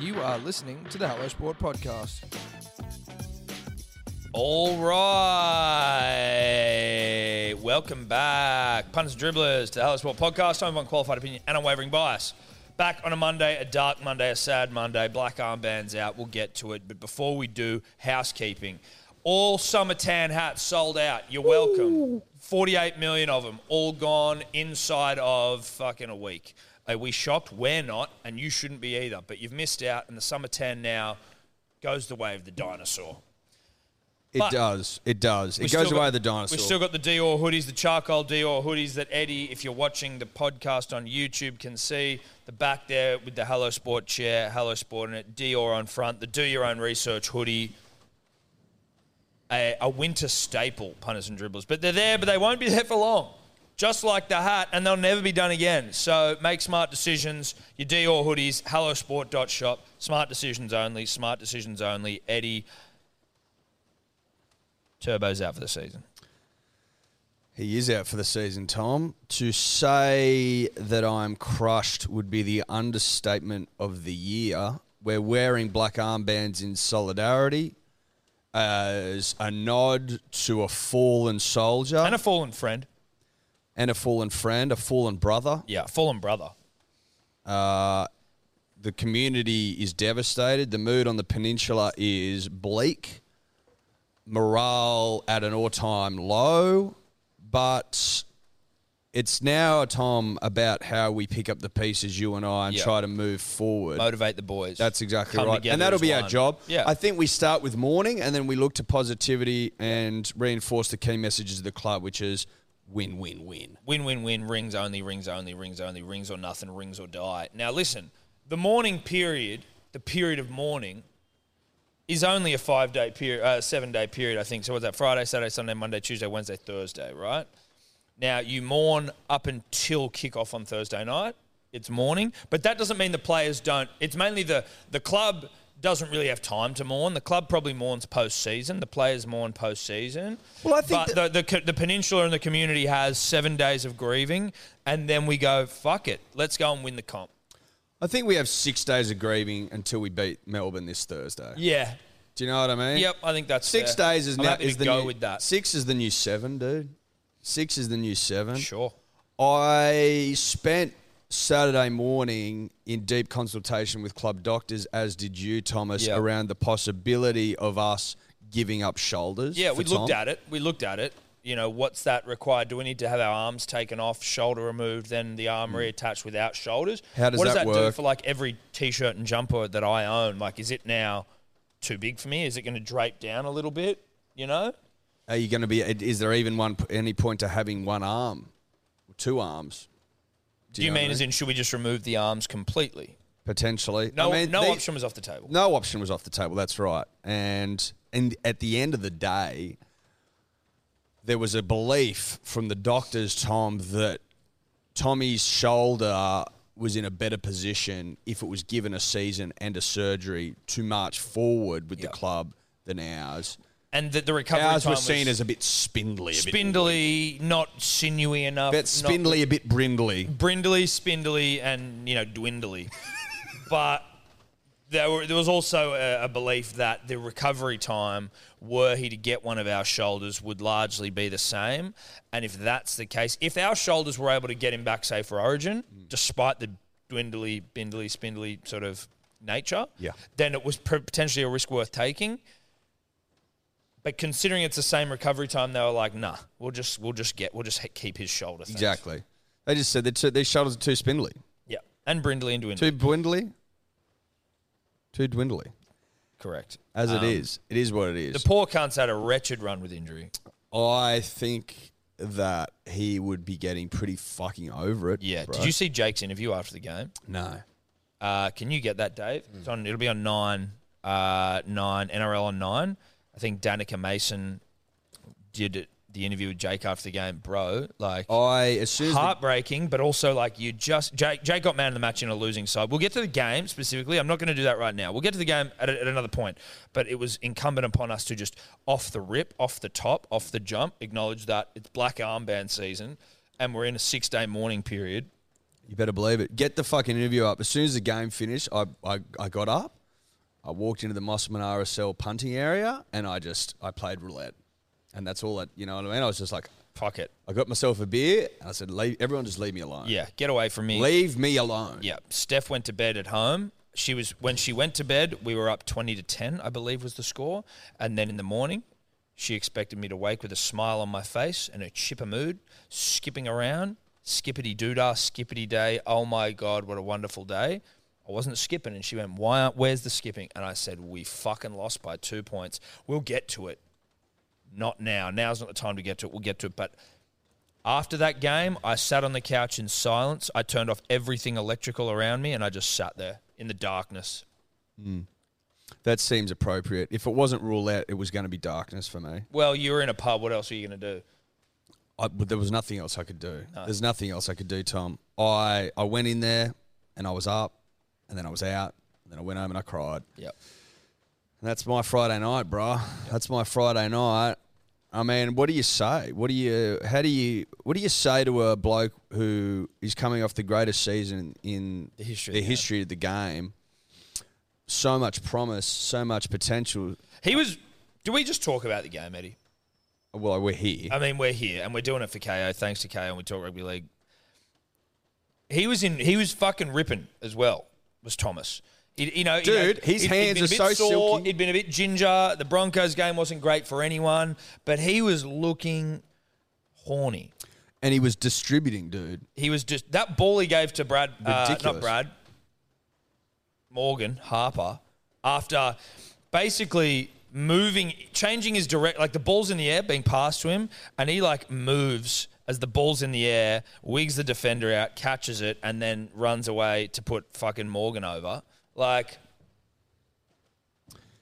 You are listening to the Hello Sport Podcast. All right. Welcome back, punters and dribblers, to the Hello Sport podcast. Home of unqualified opinion and unwavering bias. Back on a Monday, a dark Monday, a sad Monday. Black armbands out. We'll get to it. But before we do, housekeeping. All summer tan hats sold out. You're welcome. 48 million of them, all gone inside of fucking a week. Are we shocked? We're not, and you shouldn't be either. But you've missed out, and the summer tan now goes the way of the dinosaur. It But- does. It does. It We've goes still away got- the dinosaur. We've still got the Dior hoodies, the charcoal Dior hoodies that Eddie, if you're watching the podcast on YouTube, can see the back there with the Hello Sport chair, Hello Sport in it, Dior on front, the Do Your Own Research hoodie. A, a winter staple, punters and dribblers. But they're there, but they won't be there for long. Just like the hat, and they'll never be done again. So make smart decisions. Your Dior hoodies, hellosport.shop, smart decisions only, smart decisions only. Eddie, Turbo's out for the season. he is out for the season, Tom. To say that I'm crushed would be the understatement of the year. We're wearing black armbands in solidarity as a nod to a fallen soldier and a fallen friend. and a fallen friend, a fallen brother. Yeah, fallen brother. Uh, the community is devastated. The mood on the peninsula is bleak. Morale at an all time low. But it's now, Tom, about how we pick up the pieces, you and I, and Yeah. try to move forward. Motivate the boys. That's exactly Come right. together And that'll as be our one. job. Yeah. I think we start with mourning and then we look to positivity and reinforce the key messages of the club, which is win, win, win. win, win, win. Rings only, rings only, rings only, rings or nothing, rings or die. Now listen, the mourning period, the period of mourning, is only a five day period, uh, seven day period. I think. So what's that? Friday, Saturday, Sunday, Monday, Tuesday, Wednesday, Thursday, right? Now you mourn up until kickoff on Thursday night. It's mourning, but that doesn't mean the players don't. It's mainly the the club doesn't really have time to mourn. The club probably mourns postseason. The players mourn postseason. Well, I but think the, the co- the peninsula and the community has seven days of grieving, and then we go fuck it. Let's go and win the comp. I think we have six days of grieving until we beat Melbourne this Thursday. Yeah. Do you know what I mean? Yep. I think that's Six fair. days is I'm now happy is to the go new, with that. Six is the new seven, dude. Six is the new seven. Sure. I spent Saturday morning in deep consultation with club doctors, as did you, Thomas, Yeah. around the possibility of us giving up shoulders. Yeah, we for looked Tom. at it. We looked at it. You know, what's that required? Do we need to have our arms taken off, shoulder removed, then the arm reattached without shoulders? Hmm. How does what does that, that do work? for like every t-shirt and jumper that I own? Like, is it now too big for me? Is it going to drape down a little bit? You know, Are you going to be? Is there even one any point to having one arm, two arms? do you know what I mean as in should we just remove the arms completely? potentially? No, I mean, no the- option was off the table. No option was off the table. That's right. And and at the end of the day, there was a belief from the doctors, Tom, that Tommy's shoulder was in a better position if it was given a season and a surgery to march forward with Yeah. the club than ours. And the, the recovery Ours time was was seen as a bit spindly, a bit- spindly, not sinewy enough, a bit not- spindly, a bit brindly. brindly, spindly, and you know, dwindly. but there, were, there was also a, a belief that the recovery time, were he to get one of our shoulders, would largely be the same. And if that's the case, if our shoulders were able to get him back safe for Origin, Mm. despite the dwindly, bindly, spindly sort of nature, Yeah. then it was pr- potentially a risk worth taking. But considering it's the same recovery time, they were like, "Nah, we'll just we'll just get we'll just he- keep his shoulder." thanks. Exactly. They just said that t- these shoulders are too spindly, Yeah, and brindly and dwindly. too dwindly, too dwindly. Correct. As it is, it is what it is. Um, The poor cunt's had a wretched run with injury. I think that he would be getting pretty fucking over it. Yeah. bro. Did you see Jake's interview after the game? No. Uh, can you get that, Dave? It's on. It'll be on nine, uh, nine NRL on nine. I think Danica Mason did it, the interview with Jake after the game, bro. Like I as soon as the- heartbreaking, but also like you just Jake. Jake got man of the match in a losing side. We'll get to the game specifically. I'm not going to do that right now. We'll get to the game at, a- at another point. But it was incumbent upon us to just off the rip, off the top, off the jump, acknowledge that it's black armband season, and we're in a six day mourning period. You better believe it. Get the fucking interview up. As soon as the game finished, I, I, I got up, I walked into the Mossman RSL punting area, and I just I played roulette, and that's all that you know what I mean. I was just like, Fuck it. I got myself a beer, and I said, leave, everyone just leave me alone. Yeah, get away from me. leave me alone. Yeah, Steph went to bed at home. She was when she went to bed, we were up twenty to ten, I believe was the score. And then in the morning, she expected me to wake with a smile on my face and a chipper mood, skipping around, skippity doodah, skippity day. Oh my god, what a wonderful day! I wasn't skipping, and she went, "Why? Aren't, where's the skipping?" And I said, "We fucking lost by two points. We'll get to it. Not now. Now's not the time to get to it. We'll get to it, but." After that game, I sat on the couch in silence. I turned off everything electrical around me and I just sat there in the darkness. That seems appropriate. If it wasn't roulette, it was going to be darkness for me. Well, you were in a pub. What else are you going to do? I, but there was nothing else I could do. There's nothing else I could do, Tom. I I went in there and I was up, and then I was out, and then I went home and I cried. Yep. And that's my Friday night, bruh. That's my Friday night. I mean, what do you say? What do you? How do you? What do you say to a bloke who is coming off the greatest season in the history of the the game. history of the game? So much promise, so much potential. He was. Do we just talk about the game, Eddie? Well, we're here. I mean, we're here and we're doing it for KO. Thanks to KO, and we talk rugby league. He was in. He was fucking ripping as well. Was Thomas? He- you know, you know, Dude, his he'd- he'd hands been a are bit so sore, silky. He'd been a bit ginger. The Broncos game wasn't great for anyone, but he was looking horny. And he was distributing, dude. He was just that ball he gave to Brad, uh, not Ridiculous. Brad, Morgan Harper, after basically moving, changing his direct, like the ball's in the air being passed to him, and he like moves as the ball's in the air, wigs the defender out, catches it, and then runs away to put fucking Morgan over. Like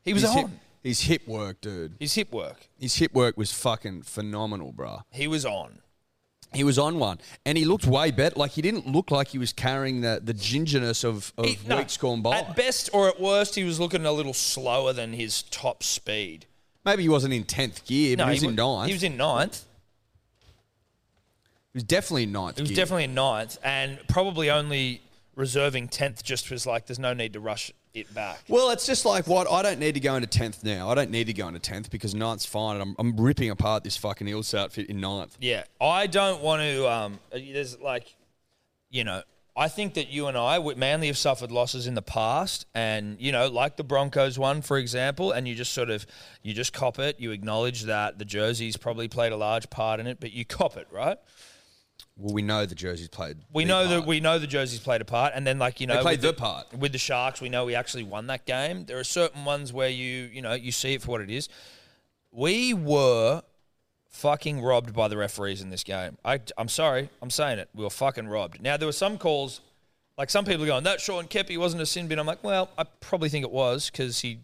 he was his on hip, his hip work, dude. his hip work. His hip work was fucking phenomenal, bruh. He was on. He was on one, and he looked way better. Like he didn't look like he was carrying the, the gingerness of, of He- no, weeks gone by. At best or at worst, he was looking a little slower than his top speed. Maybe he wasn't in tenth gear, but he was in wa- ninth. He was in ninth. He was definitely in ninth. He was gear. definitely in ninth, and probably only reserving tenth just was like, there's no need to rush it back. Well, it's just like what I don't need to go into tenth now. I don't need to go into tenth because ninth's fine. And I'm, I'm ripping apart this fucking Eels outfit in ninth. Yeah, I don't want to. Um, there's like, you know, I think that you and I, we- Manly, have suffered losses in the past, and you know, like the Broncos one, for example, and you just sort of, you just cop it. You acknowledge that the jerseys probably played a large part in it, but you cop it, right? Well, we know the jerseys played. We the know that part. we know the jerseys played a part, and then like you know, played with the part. with the Sharks. We know we actually won that game. There are certain ones where you you know you see it for what it is. We were fucking robbed by the referees in this game. I I'm sorry, I'm saying it. We were fucking robbed. Now there were some calls, like some people are going that Sean Kepi wasn't a sin bin. I'm like, well, I probably think it was because he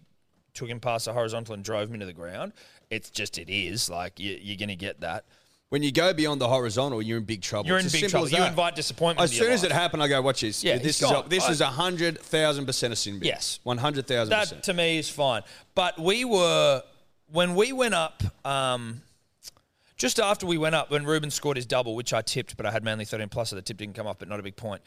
took him past the horizontal and drove him into the ground. It's just it is like you, you're gonna get that. when you go beyond the horizontal, you're in big trouble. You're It's in as big simple trouble. as You that. invite disappointment. As into your soon as life. it happened, I go, watch this. Yeah, this he's is a, gone. this I- is a hundred thousand percent a sin bin. Yes. one hundred thousand that percent. to me is fine. But we were when we went up, um, just after we went up, when Ruben scored his double, which I tipped, but I had Manly 13 plus, so the tip didn't come off, but not a big point.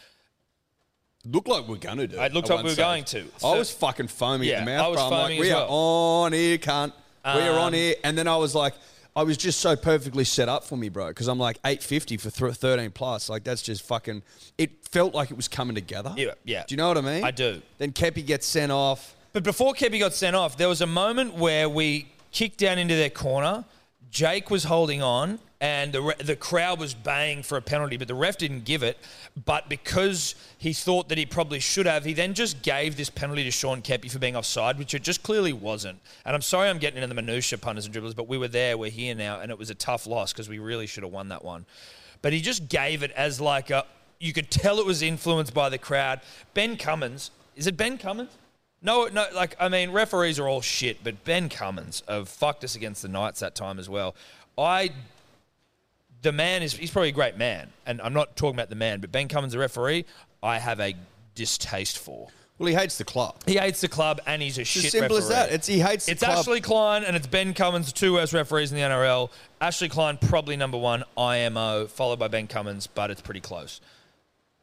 Looked like we were gonna do. It looked at like we one were stage. going to. I So- was fucking foaming Yeah, at the mouth. I was bro. I'm like, foaming as we well. are on here, cunt. we are Um, on here, and then I was like, I was just so perfectly set up for me, bro, because I'm like eight fifty for th- thirteen plus. Like that's just fucking. It felt like it was coming together. Yeah, yeah. Do you know what I mean? I do. Then Kepi gets sent off. But before Kepi got sent off, there was a moment where we kicked down into their corner. Jake was holding on, and the re- the crowd was baying for a penalty, but the ref didn't give it. But because he thought that he probably should have, he then just gave this penalty to Sean Kepi for being offside, which it just clearly wasn't. And I'm sorry I'm getting into the minutia, punters and dribblers, but we were there, we're here now, and it was a tough loss because we really should have won that one. But he just gave it as like a. You could tell it was influenced by the crowd. Ben Cummins, is it Ben Cummins? No, no, like I mean, referees are all shit, but Ben Cummins have fucked us against the Knights that time as well. I, the man is he's probably a great man, and I'm not talking about the man, but Ben Cummins, the referee, I have a distaste for. Well, he hates the club. He hates the club, and he's a It's shit. as simple as referee. that. It's he hates It's the club. Ashley Klein and it's Ben Cummins, the two worst referees in the NRL. Ashley Klein probably number one, IMO, followed by Ben Cummins, but it's pretty close.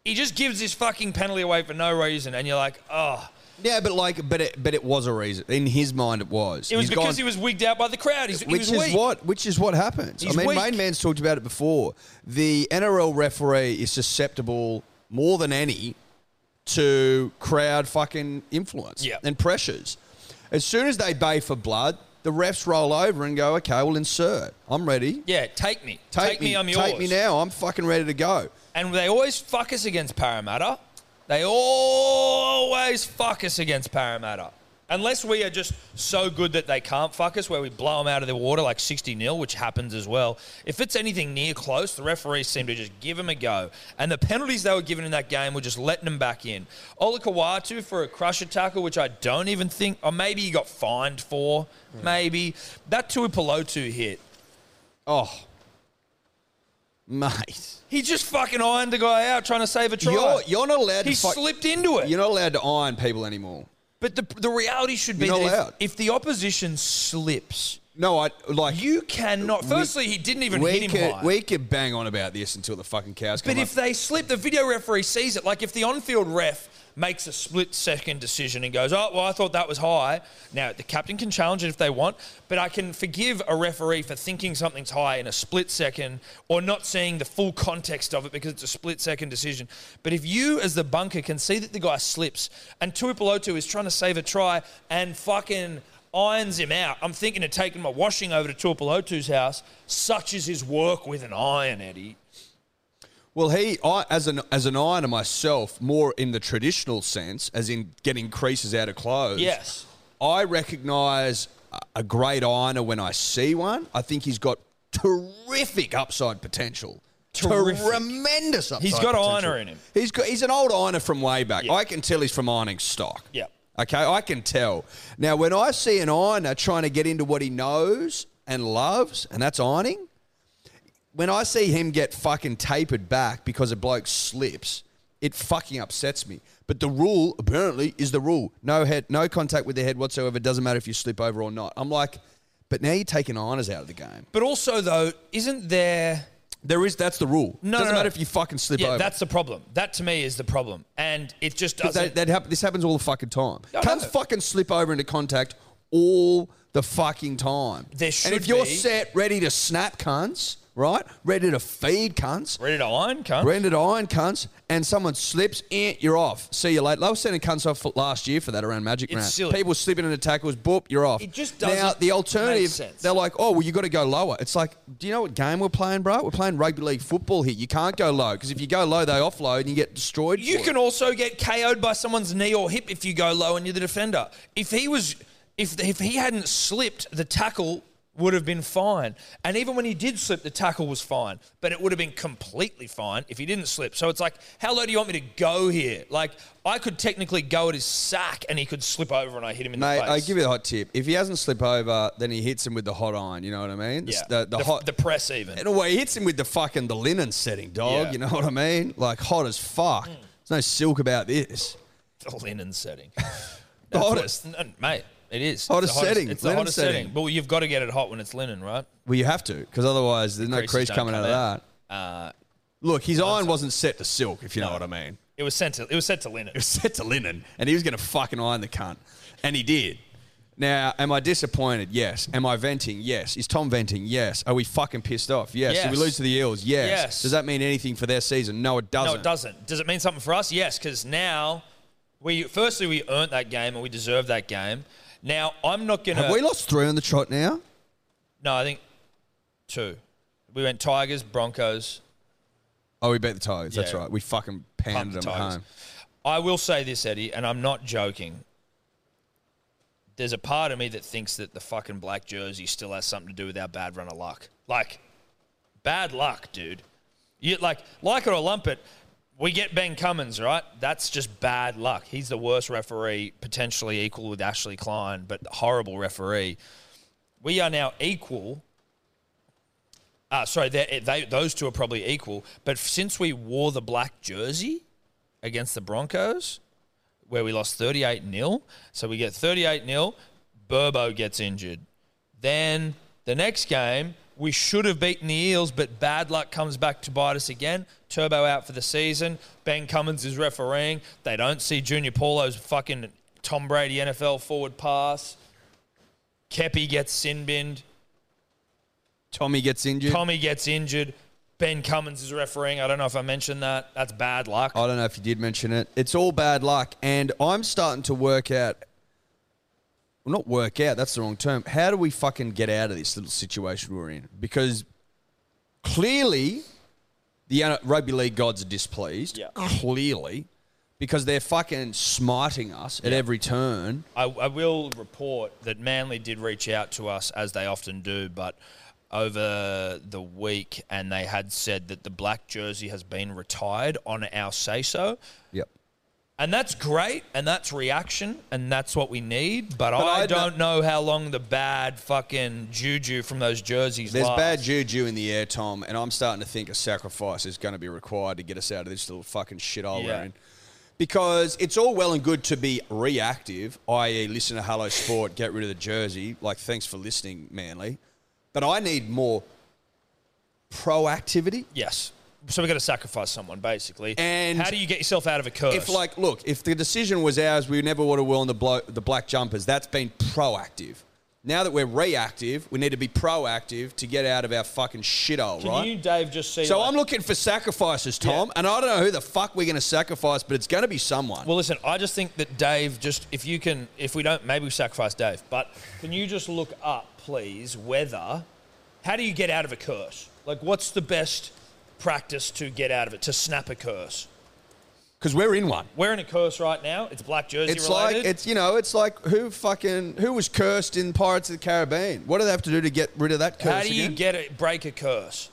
He just gives this fucking penalty away for no reason, and you're like, oh, Yeah, but like, but it, but it was a reason in his mind. It was. it was He's because gone- he was wigged out by the crowd. He's, he which was is weak. what which is what happens. He's I mean, weak. Main Man's talked about it before. The NRL referee is susceptible more than any to crowd fucking influence Yeah. and pressures. As soon as they bay for blood, the refs roll over and go, "Okay, we'll insert. I'm ready. Yeah, take me, take, me, I'm yours. Take me now. I'm fucking ready to go." And they always fuck us against Parramatta. They always fuck us against Parramatta. Unless we are just so good that they can't fuck us, where we blow them out of the water like 60 0, which happens as well. If it's anything near close, the referees seem to just give them a go. And the penalties they were given in that game were just letting them back in. Olakawatu for a crusher tackle, which I don't even think, or maybe he got fined for, Hmm. maybe. That Tuipolotu hit. Oh, mate, He just fucking ironed the guy out trying to save a try. you're you're not allowed he to. fuck- slipped into it. You're not allowed to iron people anymore. But the, the reality should be You're not that allowed. if, if the opposition slips, No, I like you cannot. We- Firstly, he didn't even we hit him could, high. we could bang on about this until the fucking cows come but home. if they slip, the video referee sees it. Like if the on-field ref makes a split-second decision and goes, "Oh, well, I thought that was high." Now the captain can challenge it if they want, but I can forgive a referee for thinking something's high in a split second or not seeing the full context of it because it's a split-second decision. But if you, as the bunker, can see that the guy slips and Tuipulotu is trying to save a try and fucking irons him out. I'm thinking of taking my washing over to Tuipulotu's house. Such is his work with an iron, Eddie. Well, he I, as an as an ironer myself, more in the traditional sense, as in getting creases out of clothes. Yes. I recognise a- a great ironer when I see one. I think he's got terrific upside potential. Terrific. Tremendous upside. He's got potential. ironer in him. He's got he's an old ironer from way back. Yeah. I can tell he's from ironing stock. Yeah. Okay, I can tell. Now, when I see an ironer trying to get into what he knows and loves, and that's ironing, when I see him get fucking tapered back because a bloke slips, it fucking upsets me. But the rule apparently is the rule: no head, no contact with the head whatsoever. Doesn't matter if you slip over or not. I'm like, but now you're taking ironers out of the game. But also, though, isn't there. There is that's the rule. No, doesn't no, no. matter if you fucking slip Yeah, over. that's the problem. That to me is the problem. And it just But doesn't. that, that hap- this happens all the fucking time. I Cunts know. fucking slip over into contact all the fucking time. There should and if you're be- set, ready to snap cunts, right? Ready to feed cunts, ready to iron, cunt? ready to iron cunts, and someone slips, eh, you're off. See you later. They were sending cunts off for- last year for that around Magic It's Round. silly. People slipping into tackles, boop, you're off. It just Now, doesn't the make alternative, sense. they're like, oh, well, you got to go lower. It's like, do you know what game we're playing, bro? We're playing rugby league football here. You can't go low because if you go low, they offload and you get destroyed. You for it. can also get KO'd by someone's knee or hip if you go low and you're the defender. If he was, if if he hadn't slipped, the tackle would have been fine. And even when he did slip, the tackle was fine, but it would have been completely fine if he didn't slip. So it's like, how low do you want me to go here? Like I could technically go at his sack and he could slip over and I hit him in Mate, the face. I give you the hot tip. If he doesn't slip over, then he hits him with the hot iron. You know what I mean? yeah. The, the, hot. the press even. in a way, he hits him with the fucking the linen setting, dog. Yeah. Mm. You know what I mean? Like hot as fuck. There's no silk about this. The linen setting. The That's what- hottest. n- mate. It is. It's Hottest the setting, It's the linen hottest setting. setting. Well, you've got to get it hot when it's linen, right? Well, you have to, because otherwise there's no Creases crease don't coming come out of out. that. Uh, Look, his iron wasn't set to silk, if you know what I mean. it was sent to. It was sent to linen. It was set to linen, and he was going to fucking iron the cunt, and he did. Now, am I disappointed? Yes. Am I venting? Yes. Is Tom venting? Yes. Are we fucking pissed off? Yes. Did we Yes. lose to the Eels? Yes. Yes. Does that mean anything for their season? No, it doesn't. No, it doesn't. Does it mean something for us? Yes, because now we firstly we earned that game and we deserve that game. Now I'm not gonna. Have we lost three on the trot now? no, I think two. We went Tigers, Broncos, Oh, we beat the Tigers. That's Yeah. right. We fucking pounded Pumped them Tigers. home. I will say this, Eddie, and I'm not joking. There's a part of me that thinks that the fucking black jersey still has something to do with our bad run of luck. Like, bad luck, dude. You like like it or lump it, we get Ben Cummins, right? That's just bad luck. He's the worst referee, potentially equal with Ashley Klein, but horrible referee. We are now equal. Uh, sorry, they, they, those two are probably equal. But since we wore the black jersey, against the Broncos, where we lost 38 0. So we get 38 0. Burbo gets injured. Then the next game, We should have beaten the Eels, but bad luck comes back to bite us again. Turbo out for the season. Ben Cummins is refereeing. They don't see Junior Paulo's fucking Tom Brady NFL forward pass. Kepi gets sin binned. Tommy gets injured. Tommy gets injured. Ben Cummins is refereeing. I don't know if I mentioned that. That's bad luck. I don't know if you did mention it. It's all bad luck, and I'm starting to work out. Well, not work out. That's the wrong term. How do we fucking get out of this little situation we're in? Because clearly, the N- rugby league gods are displeased. Yeah. Clearly, because they're fucking smiting us at every turn. I, I will report that Manly did reach out to us as they often do, but over the week, and they had said that the black jersey has been retired on our say so, Yep. and that's great, and that's reaction, and that's what we need. But, I, I don't- don't know how long the bad fucking juju from those jerseys. There's lasts. bad juju in the air, Tom, and I'm starting to think a sacrifice is going to be required to get us out of this little fucking shithole Yeah. we're in. Because it's all well and good to be reactive, i.e., listen to Hello Sport, get rid of the jersey. Like, thanks for listening, Manly. But I need more proactivity. Yes. So we got to sacrifice someone basically. And- how do you get yourself out of a curse? If, like, look, if the decision was ours, we never would have worn the, blo- the black jumpers. That's been proactive. Now that we're reactive, we need to be proactive to get out of our fucking shithole, can right? you, Dave, just see? So like- I'm looking for sacrifices, Tom, and I don't know who the fuck we're going to sacrifice, but it's going to be someone. Well, listen, I just think that Dave, just if you can, if we don't, maybe we sacrifice Dave, but can you just look up, please, whether, how do you get out of a curse? Like, what's the best practice to get out of it, to snap a curse? Because we're in one. We're in a curse right now. It's black jersey It's like related. it's you know it's like who fucking who was cursed in Pirates of the Caribbean? What do they have to do to get rid of that curse? How do you again? get it? Break a curse.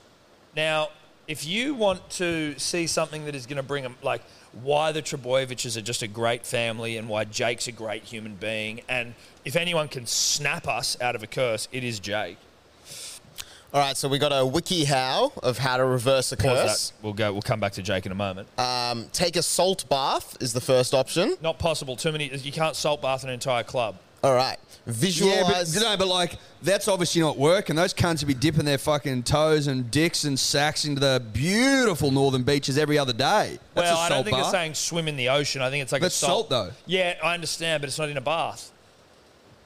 Now, if you want to see something that is going to bring them, like why the Trebojeviches are just a great family and why Jake's a great human being, and if anyone can snap us out of a curse, it is Jake. All right, so we got a wiki how of how to reverse a Pause curse. that. We'll go. We'll come back to Jake in a moment. Uh. Um, take a salt bath is the first option. Not possible. Too many. You can't salt bath an entire club. All right, Yeah, but visualize. no, but like that's obviously not working. Those cunts would be dipping their fucking toes and dicks and sacks into the beautiful northern beaches every other day. That's well, I I don't think it's saying swim in the ocean. I think it's like That's a salt. salt, though. Yeah, I understand, but it's not in a bath.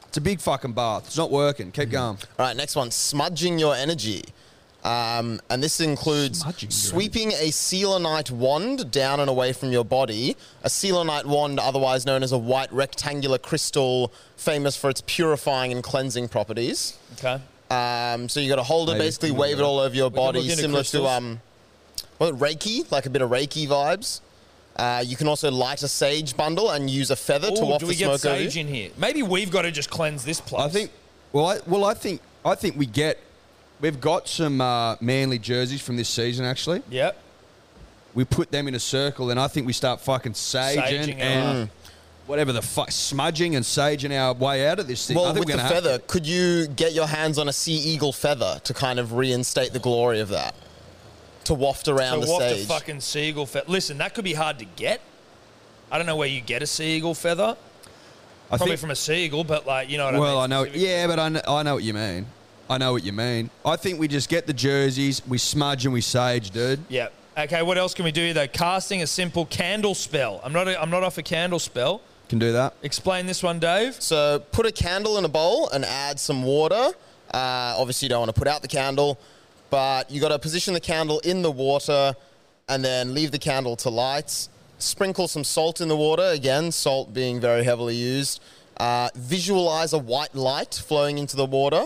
It's a big fucking bath. It's not working. Keep going. All right, next one smudging your energy. Um, and this includes Smudging your sweeping a selenite wand down and away from your body. A selenite wand, otherwise known as a white rectangular crystal, famous for its purifying and cleansing properties. Okay. Um, so you got to hold it, Maybe basically we can wave it look all over your can look body, into similar crystals. to um, what Reiki, like a bit of Reiki vibes. Uh, you can also light a sage bundle and use a feather to Ooh, waft do the we get smoke over. you. sage in here? Maybe we've got to just cleanse this place. I think. Well, I, well, I think I think we get. We've got some uh, manly jerseys from this season. Actually, Yep. we put them in a circle, and I think we start fucking saging, Saging and whatever the fuck, smudging and saging our way out of this thing. I Well, think with we're the gonna have feather, could you get your hands on a sea eagle feather to kind of reinstate the glory of that? To waft So around the waft a stage. fucking seagull feather. Listen, that could be hard to get. I don't know where you get a seagull feather. I Probably think- from a seagull, but like you know what well, I I mean. know. specifically. Yeah, but I know, I know what you mean. I know what you mean. I think we just get the jerseys, we smudge and we sage, dude. Yeah. Okay. What else can we do here, though? Casting a simple candle spell. I'm not. I'm not off a candle spell. Can do that. Explain this one, Dave. So put a candle in a bowl and add some water. Uh, obviously, you don't want to put out the candle, but you got to position the candle in the water and then leave the candle to light. Sprinkle some salt in the water, again, salt being very heavily used. Uh, visualize a white light flowing into the water.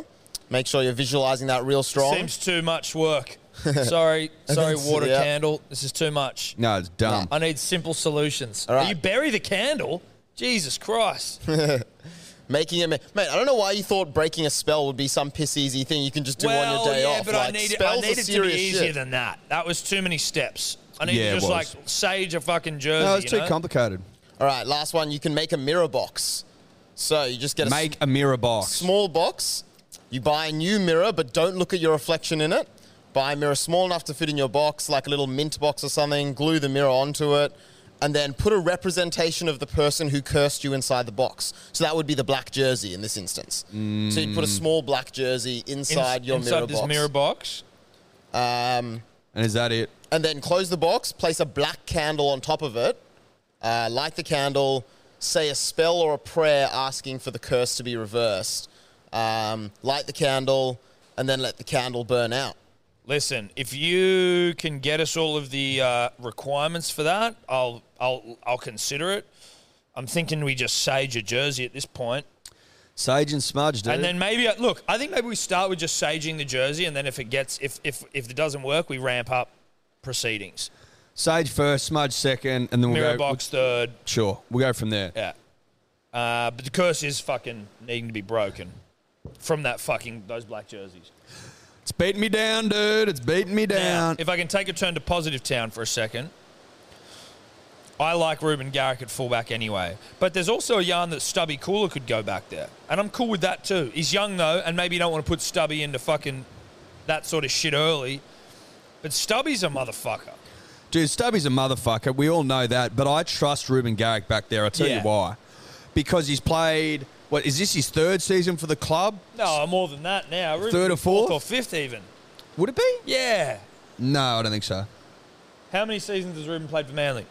Make sure you're visualizing that real strong. Seems too much work. sorry, sorry, think so, water yeah. candle. This is too much. No, it's dumb. I need simple solutions. All right. You bury the candle. Jesus Christ. Making a ma- mate, I don't know why you thought breaking a spell would be some piss easy thing you can just do on well, your day yeah, off. but I Like, need it. I spells need are it to be serious easier shit. than that. That was too many steps. I need Yeah, to it just like was. sage a fucking jersey. no, it's you too know? complicated. All right, last one. You can make a mirror box. So you just get a Make a mirror box. small box. You buy a new mirror, but don't look at your reflection in it. Buy a mirror small enough to fit in your box, like a little mint box or something. Glue the mirror onto it. and then put a representation of the person who cursed you inside the box. So that would be the black jersey in this instance. So you'd put a small black jersey inside your Mm. inside mirror this box. mirror box. um, And is that it? and then close the box, place a black candle on top of it, uh, light the candle, say a spell or a prayer asking for the curse to be reversed, um, light the candle, and then let the candle burn out. Listen, if you can get us all of the uh, requirements for that, I'll I'll I'll consider it. I'm thinking we just sage a jersey at this point, Sage and Smudge, dude. and then maybe uh, look. I think maybe we start with just saging the jersey, and then if it gets if if if it doesn't work, we ramp up proceedings. Sage first, Smudge second, and then we'll Mirror go. box third, Sure, we'll go from there. yeah. Uh, but the curse is fucking needing to be broken from that fucking those black jerseys. It's beating me down, dude. It's beating me Now, down. if I can take a turn to positive town for a second, I like Ruben Garrick at fullback anyway. But there's also a yarn that Stubby Cooler could go back there, and I'm cool with that too. He's young though, and maybe you don't want to put Stubby into fucking that sort of shit early. But Stubby's a motherfucker. Dude, Stubby's a motherfucker. We all know that. But I trust Ruben Garrick back there. I'll tell Yeah. you why. Because he's played, what, is this his third season for the club? No, more than that now. Ruben, Third or fourth? or fifth even. Would it be? Yeah. No, I don't think so. How many seasons has Ruben played for Manly?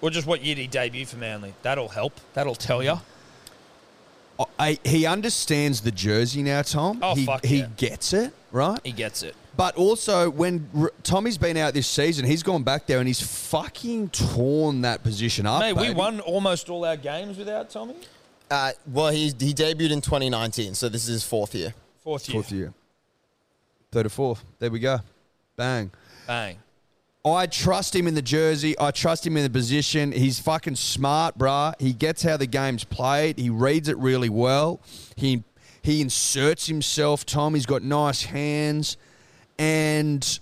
Or just what year did he debut for Manly? That'll help. That'll tell you. I, Oh, I- he understands the jersey now, Tom. Oh, he, fuck He yeah. gets it, right? He gets it. But also, when R- Tommy's been out this season, he's gone back there and he's fucking torn that position up. Mate, we baby. won almost all our games without Tommy. Uh, well, he, he debuted in 2019, so this is his fourth year. Fourth year. Fourth year. Third or fourth. There we go. Bang. Bang. I trust him in the jersey. I trust him in the position. He's fucking smart, bruh. He gets how the game's played. He reads it really well. He he inserts himself, Tom. He's got nice hands. And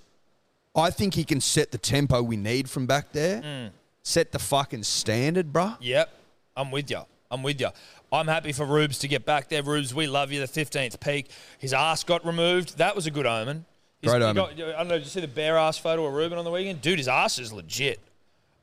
I think he can set the tempo we need from back there. Set the fucking standard, bruh. Yep. I'm with you. I'm with you. I'm happy for Rubes to get back there. Rubes, we love you. The 15th peak. His ass got removed. That was a good omen. He's- Great he omen. got- I don't know. Did you see the bare ass photo of Ruben on the weekend? Dude, his ass is legit.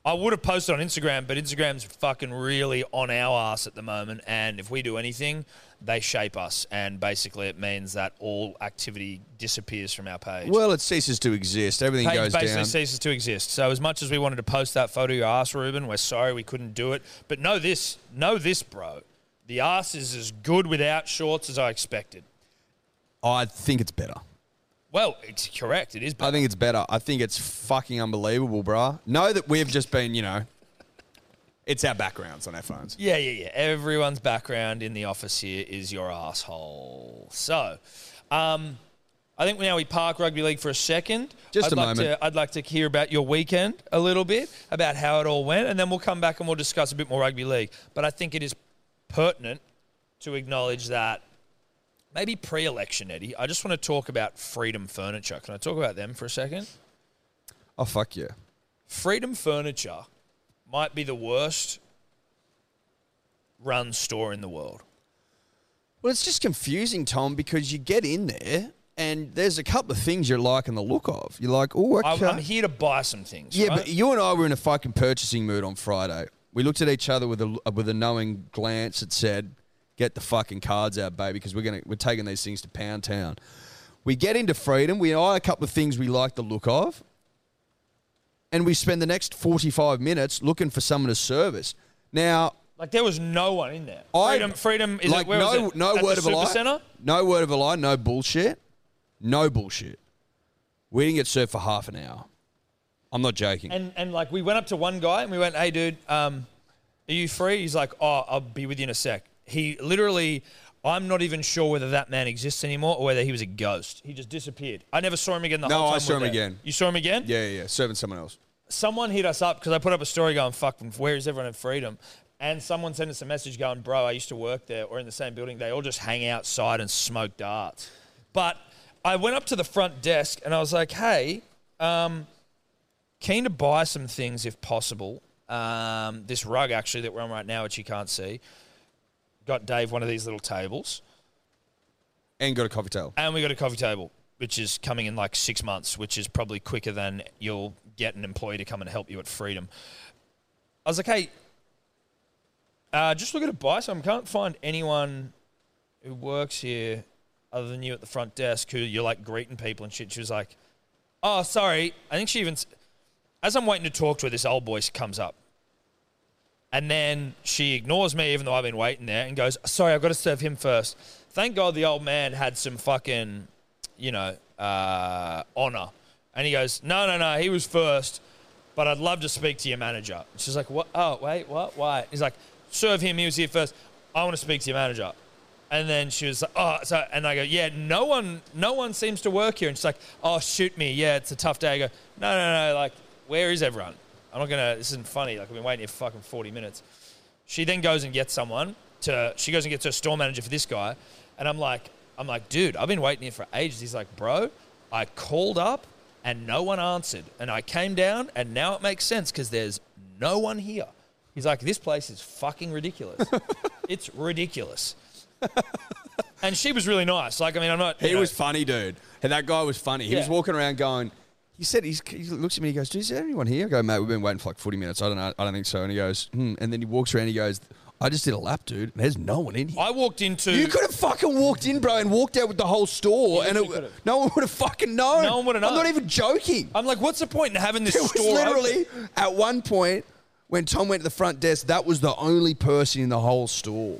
I would have posted on Instagram, but Instagram's fucking really on our ass at the moment. And if we do anything, they shape us. And basically, it means that all activity disappears from our page. Well, it ceases to exist. Everything page goes basically down. ceases to exist. So as much as we wanted to post that photo of your ass, Ruben, we're sorry we couldn't do it. But know this, know this, bro. The ass is as good without shorts as I expected. I think it's better. Well, it's correct. It is. I But think it's better. I think it's fucking unbelievable, bruh. Know that we've just been, you know, it's our backgrounds on our phones. yeah, yeah, yeah. Everyone's background in the office here is your asshole. So, um, I think now we park rugby league for a second. Just I'd a like moment. To, I'd like to hear about your weekend a little bit, about how it all went, and then we'll come back and we'll discuss a bit more rugby league. But I think it is pertinent to acknowledge that maybe pre-election, Eddie. I just want to talk about Freedom Furniture. Can I talk about them for a second? Oh fuck yeah. Freedom Furniture might be the worst run store in the world. Well, it's just confusing, Tom, because you get in there and there's a couple of things you're liking the look of. You're like, oh, okay. I, I'm here to buy some things. yeah, right? but you and I were in a fucking purchasing mood on Friday. We looked at each other with a with a knowing glance that said, "Get the fucking cards out, baby, because we're gonna we're taking these things to Pound Town." We get into Freedom. We eye a couple of things we like the look of, and we spend the next forty five minutes looking for someone to service. Now, Like there was no one in there. I- Freedom, freedom is like it, where was no it? no At word the of a lie. Supercentre? No word of a lie. No bullshit. No bullshit. We didn't get served for half an hour. I'm not joking. And and like we went up to one guy and we went, "Hey, dude, um, are you free?" He's like, "Oh, I'll be with you in a sec." He literally, I'm not even sure whether that man exists anymore or whether he was a ghost. He just disappeared. I never saw him again. The No, whole I time saw we're him there. again. You saw him again? yeah, yeah, yeah. Serving someone else. someone hit us up because I put up a story going, fuck, where is everyone in freedom? And someone sent us a message going, bro, I used to work there or in the same building. They all just hang outside and smoke darts. But I went up to the front desk and I was like, hey, um, keen to buy some things if possible. Um, this rug, actually, that we're on right now, which you can't see, got Dave one of these little tables And got a coffee towel. and we got a coffee table, which is coming in like six months, which is probably quicker than you'll get an employee to come and help you at Freedom. I was like, hey, uh, just looking to buy some. Can't find anyone who works here other than you at the front desk who you're like greeting people and shit. She was like, oh, sorry. I think she even, s- as I'm waiting to talk to her, this old boy comes up. And then she ignores me, even though I've been waiting there, and goes, Sorry, I've got to serve him first. Thank God the old man had some fucking, you know, uh, honor. And he goes, No, no, no, he was first, but I'd love to speak to your manager. And she's like, What? Oh, wait, what? Why? He's like, Serve him, he was here first. I want to speak to your manager. And then she was like, "Oh," so, and I go, "Yeah, no one, no one seems to work here." And she's like, "Oh, shoot me, yeah, it's a tough day." I go, "No, no, no, like, where is everyone? I'm not gonna. This isn't funny. Like, I've been waiting here fucking 40 minutes." She then goes and gets someone to. She goes and gets her store manager for this guy, and I'm like, I'm like, dude, I've been waiting here for ages. He's like, bro, I called up and no one answered, and I came down, and now it makes sense because there's no one here. He's like, this place is fucking ridiculous. it's ridiculous. And she was really nice. Like, I mean, I'm not. He you know- was funny, dude. And that guy was funny. He was Yeah. walking around going. He said he's, he looks at me. He goes, "Is there anyone here?" I go, "Mate, we've been waiting for like forty minutes. I don't know. I don't think so." And he goes, hmm. and then he walks around. He goes, "I just did a lap, dude. There's no one in here." I walked into. you could have fucking walked in, bro, and walked out with the whole You store, and literally it, could've. no one would have fucking known. No one would've I'm not known. even joking. I'm like, what's the point in having this It was store? literally open? at one point when Tom went to the front desk. That was the only person in the whole store.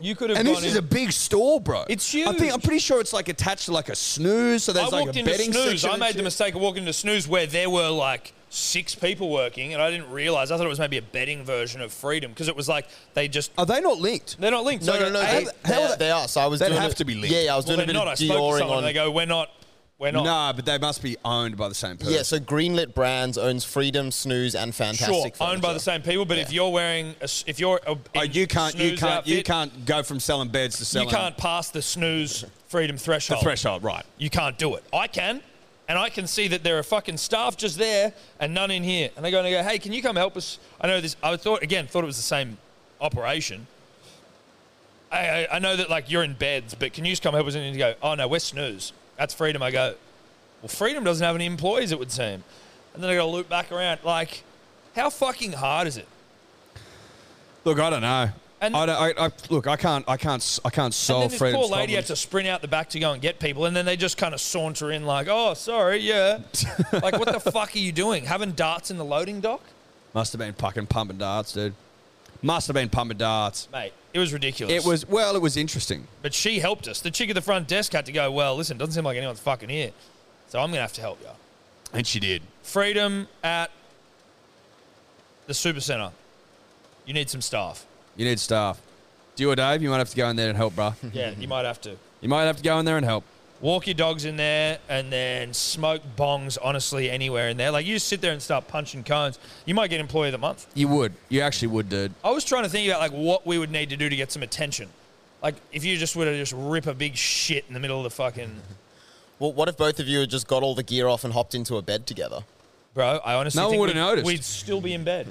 You could have. And gone this is in- a big store, bro. It's I think I'm huge. pretty sure it's like attached to like a snooze, so there's I like walked a into betting snooze. section. I and made the shit. mistake of walking into snooze where there were like six people working, and I didn't realize. I thought it was maybe a betting version of freedom because it was like they just Are they not linked? they're not linked. No, So no, no. I- They, how the hell they, that- they are. So I was. They'd doing have it- to be linked. Yeah, yeah. I was well, doing a they're bit not. I of spoke to Dioring someone. and on. They go, we're not. We're not. No, but they must be owned by the same person. Yeah, so Greenlit Brands owns Freedom, Snooze, and Fantastic. Sure, owned by Furniture. the same people, but if you're wearing, a, s- if you're, a, Oh, in you can't, you snooze can't, you outfit, can't go from selling beds to selling you can't pass the snooze freedom the threshold. threshold, right? You can't do it. I can. And I can see that there are fucking staff just there and none in here. And they go and they go, hey, can you come help us? I know this. I thought, again, thought it was the same operation. I, I, I know that, like, you're in beds, but can you just come help us? And you go, oh, no, we're snooze. That's freedom. I go, well, freedom doesn't have any employees, it would seem. And then I got to loop back around. Like, how fucking hard is it? Look, I don't know. And- I, don't, I, I look, I can't, I can't, s- I can't And solve then this freedom's poor lady had problems. to sprint out the back to go and get people, and then they just kind of saunter in like, "Oh, sorry, yeah." like, what the fuck are you doing? Having darts in the loading dock, Must have been fucking pumping darts, dude. Must have been pumping darts. mate? It was ridiculous. It was well, it was interesting. but she helped us. The chick at the front desk had to go. Well, listen, doesn't seem like anyone's fucking here, so I'm gonna have to help you. And she did. Freedom at the supercenter. You need some staff. You need staff. Do you or Dave? You might have to go in there and help, bruh. Yeah, you might have to. You might have to go in there and help. walk your dogs in there and then smoke bongs honestly anywhere in there like you just sit there and start punching cones you might get employee of the month You would. You actually would, dude. i was trying to think about like what we would need to do to get some attention like if you just were to just rip a big shit in the middle of the fucking Well, what if both of you had just got all the gear off and hopped into a bed together? bro i honestly No one think would've we'd- noticed. we'd still be in bed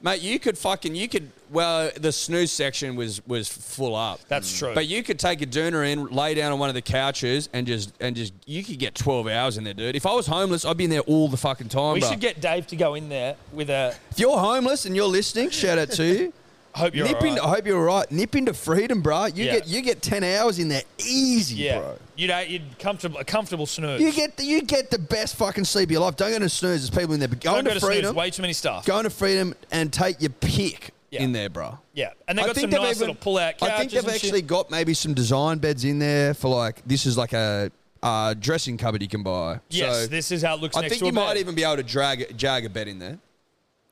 Mate, you could fucking you could well the snooze section was was full up. That's Mm. true. But you could take a doona in, lay down on one of the couches and just and just you could get 12 hours in there, dude. If I was homeless, I'd be in there all the fucking time, we bro. should get dave to go in there with a if you're homeless and you're listening, shout out to you. I hope you're Nip all right. into, I hope you're all right. Nip into freedom, bro. You Yeah. get you get 10 hours in there easy, yeah bro. you'd, you'd comfortable a comfortable snooze You get the, you get the best fucking sleep of your life. Don't go to snooze. There's people in there. But go don't go into to freedom. snooze way too many staff Go into freedom and take your pick Yeah. in there, bro. yeah and they I got think some they've nice even- little pull-out couches I think they've and shit. actually got maybe some design beds in there for like this is like a uh, dressing cupboard you can buy. yes So this is how it looks I next think to a you might bed. even be able to drag jag a bed in there.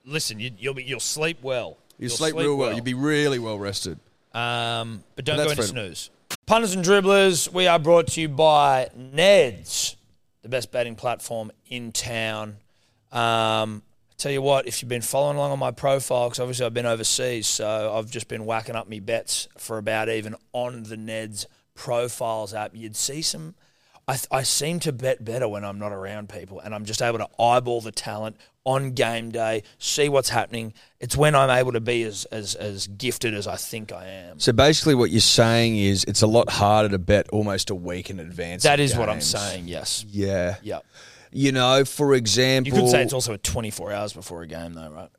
listen, you, you'll be you'll sleep well. You You'll sleep, real well. You'd be really well rested. um, but don't But go that's into freedom. snooze. Punters and dribblers, we are brought to you by Neds, the best betting platform in town. Um, tell you what, if you've been following along on my profile, because obviously I've been overseas, so I've just been whacking up me bets for about even on the Neds profiles app. You'd see some. I, th- I seem to bet better when I'm not around people and I'm just able to eyeball the talent on game day, see what's happening. It's when I'm able to be as, as, as gifted as I think I am. So basically, what you're saying is it's a lot harder to bet almost a week in advance. That is what I'm saying. Yes. Yeah. Yeah. You know, for You example, could say it's also a 24 hours before a game, though, right?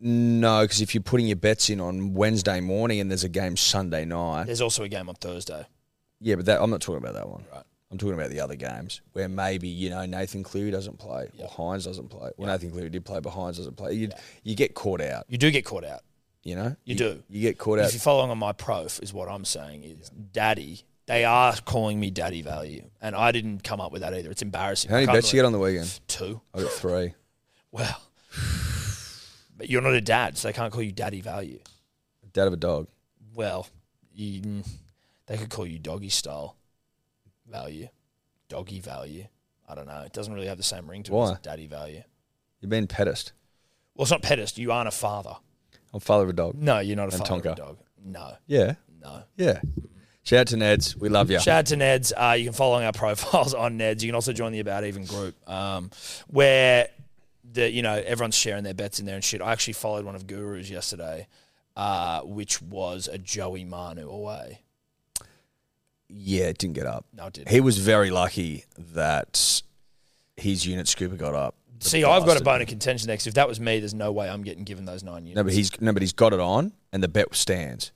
No, because if you're putting your bets in on Wednesday morning and there's a game Sunday night, There's also a game on Thursday. yeah, but that, I'm not talking about that one. Right. I'm talking about the other games where maybe you know Nathan Cleary doesn't play or Hines doesn't play. Well, Nathan Cleary did play, but Hines doesn't play. You you get caught out. You do get caught out. You know You do. You get caught If out. you're following on my prof, is what I'm saying is daddy. They are calling me daddy value, and I didn't come up with that either. It's embarrassing. How many I can't bets you get on the weekend? believe- Two. I got three. Well, but you're not a dad, so they can't call you daddy value. Dad of a dog. Well, you, mm, they could call you doggy style value, doggy value. I don't know. It doesn't really have the same ring to it Why? as daddy value. You've been pedest. Well, it's not pedest. You aren't a father. I'm father of a dog. No, you're not a And father of a Tonka. dog. No, Yeah, no. yeah. Shout out to Neds. We love you. Shout out to Neds. Uh, you can follow our profiles on Neds. You can also join the About Even group, um, where the you know everyone's sharing their bets in there and shit. I actually followed one of Guru's yesterday, uh, which was a Joey Manu away. yeah, it didn't get up. No, it didn't. He was very lucky that his unit scooper got up. The See, I've got a bastard. bone of contention next. If that was me, there's no way I'm getting given those nine units. No, but he's no, but he's got it on, and the bet stands.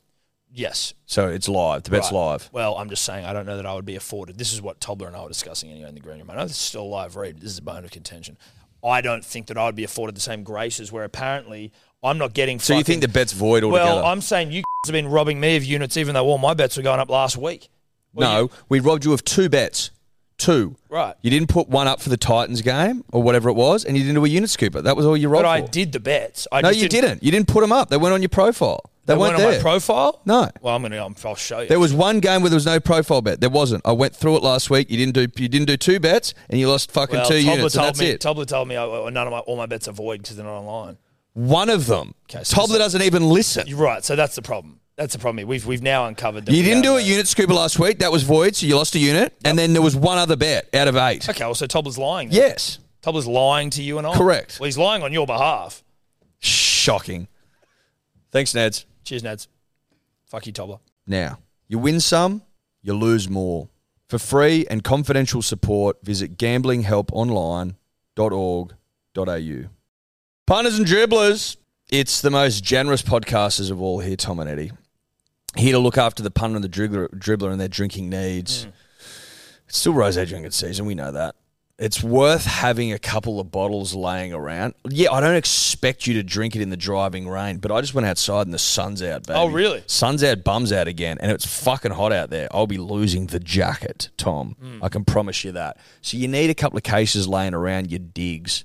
yes, So it's live. The bet's Right. live. Well, I'm just saying, I don't know that I would be afforded. This is what Tobler and I were discussing anyway in the green room. I know this is still a live read. but This is a bone of contention. I don't think that I would be afforded the same graces where apparently I'm not getting. So you think the bet's void altogether? Well, I'm saying you have been robbing me of units, even though all my bets were going up last week. no, we robbed you of two bets. Two. Right. You didn't put one up for the Titans game or whatever it was, and you didn't do a unit scooper. That was all you robbed But I for. did the bets. I no, just you didn't. You didn't put them up. They weren't on your profile. They, They weren't weren't there. on my profile. No. Well, I'm gonna. I'm, I'll show you. There was one game where there was no profile bet. There wasn't. I went through it last week. You didn't do. You didn't do two bets, and you lost fucking well, two Tobler units. And told that's me. it. Tobler told me I, none of my all my bets are void because they're not online. one of them. Okay, so Tobler this- doesn't even listen. You're right. So that's the problem. That's the problem. here. We've we've now uncovered. That You we didn't do have a unit scooper last week. That was void, so you lost a unit. And then there was one other bet out of eight. Okay, well, so Tobler's lying. Then. Yes. Tobler's lying to you and I. Correct. Well, he's lying on your behalf. Shocking. Thanks, Neds. Cheers, Nads. Fuck you, Tobler. Now, you win some, you lose more. For free and confidential support, visit gamblinghelponline.org.au. Punters and dribblers, it's the most generous podcasters of all here, Tom and Eddie. Here to look after the punter and the dribbler, dribbler and their drinking needs. Hmm. It's still rose drinking season, we know that. It's worth having a couple of bottles laying around. Yeah, I don't expect you to drink it in the driving rain, but I just went outside and the sun's out, baby. Oh, really? Sun's out, bums out again, and it's fucking hot out there. I'll be losing the jacket, Tom. Hmm. I can promise you that. So you need a couple of cases laying around your digs.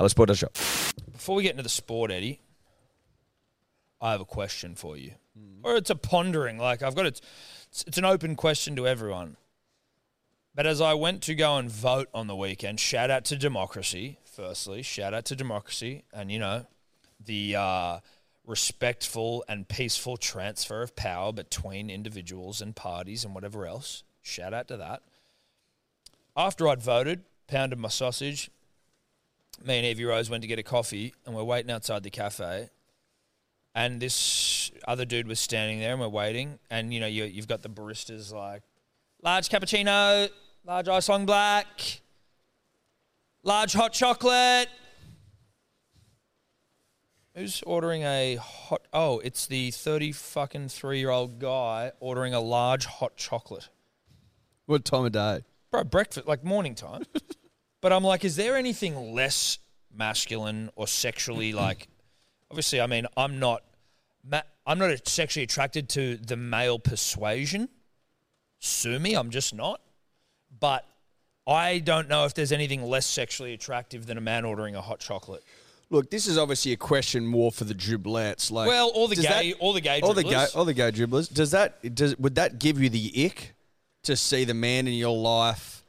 Hellosport.shop. Before we get into the sport, Eddie, I have a question for you. Or it's a pondering. Like I've got it. It's, it's an open question to everyone. But as I went to go and vote on the weekend, shout out to democracy. Firstly, shout out to democracy, and you know, the uh, respectful and peaceful transfer of power between individuals and parties and whatever else. Shout out to that. After I'd voted, pounded my sausage, me and Evie Rose went to get a coffee and we're waiting outside the cafe. And this other dude was standing there and we're waiting. And, you know, you, you've got the baristas like, large cappuccino, large ice long black, large hot chocolate. Who's ordering a hot? Oh, it's the 30 fucking three year old guy ordering a large hot chocolate What time of day? bro, breakfast, like morning time. but I'm like, is there anything less masculine or sexually like? Obviously, I mean, I'm not, ma- I'm not sexually attracted to the male persuasion. Sue me, I'm just not. But I don't know if there's anything less sexually attractive than a man ordering a hot chocolate. Look, this is obviously a question more for the driblets. Like, Well, all the does gay, all the gay, all the gay, dribblers. all the gay dribblers. Does that does would that give you the ick to see the man in your life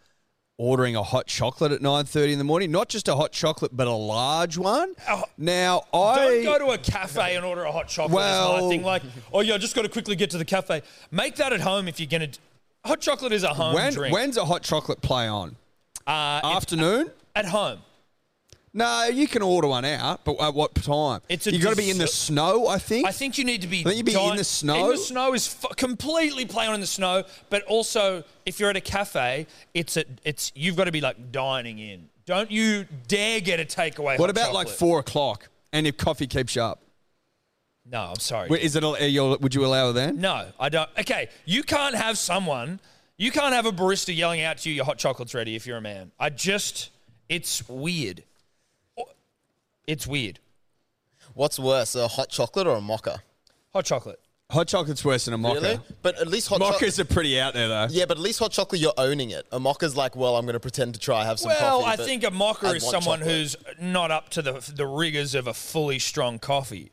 ordering a hot chocolate at 9.30 in the morning. Not just a hot chocolate, but a large one. Oh, now, I... Don't go to a cafe and order a hot chocolate. Well, is my Well- thing. Like, oh yeah, I just got to quickly get to the cafe. Make that at home if you're gonna. d- Hot chocolate is a home when, drink. When's a hot chocolate play on? uh, it's Afternoon? at home. No, you can order one out, but at what time? It's a you got to be in the dessert- snow, I think. I think you need to be. Don't you be in dine- the snow? In the snow is f- completely playing on in the snow, but also if you're at a cafe, it's a, it's you've got to be like dining in. Don't you dare get a takeaway. What hot about like chocolate. four o'clock? And if coffee keeps you up, No, I'm sorry. Wait, is it? Are you, would you allow it then? No, I don't. Okay, you can't have someone, you can't have a barista yelling out to you, your hot chocolate's ready if you're a man. I just, it's weird. It's weird. What's worse, a hot chocolate or a mocha? Hot chocolate. Hot chocolate's worse than a mocha. Really? But at least hot chocolate. Mochas are pretty out there though. Yeah, but at least hot chocolate, you're owning it. A mocha's like, well, I'm going to pretend to try have some Well, coffee. I but think a mocker I'd is want someone chocolate. who's not up to the, the rigors of a fully strong coffee,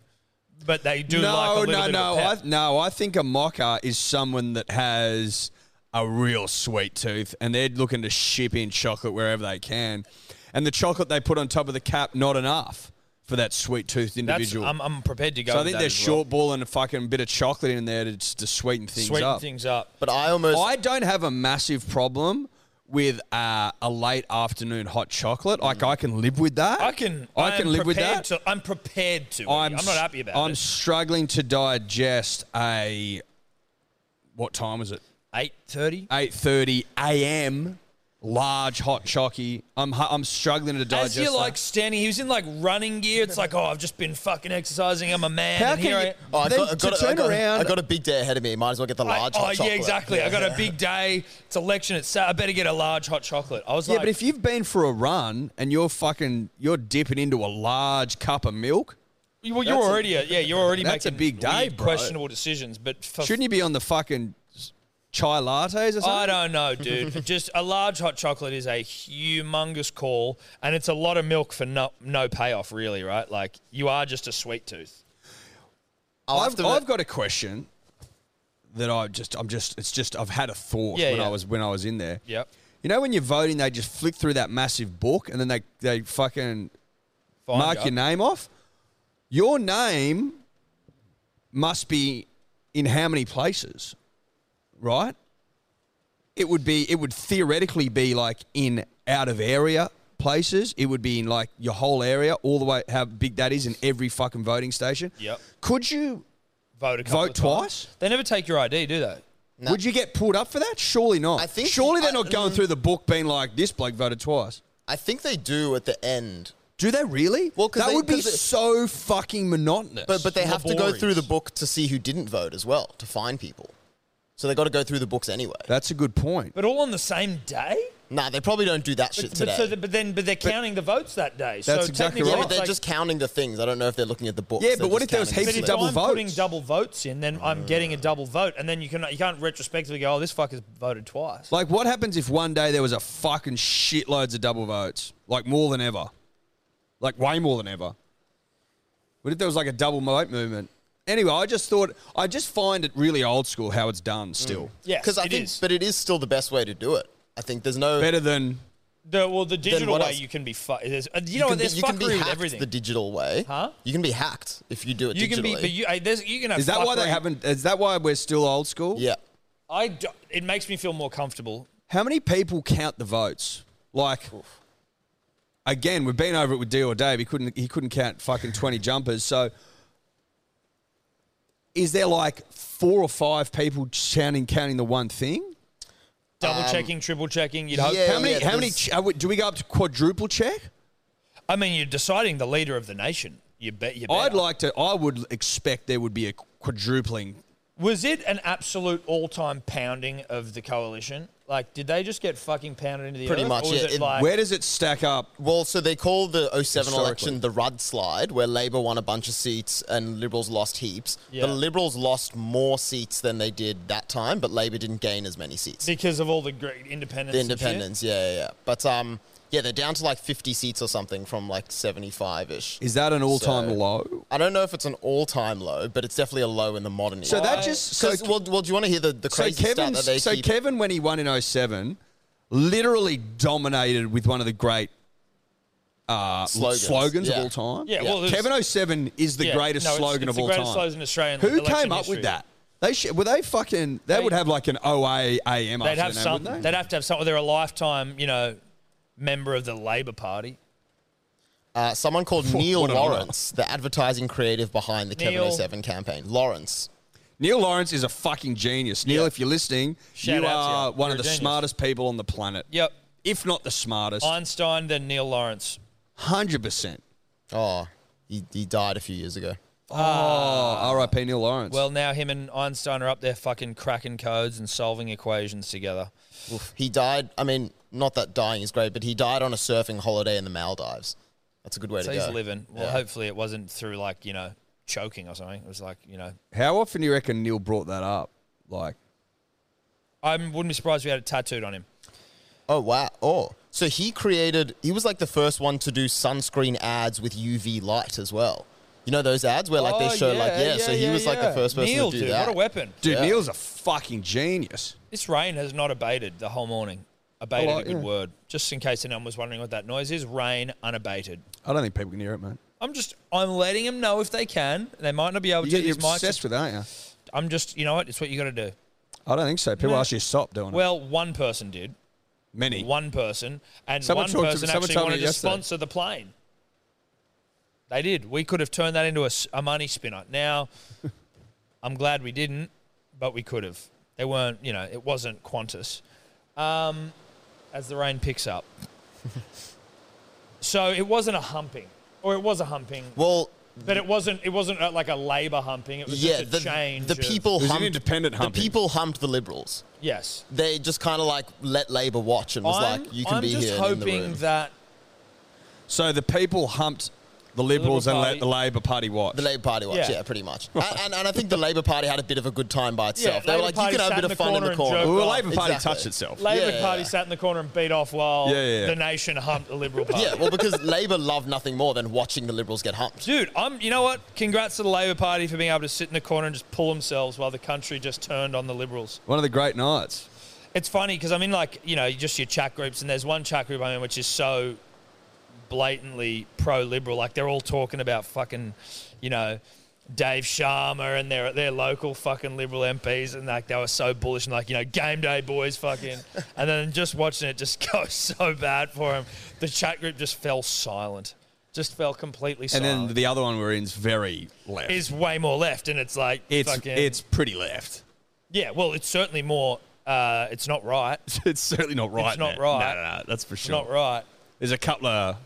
but they do no, like a little no, bit no. of pep. I, no, I think a mocha is someone that has a real sweet tooth, and they're looking to ship in chocolate wherever they can, and the chocolate they put on top of the cap not enough for that sweet toothed That's, individual. I'm, I'm prepared to go. so I with think that they're as well. short balling a fucking bit of chocolate in there to, just to sweeten things Sweeten up. things up. But I almost. I don't have a massive problem with uh, a late afternoon hot chocolate. Like I can live with that. I can. I can am live with prepared that. To, I'm prepared to. I'm, I'm, not happy about I'm it. struggling to digest a. What time was it? Eight thirty. Eight thirty a.m. Large hot chocky. I'm hu- I'm struggling to As digest. you're that. like standing, he was in like running gear. It's like, oh, I've just been fucking exercising. I'm a man. How and can here I you- am. Oh, I Then got, I to got, I turn got, around- I got a big day ahead of me. Might as well get the I- large oh, hot chocolate. yeah, exactly. I got a big day. It's election. It's Sat- I better get a large hot chocolate. I was yeah, like, but if you've been for a run and you're fucking you're dipping into a large cup of milk, you, well, you're already, a, yeah, you're already That's a making big day, weird, bro. questionable decisions. But for, shouldn't you be on the fucking chai lattes or something? I don't know, dude. just a large hot chocolate is a humongous call, and it's a lot of milk for no no payoff, really, right? Like you are just a sweet tooth. I'll have I've, to- I've got a question that I just I'm just it's just I've had a thought Yeah, when yeah. I was when I was in there. Yep. You know when you're voting, they just flick through that massive book and then they they fucking Fine, mark Joe. your name off. Your name must be in how many places, right? It would be it would theoretically be like in out of area places. It would be in like your whole area, all the way how big that is in every fucking voting station. Yep. Could you Vote a couple Vote of times. twice? They never take your ID, do they? Would you get pulled up for that? Surely not. I think- Surely they're I- not going mm. through the book being like, this bloke voted twice. I think they do at the end. Do they really? Well, 'cause that they- would be 'cause it- so fucking monotonous. But but they have to go laborious. through the book to see who didn't vote as well to find people. So they got to go through the books anyway. That's a good point. But all on the same day. Nah, they probably don't do that shit But, today. so the, but then, but they're counting the votes that day. so That's exactly technically yeah, right. but it's they're like- just counting the things. I don't know if they're looking at the books. Yeah, but They're what just if there was counting heaps the of if things. double I'm putting votes. Uh. double votes in, then I'm getting a double vote, and then you can you can't retrospectively go, oh, this fucker's voted twice. Like, what happens if one day there was a fucking shitloads of double votes? Like, more than ever. Like, way more than ever. What if there was like a double vote movement? Anyway, I just thought, I just find it really old school how it's done still. Mm. yes, Because I it think, is. but it is still the best way to do it. I think there's no. Better than, The, well, the digital what way else? you can be fu- there's, uh, you, you know can what? be, There's you can be fuckery with hacked everything. the digital way. Huh? You can be hacked if you do it you digitally. can be, but you, I, there's, you can have. is that why fuckery. they haven't, is that why we're still old school? yeah. I do, it makes me feel more comfortable. How many people count the votes? Like, again, we've been over it with D or Dave. He couldn't he couldn't count fucking twenty jumpers. So, is there like four or five people counting counting the one thing? Double checking, triple checking. You'd hope. yeah. how many? how many? there's- ch- are we- do we go up to quadruple check? I mean, you're deciding the leader of the nation. You bet. You bet. I'd like to. I would expect there would be a quadrupling. Was it an absolute all-time pounding of the coalition? Like, did they just get fucking pounded into the Pretty earth, much, Or was yeah. it It- like, Where does it stack up? Well, so they call the 07 Historically. election the Rudd slide, where Labour won a bunch of seats and Liberals lost heaps. Yeah. The Liberals lost more seats than they did that time, but Labour didn't gain as many seats. because of all the great independence? the and shit? independents, yeah, yeah, yeah. But um, yeah, they're down to like 50 seats or something from like 75 ish. Is that an all time So- low? I don't know if it's an all-time low, but it's definitely a low in the modern So era. that just so well, well, do you want to hear the, the so crazy stat Kevin that they so keep? Kevin when he won in 07, literally dominated with one of the great uh, slogans, Slogans. Yeah. of all time. Yeah, well, there's- Kevin 07 is the Yeah, greatest no, it's- it's slogan of the all greatest time. slogan in Australian Who election came up history. with that? They sh- were they fucking. They, They- would have like an OA AM They'd after have the name, some. wouldn't They'd have to have something. They're a lifetime, you know, member of the Labor Party. Uh, someone called Neil what an honor. Lawrence, the advertising creative behind the Neil. Kevin 07 campaign. Lawrence. Neil Lawrence is a fucking genius. Neil, Yeah. if you're listening, Shout you out to are you. one You're of a the genius. smartest people on the planet. Yep. If not the smartest, Einstein, then Neil Lawrence. hundred percent. Oh, he, he died a few years ago. Oh, R.I.P. Neil Lawrence. Well, now him and Einstein are up there fucking cracking codes and solving equations together. He died, I mean, not that dying is great, but he died on a surfing holiday in the Maldives. That's a good way So to he's go. living. Well, hopefully it wasn't through like you know choking or something. It was like you know, how often do you reckon Neil brought that up? Like, I wouldn't be surprised if we had it tattooed on him. Oh, wow. Oh. So he created, he was like the first one to do sunscreen ads with UV light as well. You know those ads where like Oh, they show like, yeah, yeah, so yeah, he yeah, was like yeah. the first person Neil, to do dude, that. what a weapon! dude, Yeah. Neil's a fucking genius. This rain has not abated the whole morning. Abated Oh, a good yeah. word, just in case anyone was wondering what that noise is. Rain unabated. I don't think people can hear it, man. I'm just I'm letting them know if they can. They might not be able You to. get, you're These mics- obsessed with it, aren't you? I'm just you know what? It's what you got to do. I don't think so. People ask you to stop doing it. Well, one person did. Many. One person and Someone one talked to- person someone actually told me wanted to yesterday. sponsor the plane. They did. We could have turned that into a, s- a money spinner. Now, I'm glad we didn't, but we could have. They weren't. You know, it wasn't Qantas. Um, as the rain picks up, so it wasn't a humping, or it was a humping, Well, but it wasn't. It wasn't uh like a labour humping. It was yeah, just a the, change. the of- people It was an humped, independent the humping. people humped the liberals. Yes. They just kind of like let Labour watch and was I'm, like, you can I'm be just here and in hoping the room. that so the people humped the Liberals Liberal and Party. let the Labour Party watch. The Labour Party watch, Yeah. yeah, pretty much. And, and, and I think the Labour Party had a bit of a good time by Yeah, itself. they Labour were like, Party you can sat have a in bit the of fun in corner the and corner. joked. well, the Oh, Labour Party exactly. touched itself. Labor Yeah. Party sat in the corner and beat off while Yeah, yeah, yeah. the nation humped the Liberal Party. Yeah, well, because Labour love nothing more than watching the Liberals get humped. Dude, I'm. You know what? Congrats to the Labor Party for being able to sit in the corner and just pull themselves while the country just turned on the Liberals. One of the great nights. It's funny because I'm in like you know just your chat groups, and there's one chat group I'm in which is so blatantly pro-liberal. Like they're all talking about fucking, you know, Dave Sharma and their their local fucking liberal MPs, and like they were so bullish and like you know game day boys fucking, and then just watching it just go so bad for him. The chat group just fell silent, just fell completely And silent. then the other one we're in is very left. is way more left, and it's like it's fucking, it's pretty left. yeah. Well, it's certainly more. Uh, it's not right. It's It's certainly not right. not man. right. No, no, no, that's for sure. not right. There's a couple of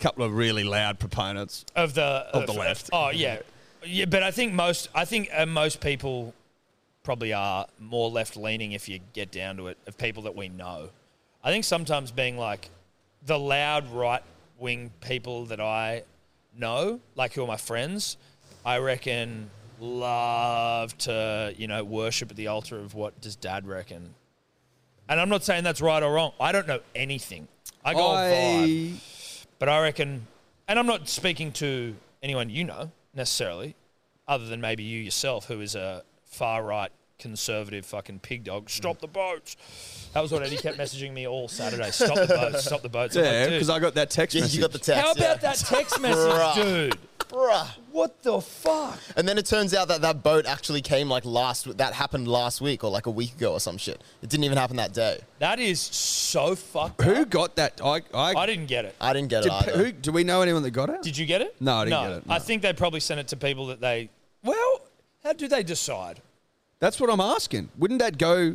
couple of really loud proponents. of the Of the left. Oh yeah, yeah. But I think most I think uh, most people probably are more left leaning if you get down to it of people that we know. I think sometimes being like the loud right wing people that I know, like who are my friends, I reckon love to you know worship at the altar of what does dad reckon. And I'm not saying that's right or wrong. I don't know anything. I go on Oh, vibe. I, But I reckon, and I'm not speaking to anyone you know necessarily, other than maybe you yourself, who is a far right conservative fucking pig dog. Stop the boats. That was what Eddie kept messaging me all Saturday. Stop the boats. Stop the boats. I'm like, yeah, dude, because I got that text Yeah, message. you got the text. how about yeah. that text message, Bruh. dude? Bruh. What the fuck? And then it turns out that that boat actually came like last, that happened last week or like a week ago or some shit. It didn't even happen that day. That is so fucked. who up. got that? I, I, I didn't get it. I didn't get did, it either. who, do we know anyone that got it? Did you get it? No, I didn't get it, I no. think they probably sent it to people that they. Well, how do they decide? That's what I'm asking. Wouldn't that go?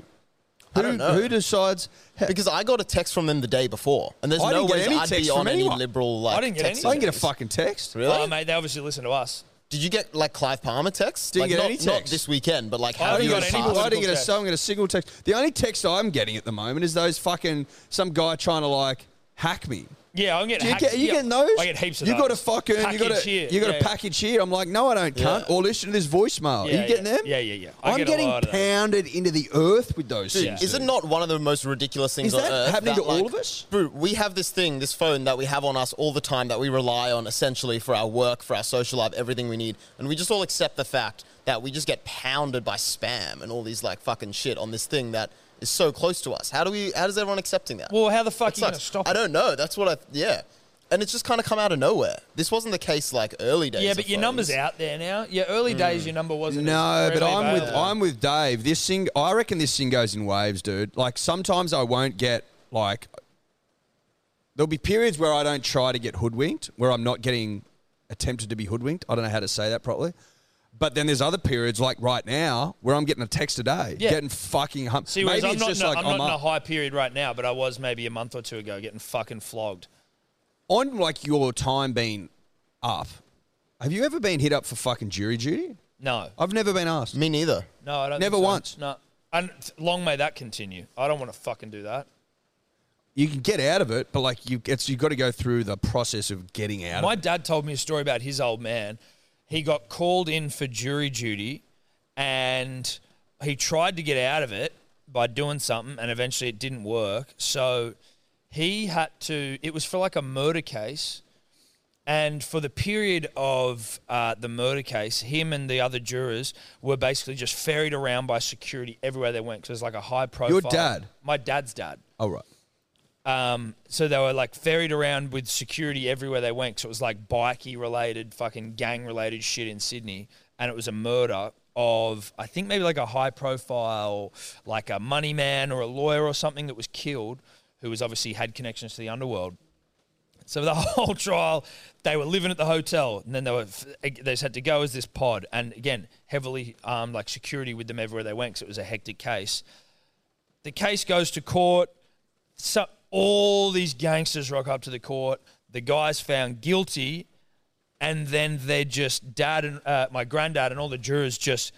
Who, don't know. who decides? I because I got a text from them the day before, and there's I didn't no get way any I'd text be from on any anyone. liberal like. I didn't get text any. didn't get a messages. fucking text. Really? Oh, mate, they obviously listen to us. Did you get like Clive Palmer texts? Didn't like, get not, any Not texts. this weekend, but like I how haven't you got in the any past? Single I didn't get a, text. so I didn't get a single text. The only text I'm getting at the moment is those fucking some guy trying to like hack me. Yeah, I'm Do getting. you hacked. get you Yeah, getting those? I get heaps of You those. got a fucking you got Package a here. you got Yeah, a package here. I'm like, no, I don't, cunt. Yeah. Or listen to this voicemail. Are Yeah, you getting yeah. them? Yeah, yeah, yeah. I I'm get a getting lot of those. pounded into the earth with those. Dude, things, is it dude. not one of the most ridiculous things Is on that earth? happening that, to all like- of us? Bro, we have this thing, this phone that we have on us all the time that we rely on essentially for our work, for our social life, everything we need. And we just all accept the fact that we just get pounded by spam and all these like fucking shit on this thing that is so close to us. How do we? How does everyone accepting that? Well, how the fuck are It you going to sucks. stop I it? don't know. That's what I. Yeah, and it's just kind of come out of nowhere. This wasn't the case like early days. Yeah, of but your phones. numbers out there now. Yeah, early days your number wasn't. as Hmm. No, but readily I'm with available. I'm with Dave. This thing, I reckon this thing goes in waves, dude. Like sometimes I won't get like. There'll be periods where I don't try to get hoodwinked, where I'm not getting attempted to be hoodwinked. I don't know how to say that properly. But then there's other periods like right now where I'm getting a text a day, Yeah. getting fucking hum. See, whereas Maybe I'm it's not, just in, a- like I'm I'm, not in a up. high period right now, but I was maybe a month or two ago getting fucking flogged. on like your time being up. Have you ever been hit up for fucking jury duty? No, I've never been asked. Me neither. no, I don't. Never think so. once. No, and long may that continue. I don't want to fucking do that. You can get out of it, but like you, it's you got to go through the process of getting out. My of it. dad told me a story about his old man. He got called in for jury duty and he tried to get out of it by doing something and eventually it didn't work. So he had to, it was for like a murder case. And for the period of uh, the murder case, him and the other jurors were basically just ferried around by security everywhere they went because it was like a high profile. dad? My dad's dad. All right. Um, so they were like ferried around with security everywhere they went. So it was like bikey related, fucking gang related shit in Sydney, and it was a murder of I think maybe like a high profile, like a money man or a lawyer or something that was killed, who was obviously had connections to the underworld. So the whole trial, they were living at the hotel, and then they were they just had to go as this pod, and again heavily armed, like security with them everywhere they went, because it was a hectic case. The case goes to court. So all these gangsters rock up to the court. The guy's found guilty, and then they're just dad and uh, my granddad and all the jurors just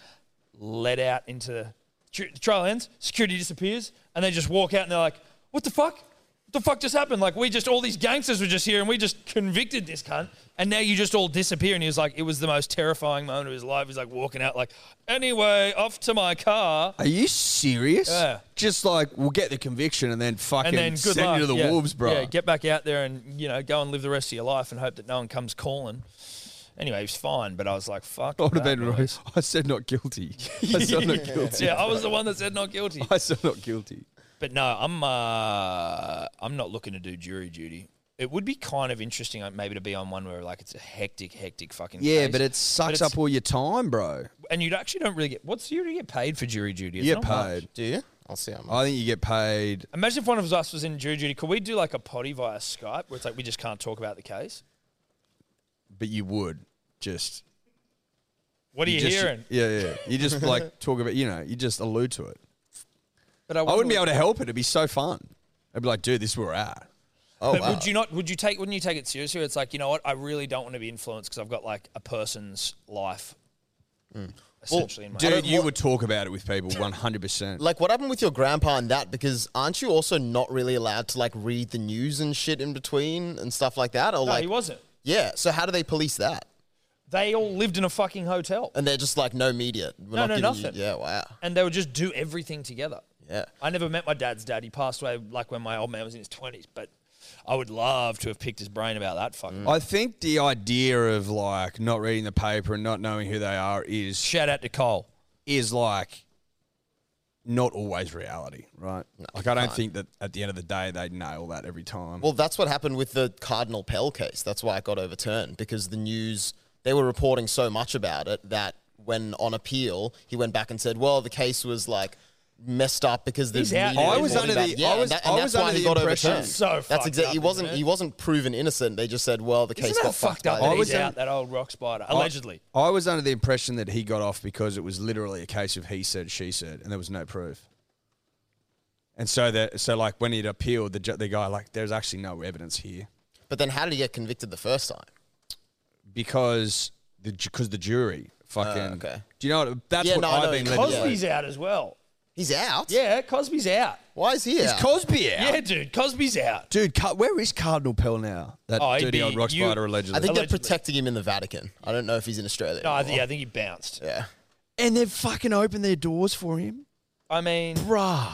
let out into the, ju- the trial ends. Security disappears, and they just walk out and they're like, "What the fuck? What the fuck just happened? Like we just all these gangsters were just here, and we just convicted this cunt, and now you just all disappear." And he was like, "It was the most terrifying moment of his life." He's like walking out, like, "Anyway, off to my car." Are you serious? Yeah. Just like we'll get the conviction and then fucking and then good send luck. you to the yeah. wolves, bro. Yeah, get back out there and you know go and live the rest of your life and hope that no one comes calling. Anyway, he was fine, but I was like, fuck. I would have that been noise. right. I said not guilty. I said not guilty. Yeah, I was the one that said not guilty. I said not guilty. But no, I'm uh, I'm not looking to do jury duty. It would be kind of interesting, like, maybe, to be on one where like it's a hectic, hectic fucking. Yeah, case. but it sucks it's- up all your time, bro. and you actually don't really get what's you get paid for jury duty. It's You not get much. paid. Do you? I'll see how much. I think you get paid. Imagine if one of us was in jury duty. Could we do like a potty via Skype where it's like we just can't talk about the case? but you would just. What are you, just, hearing? Yeah, yeah. You just like talk about, you know, you just allude to it. But I wouldn't wonder- be able to help it. It'd be so fun. I'd be like, dude, this is where we're at. Oh but wow. would you not? Would you take? Wouldn't you take it seriously? It's like you know what? I really don't want to be influenced because I've got like a person's life, essentially. in my Dude, don't you want- would talk about it with people 100%. like what happened with your grandpa and that? Because aren't you also not really allowed to like read the news and shit in between and stuff like that? Or no, like he wasn't. yeah. So how do they police that? They all lived in a fucking hotel, And they're just like no media. We're No, not no, giving you- nothing. yeah. Wow. and they would just do everything together. Yeah. I never met my dad's dad. He passed away like when my old man was in his twenties. But I would love to have picked his brain about that. Fucking I think the idea of like not reading the paper and not knowing who they are is shout out to Cole. is like not always reality, right? like I don't think that at the end of the day they nail that every time. Well, that's what happened with the Cardinal Pell case. That's why it got overturned because the news they were reporting so much about it that when on appeal he went back and said, "Well, the case was like messed up because the He's out. media I was was reporting under about- the- yeah, I was- and, that, and I that's was why under he the got impression- overturned." So that's fucked exactly he up, wasn't isn't it? he wasn't proven innocent. They just said, "Well, the case Isn't that got fucked up? by that the was He's media." in- out that old rock spider allegedly. I was under the impression that he got off because it was literally a case of he said she said, and there was no proof. And so that so like when he'd appealed, the ju- the guy like there's actually no evidence here But then how did he get convicted the first time? because the because the jury fucking. okay. Do you know what? That's Yeah, what no, I I've know. been led to. Cosby's out as well. He's out. Yeah, Cosby's out. Why is he out? Cosby out. Yeah, dude, Cosby's out. Dude, Car- where is Cardinal Pell now? That Oh, he'd dirty be- old rock you- spider allegedly. I think Allegedly. they're protecting him in the Vatican. I don't know if he's in Australia. No, I think, anymore. I think he bounced. yeah. and they've fucking opened their doors for him. I mean, Bruh.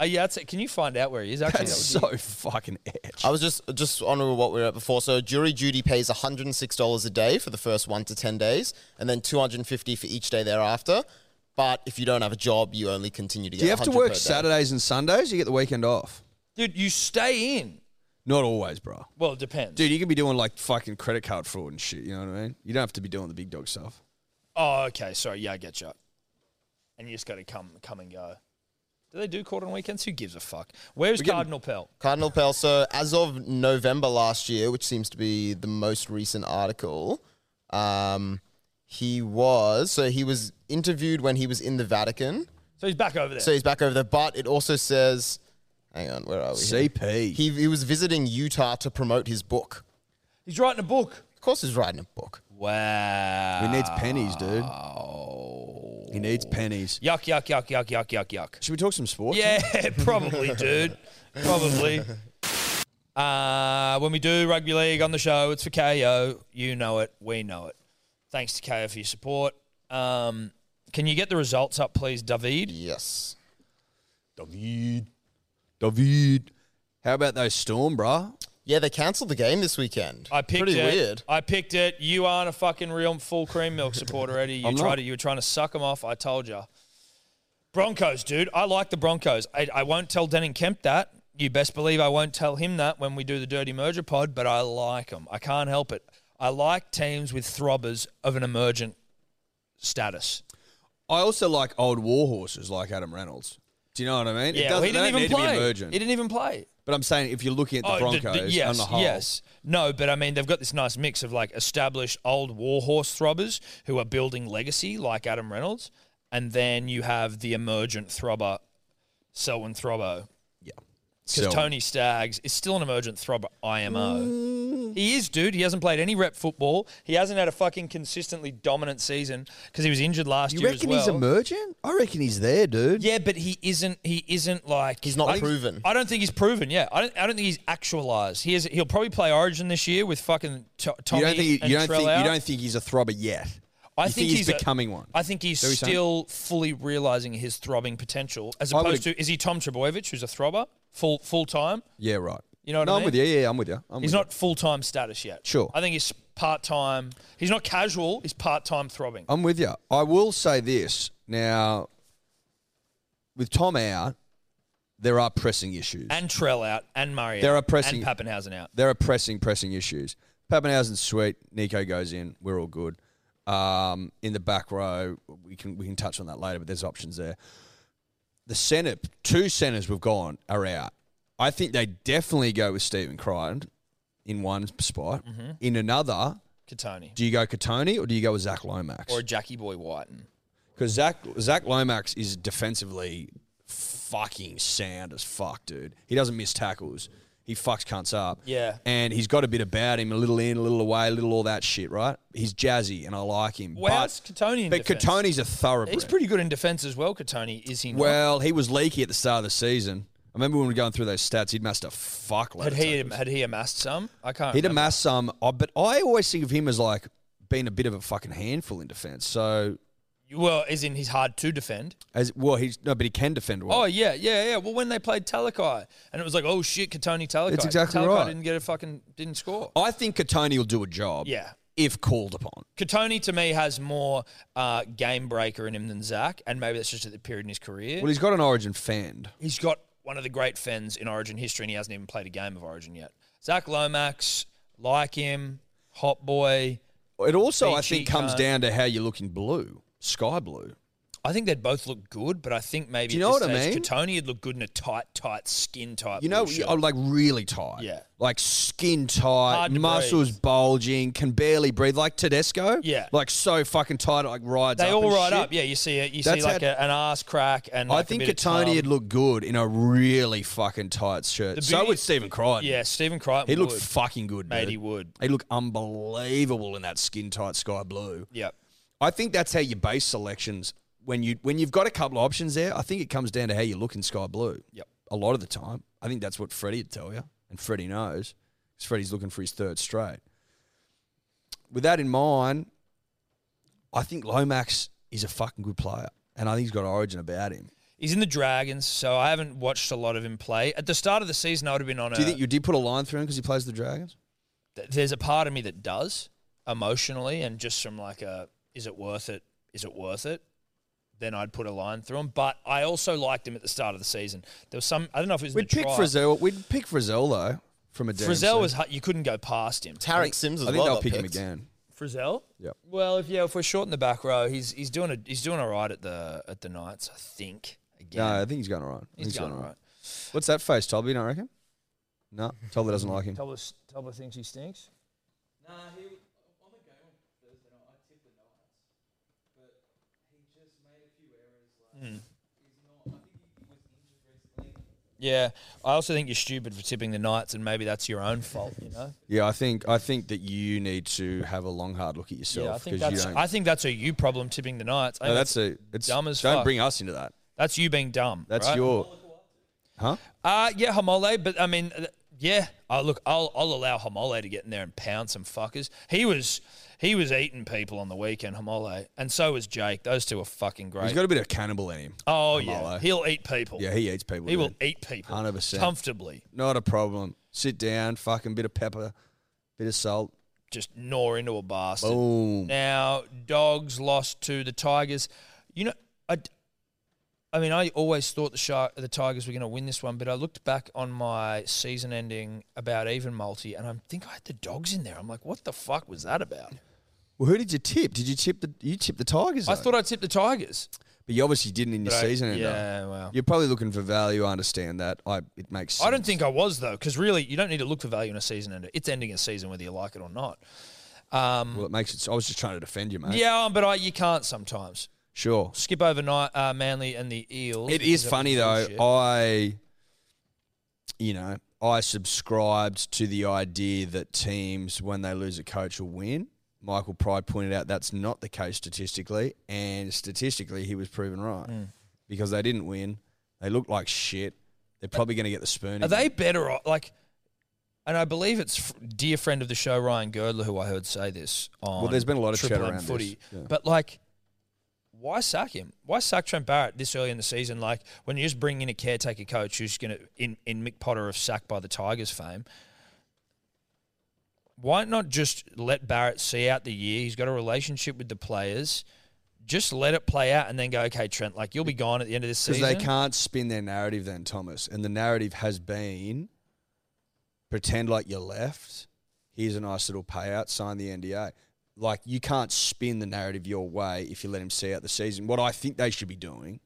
Uh, yeah, that's it. Can you find out where he is? Actually, That's that would so fucking edge. I was just just on with what we were at before. So jury duty pays $106 a day for the first one to 10 days and then 250 for each day thereafter. But if you don't have a job, you only continue to get Do you have to 100 per work day. Saturdays and Sundays? You get the weekend off. be- dude, you stay in. Not always, bro. Well, it depends. Dude, you could be doing like fucking credit card fraud and shit. You know what I mean? You don't have to be doing the big dog stuff. Oh, okay. Sorry. Yeah, I get you. And you just got to come, come and go. Do they do court on weekends? Who gives a fuck? Where's Cardinal Pell? Cardinal Pell. So as of November last year, which seems to be the most recent article, um, he was so he was interviewed when he was in the Vatican. So he's back over there. So he's back over there. But it also says, hang on, where are we? here? CP. He he was visiting Utah to promote his book. he's writing a book. Of course, he's writing a book. Wow. he needs pennies, dude. He needs pennies. Yuck, yuck, yuck, yuck, yuck, yuck, yuck. Oh. Should we talk some sports? Yeah, probably, dude. Probably. Uh, when we do rugby league on the show, it's for KO. You know it. We know it. Thanks to KO for your support. Um, can you get the results up, please, David? Yes. David. David. How about those Storm, bruh? Yeah, they cancelled the game this weekend. I picked Pretty it. weird. I picked it. You aren't a fucking real full cream milk supporter, Eddie. You I'm tried not. it. You were trying to suck them off. I told you. Broncos, dude. I like the Broncos. I, I won't tell Denning Kemp that. You best believe I won't tell him that when we do the Dirty Merger pod, but I like them. I can't help it. I like teams with throbbers of an emergent status. I also like old war horses like Adam Reynolds. Do you know what I mean? It Yeah, well, doesn't- he they didn't even don't need to be play. emergent. He didn't even play. But I'm saying if you're looking at the Oh, Broncos yes, on the whole, Yes. No, but I mean, they've got this nice mix of like established old warhorse throbbers who are building legacy, like Adam Reynolds, and then you have the emergent throbber, Selwyn Throbbo. yeah. Because Tony Staggs is still an emergent throbber IMO. Mm. He is, dude. He hasn't played any rep football. He hasn't had a fucking consistently dominant season because he was injured last you year as reckon well. he's emergent? I reckon he's there, dude. Yeah, but he isn't. He isn't like He's not I- proven. I don't think he's proven. Yeah, I don't. I don't think he's actualized. He is. He'll probably play Origin this year with fucking to, You Tommy don't think and you don't Trell think out. you don't think he's a throbber yet. I You think, he's, a- becoming one. I think he's Is that what you're still saying? fully realizing his throbbing potential, as I would opposed to is he Tom Trebojevic, who's a throbber full full time. yeah, right. You know what no, I I'm mean? with you. Yeah, yeah, I'm with you. I'm He's with you. not full time status yet. Sure. I think he's part time. He's not casual. He's part time throbbing. I'm with you. I will say this now. With Tom out, there are pressing issues. and Trell out, and Murray. They're out, a pressing- And Pappenhausen out. there are pressing, pressing issues. Pappenhausen's sweet. Nico goes in. We're all good. Um, in the back row, we can we can touch on that later, but there's options there. The centre, two centres we've gone are out. I think they definitely go with Stephen Crichton in one spot. Mm-hmm. In another, Katoni do you go Katoni or do you go with Zach Lomax? or a Jackie Boy Whiten. Because Zach Zach Lomax is defensively fucking sound as fuck, dude. He doesn't miss tackles. He fucks cunts up. Yeah. And he's got a bit about him, a little in, a little away, a little all that shit, right? He's jazzy and I like him. Well, how's but Katoni in but defence? Katoni's a thoroughbred. He's pretty good in defence as well, Katoni, is he not? well, he was leaky at the start of the season. I remember when we were going through those stats, he'd messed a fuckload. had of he tackles. had he amassed some? I can't He'd remember. amassed some, uh, but I always think of him as like being a bit of a fucking handful in defence. So, well, as in he's hard to defend. as well, he's no, but he can defend well. Oh yeah, yeah, yeah. Well when they played Talakai and it was like, oh shit, Katoni Talakai. It's exactly Talakai right. didn't get a fucking didn't score. I think Katoni will do a job. Yeah. If called upon. Katoni to me has more uh, game breaker in him than Zach, and maybe that's just at the period in his career. Well, he's got an origin fan. he's got one of the great fens in Origin history, and he hasn't even played a game of Origin yet. Zach Lomax, like him, hot boy. It also, I Beachy think, comes cunt. down to how you look in blue, sky blue. I think they'd both look good, but I think maybe Do at you know this what I stage, mean? Katoni would look good in a tight, tight skin type. You know, blue shirt. I'm like really tight. Yeah. Like skin tight, Hard to muscles breathe. bulging, can barely breathe. Like Tedesco. Yeah. Like so fucking tight, it, like rides they up. all and ride shit. up. Yeah, you see it. You That's see like how- a, an ass crack, and I like think a bit of Katoni tongue. would look good in a really fucking tight shirt. The so beauty- would Stephen Crichton. Yeah, Stephen Crichton. He looked would. fucking good, mate. dude. He would. He looked unbelievable in that skin tight sky blue. Yep. I think that's how you base selections when you when you've got a couple of options there. I think it comes down to how you look in sky blue. Yep. A lot of the time, I think that's what Freddie would tell you, and Freddie knows because Freddie's looking for his third straight. With that in mind, I think Lomax is a fucking good player, and I think he's got Origin about him. He's in the Dragons, so I haven't watched a lot of him play. At the start of the season, I would have been on Do a. you think you did put a line through him because he plays the Dragons? th- there's a part of me that does emotionally and just from like a is it worth it is it worth it then I'd put a line through him but I also liked him at the start of the season there was some I don't know if it was We'd the pick trial. Frizzell. We'd pick Frizzell though from a DMC. Frizzell was hu- you couldn't go past him Tarek Sims I as think well. they'll got pick him picked. again. Frizzell Yep. well if yeah if we're short in the back row he's he's doing a, he's doing all right at the at the Knights I think again No, I think he's going all right. I think he's, going all right What's that face, Tolby? Don't reckon? No, Tolby doesn't like him. Tobler, Tobler thinks he stinks Hmm. yeah I also think you're stupid for tipping the Knights and maybe that's your own fault you know Yeah, I think I think that you need to have a long hard look yeah I at yourself think because you that's don't. I think that's a you problem tipping the Knights I no, think that's a it's dumb as Don't fuck. bring us into that. That's you being dumb. That's right? your, huh? Uh, yeah, Hamole. But I mean, uh, yeah. Uh, look, I'll I'll allow Hamole to get in there and pound some fuckers. He was he was eating people on the weekend, Hamole, and so was Jake. Those two are fucking great. He's got a bit of cannibal in him. oh yeah, Hamole. he'll eat people. Yeah, he eats people. he will dude. eat people. 100%. comfortably. Not a problem. Sit down, fucking bit of pepper, bit of salt. Just gnaw into a bastard. Boom. Now, dogs lost to the Tigers. You know, I, I mean, I always thought the shark, the Tigers were going to win this one, but I looked back on my season-ending about even multi, and I think I had the dogs in there. I'm like, what the fuck was that about? Well, who did you tip? Did you tip the you tipped the Tigers? I though. thought I tipped the Tigers. but you obviously didn't in your But I- season ender. yeah, well. You're probably looking for value. I understand that. I it makes. Sense. I don't think I was though, because really, you don't need to look for value in a season ender. It's ending a season whether you like it or not. Um, Well, it makes it. I was just trying to defend you, mate. Yeah, but I, you can't sometimes. Sure. Skip overnight, uh, Manly and the Eels. It because is that was funny though. bullshit. I, you know, I subscribed to the idea that teams, when they lose a coach, will win. Michael Pride pointed out that's not the case statistically, and statistically, he was proven right Hmm. because they didn't win. They looked like shit. They're probably going to get the spoon. Are again. they better off? Like, and I believe it's f- dear friend of the show Ryan Girdler who I heard say this on. there's been a lot of Triple chat M around this, footy, yeah. but like, why sack him? Why sack Trent Barrett this early in the season? Like, when you just bring in a caretaker coach who's going to in in Mick Potter of sacked by the Tigers fame. Why not just let Barrett see out the year? He's got a relationship with the players. Just let it play out and then go, okay, Trent, like you'll be gone at the end of this Because season. they can't spin their narrative then, Thomas. And the narrative has been pretend like you're left. Here's a nice little payout, sign the NDA. Like you can't spin the narrative your way if you let him see out the season. What I think they should be doing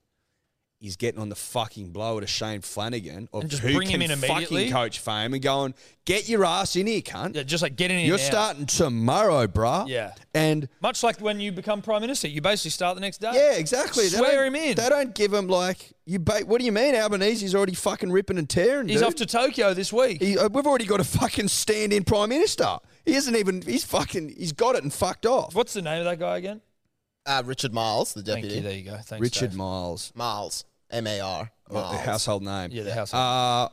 is getting on the fucking blower to Shane Flanagan of And just who bring him can in immediately? fucking coach fame and going, get your ass in here, cunt. Yeah, just like getting in. You're now. starting tomorrow, bruh. Yeah. And Much like when you become prime minister, you basically start the next day. Yeah, exactly. They Swear don't- him in. They don't give him like you. Ba- what do you mean, Albanese's already fucking ripping and tearing? He's dude? off to Tokyo this week. He- uh, we've already got a fucking stand-in prime minister. He isn't even. He's fucking. He's got it and fucked off. What's the name of that guy again? Uh, Richard Miles, the Thank you. deputy. There you go. Thanks, Richard Dave. Miles, Miles, M A R. well, the household name. Yeah, the house. Uh,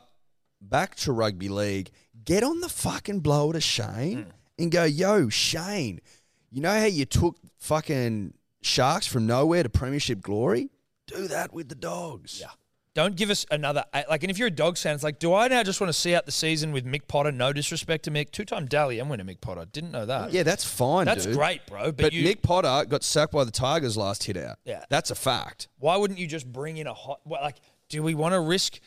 back to rugby league. Get on the fucking blower to Shane Hmm. and go, yo, Shane. You know how you took fucking sharks from nowhere to premiership glory? Do that with the dogs. Yeah. Don't give us another like. And if you're a dog fan, it's like, do I now just want to see out the season with Mick Potter? No disrespect to Mick, two-time Dally M winner Mick Potter. Didn't know that. Yeah, that's fine. that's dude. great, bro. But, But, you, Nick Potter got sacked by the Tigers last hit out. Yeah. That's a fact. why wouldn't you just bring in a hot? Well, like, do we want to risk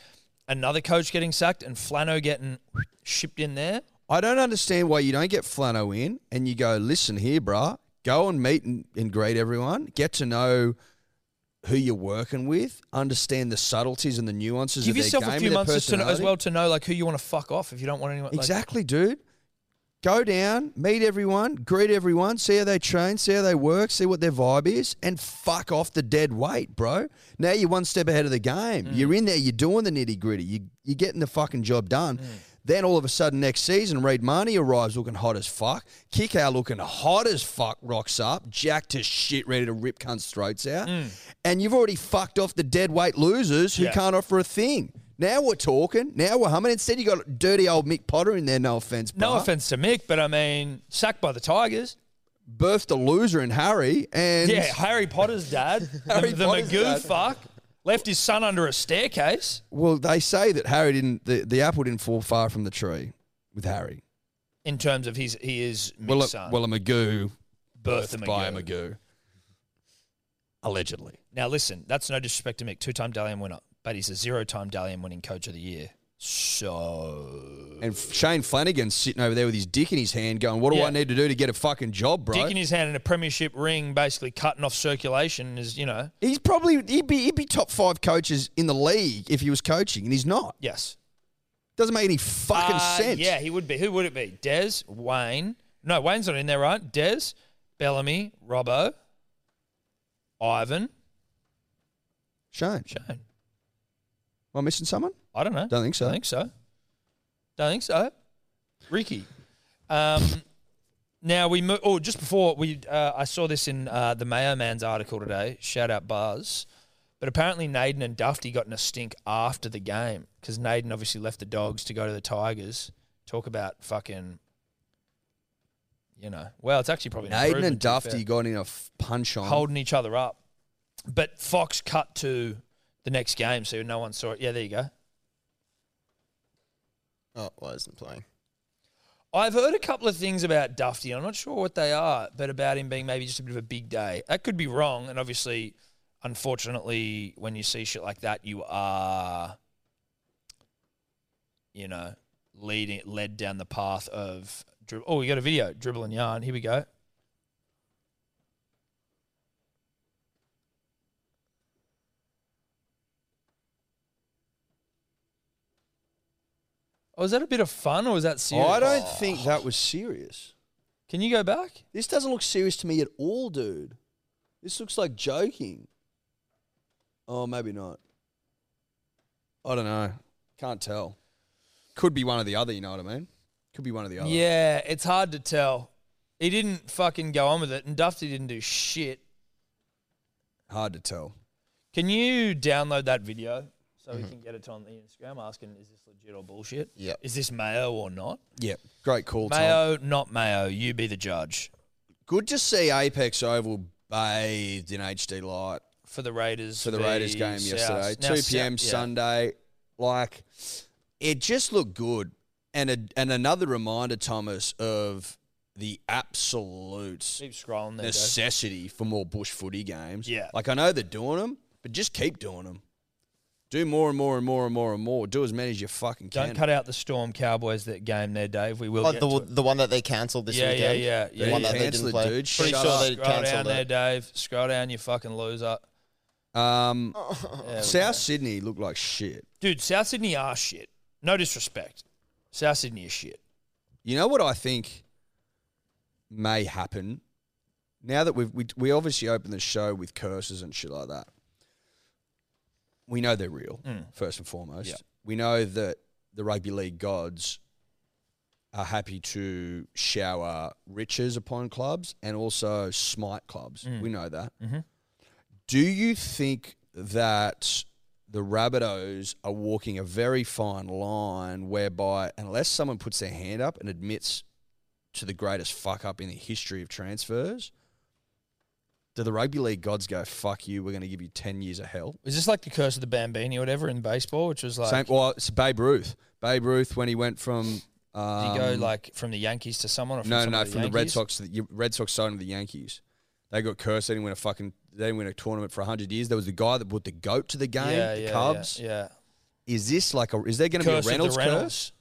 another coach getting sacked and Flano getting shipped in there? I don't understand why you don't get Flano in and you go, listen here, bruh, go and meet and, and greet everyone, get to know who you're working with, understand the subtleties and the nuances Give of their yourself game a and few their months to know, as personality. well to know like who you want to fuck off if you don't want anyone. Like, Exactly, dude. Go down, meet everyone, greet everyone, see how they train, see how they work, see what their vibe is, and fuck off the dead weight, bro. Now you're one step ahead of the Mm. game. You're in there, you're doing the nitty gritty, you, you're getting the fucking job done. Mm. Then all of a sudden, next season, Reid Marnie arrives looking hot as fuck. Kick out looking hot as fuck rocks up, jacked to shit, ready to rip cunts' throats out. And you've already fucked off the dead weight losers who Mm. Yeah. can't offer a thing. Now we're talking. Now we're humming. Instead, you got dirty old Mick Potter in there. No offense, no bruh. offense to Mick, but I mean, sacked by the Tigers. Birthed a loser in Harry, and Yeah, Harry Potter's dad, the, Harry the Potter's Magoo dad. fuck. Left his son under a staircase Well, they say that Harry didn't. The, the apple didn't fall far from the tree with Harry. in terms of his he is Well, a, son. well, a Magoo Birthed a birthed by a Magoo. Magoo, allegedly. Now listen, that's no disrespect to Mick, two-time Dalian winner, but he's a zero-time Dalian winning coach of the year. So And Shane Flanagan's sitting over there with his dick in his hand, going, "What do Yeah. I need to do to get a fucking job, bro?" dick in his hand and a premiership ring, basically cutting off circulation is you know He's probably he'd be he'd be top five coaches in the league if he was coaching, and he's not. yes. Doesn't make any fucking Uh, sense. Yeah, he would be. Who would it be? Dez, Wayne. No, Wayne's not in there, right? Dez, Bellamy, Robbo, Ivan, Shane. Am Shane. Am I missing someone? I don't know. Don't think so. Don't think so. Don't think so. Ricky. Um, now we mo- oh just before we uh, I saw this in uh, the Mayo Man's article today. Shout out Buzz. But apparently Naden and Dufty got in a stink after the game because Naden obviously left the Dogs to go to the Tigers. Talk about fucking. You know, well, it's actually probably an Aiden and improvement, to be fair Dufty got in a f- punch on. holding each other up. But Fox cut to the next game, so no one saw it. Yeah, there you go. Oh, why isn't playing? I've heard a couple of things about Dufty. I'm not sure what they are, but about him being maybe just a bit of a big day. That could be wrong. And obviously, unfortunately, when you see shit like that, you are, you know, leading led down the path of dribble. Oh, we got a video dribble and yarn. Here we go. Oh, is that a bit of fun or is that serious? I don't think that was serious. Can you go back? This doesn't look serious to me at all, dude. This looks like joking. Oh, maybe not. I don't know. Can't tell. Could be one or the other. You know what I mean? Could be one or the other. Yeah, it's hard to tell. He didn't fucking go on with it, and Dufty didn't do shit. Hard to tell. Can you download that video so we can get it on the Instagram asking, is this legit or bullshit? Mm-hmm. Yep. Is this mayo or not? Yeah. Great call, Tom. mayo, not mayo. You be the judge. Good to see Apex Oval bathed in HD light For the Raiders. for the v Raiders game Souths. yesterday. Now, 2 p.m. South- yeah. Sunday. Like, it just looked good. And, a, and another reminder, Thomas, of the absolute Keep scrolling there. Dave. necessity for more bush footy games. Yeah. Like, I know they're doing them, but just keep doing them. Do more and more and more and more and more. Do as many as you fucking Don't can. cut out the Storm Cowboys that game there, Dave. We will Oh, get the, to it. the one that they cancelled this Yeah, yeah, weekend. yeah, The yeah. one yeah. that they Cancel didn't it, play. dude. Shut Pretty sure up. they Scroll down cancelled there, it. Dave. Scroll down, you fucking loser. Um, Oh, Uh, Oh. Yeah, we- South Sydney looked like shit. Dude, South Sydney are shit. No disrespect. South Sydney is shit. You know what I think may happen now that we've, we we obviously opened the show with curses and shit like that. We know they're real first and foremost. Yeah. We know that the rugby league gods are happy to shower riches upon clubs and also smite clubs. We know that. Do you think that the Rabbitohs are walking a very fine line whereby, unless someone puts their hand up and admits to the greatest fuck up in the history of transfers, do the rugby league gods go, fuck you, we're going to give you 10 years of hell? Is this like the curse of the Bambini or whatever in baseball, which was like Same, well, it's Babe Ruth. Babe Ruth, when he went from. Um, you go like from the Yankees to someone or from No, someone no, to from the Red Yankees? Sox. to The Red Sox signed with the Yankees. They got cursed. They didn't win a fucking. They didn't win a tournament for hundred years. There was the guy that brought the goat to the game. Yeah, the yeah, Cubs. Yeah. Is this like a? Is there going yeah. to be a Curse of the Reynolds, Reynolds. curse?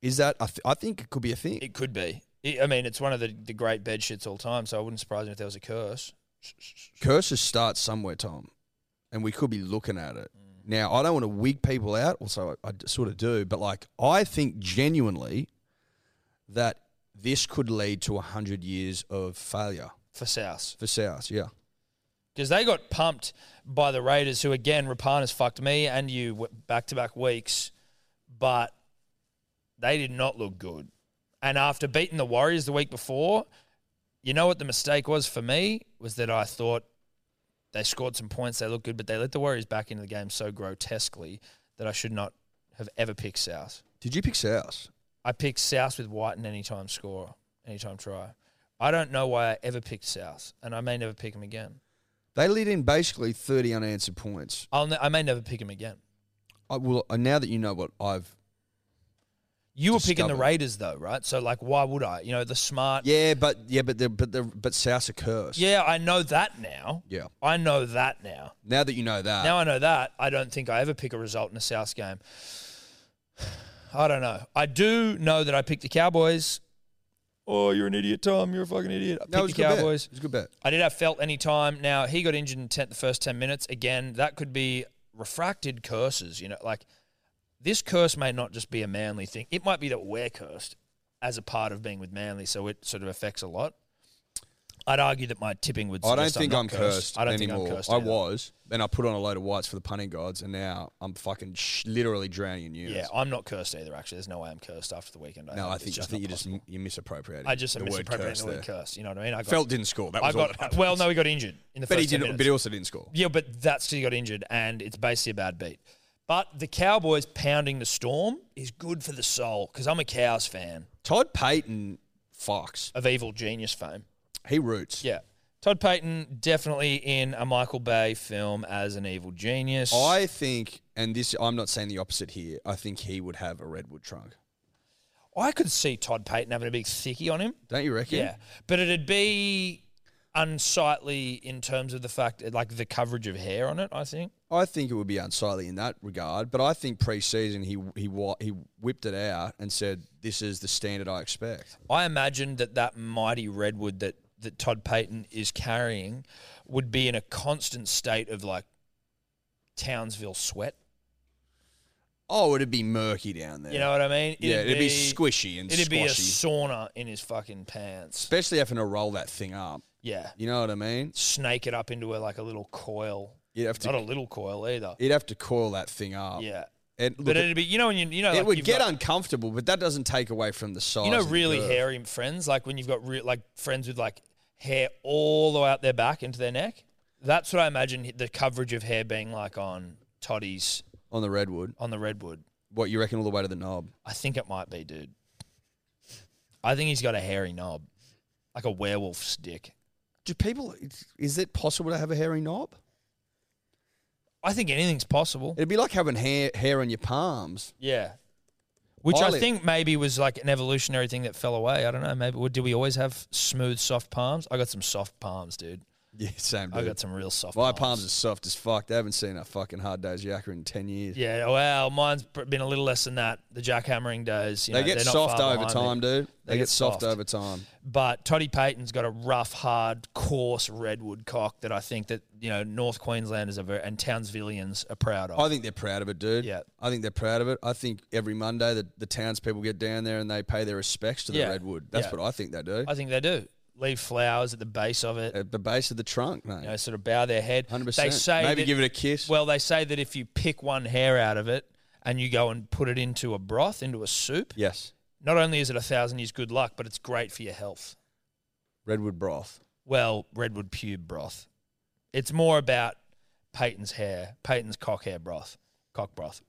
Is that? I, th- I think it could be a thing. It could be. I I mean, it's one of the, the great bed shits all time, so I wouldn't surprise me if there was a curse. Curses start somewhere, Tom, and we could be looking at it. Mm. Now, I don't want to wig people out, also I, I sort of do, but like I think genuinely that this could lead to hundred years of failure For South. for South. Yeah. Because they got pumped by the Raiders, who again, Rapana's fucked me and you back to back weeks, but they did not look good. And after beating the Warriors the week before, you know what the mistake was for me was that I thought they scored some points, they looked good, but they let the Warriors back into the game so grotesquely that I should not have ever picked South. Did you pick South? I picked South with White and anytime score, anytime try. I don't know why I ever picked South, and I may never pick them again. They lead in basically 30 unanswered points. I'll ne- I may never pick him again. I will uh, now that you know what I've. You were picking the Discovered. Raiders though, right? So like, why would I? You know, the smart. Yeah, but yeah, but the but the but South's a curse. Yeah, I know that now. Yeah. I know that now. Now that you know that, Now I know that, I don't think I ever pick a result in a South game. I don't know. I do know that I picked the Cowboys. Oh, you're an idiot, Tom. You're a fucking idiot. I no, it was picked a the good bet. Cowboys. It was a good bet. I did have Felt any time. Now he got injured in ten, the first ten minutes. Again, that could be refracted curses. You know, like this curse may not just be a manly thing. It might be that we're cursed as a part of being with Manly, so it sort of affects a lot. I'd argue that my tipping would. I don't suggest think not I'm cursed, I don't anymore. think I'm cursed. I either. was. Then I put on a load of whites for the punting gods, and now I'm fucking sh- literally drowning in units. Yeah, I'm not cursed either. Actually, there's no way I'm cursed after the weekend. No, I it's think I just think not you just possible. m- you misappropriated. I just the word misinterpreted curse the word there. curse. You know what I mean? I got, Felt didn't score. That I was all. got. Well, no, he got injured in the but first. he 10 didn't. But minutes. he also didn't score. Yeah, but that's still got injured, and it's basically a bad beat. But the Cowboys pounding the storm is good for the soul because I'm a Cows fan Todd Payton, Fox, of evil genius fame. he roots. Yeah. Todd Payton definitely in a Michael Bay film as an evil genius. I think, and this I'm not saying the opposite here. I think he would have a redwood trunk. I could see Todd Payton having a big thickie on him. Don't you reckon? Yeah. But it'd be unsightly in terms of the fact, like the coverage of hair on it, I think. I think it would be unsightly in that regard, but I think pre-season he he wa- he whipped it out and said, "This is the standard I expect." I imagine that that mighty redwood that, that Todd Payton is carrying would be in a constant state of like Townsville sweat. Oh, it'd be murky down there. You know what I mean? yeah, it'd be, squishy and It'd squishy, be a sauna in his fucking pants. especially having to roll that thing up. Yeah. You know what I mean? Snake it up into a, like a little coil. You'd have Not a to little coil either. you'd have to coil that thing up. yeah. and But look, it, it'd be, you know, when you, you know, it like would you've get got- uncomfortable, but that doesn't take away from the size. You know, of the really girth. hairy friends, like when you've got real, like friends with like hair all the way out their back into their neck. That's what I imagine the coverage of hair being like on Toddy's on the redwood. on the redwood. What you reckon all the way to the knob? I think it might be, dude. I think he's got a hairy knob, like a werewolf's dick. Do people? Is it possible to have a hairy knob? I think anything's possible. It'd be like having hair hair on your palms. Yeah. Which I Eyelid. think maybe was like an evolutionary thing that fell away. I don't know. Maybe did we always have smooth, soft palms? I got some soft palms, dude. Yeah, same. I dude. got some real soft. My palms. palms are soft as fuck. They haven't seen a fucking hard day's yakka in ten years. Yeah, well, mine's pr- been a little less than that. The jackhammering days, you they know, get they're not soft far over behind time, me. dude. They, They get, get soft. soft. over time. But Toddy Payton's got a rough, hard, coarse redwood cock that I think that you know North Queenslanders are very, and Townsvillians are proud of. I think they're proud of it, dude. Yeah. I think they're proud of it. I think every Monday the, the townspeople get down there and they pay their respects to the Yeah. redwood. That's Yeah. what I think they do. I think they do leave flowers at the base of it. At the base of the trunk, mate. You know, sort of bow their head. Uh, Hundred They percent. say Maybe that- give it a kiss. Well, they say that if you pick one hair out of it and you go and put it into a broth, into a soup, yes, not only is it a thousand years good luck, but it's great for your health. redwood broth. well, redwood pube broth. It's more about Peyton's hair, Peyton's cock hair broth, cock broth.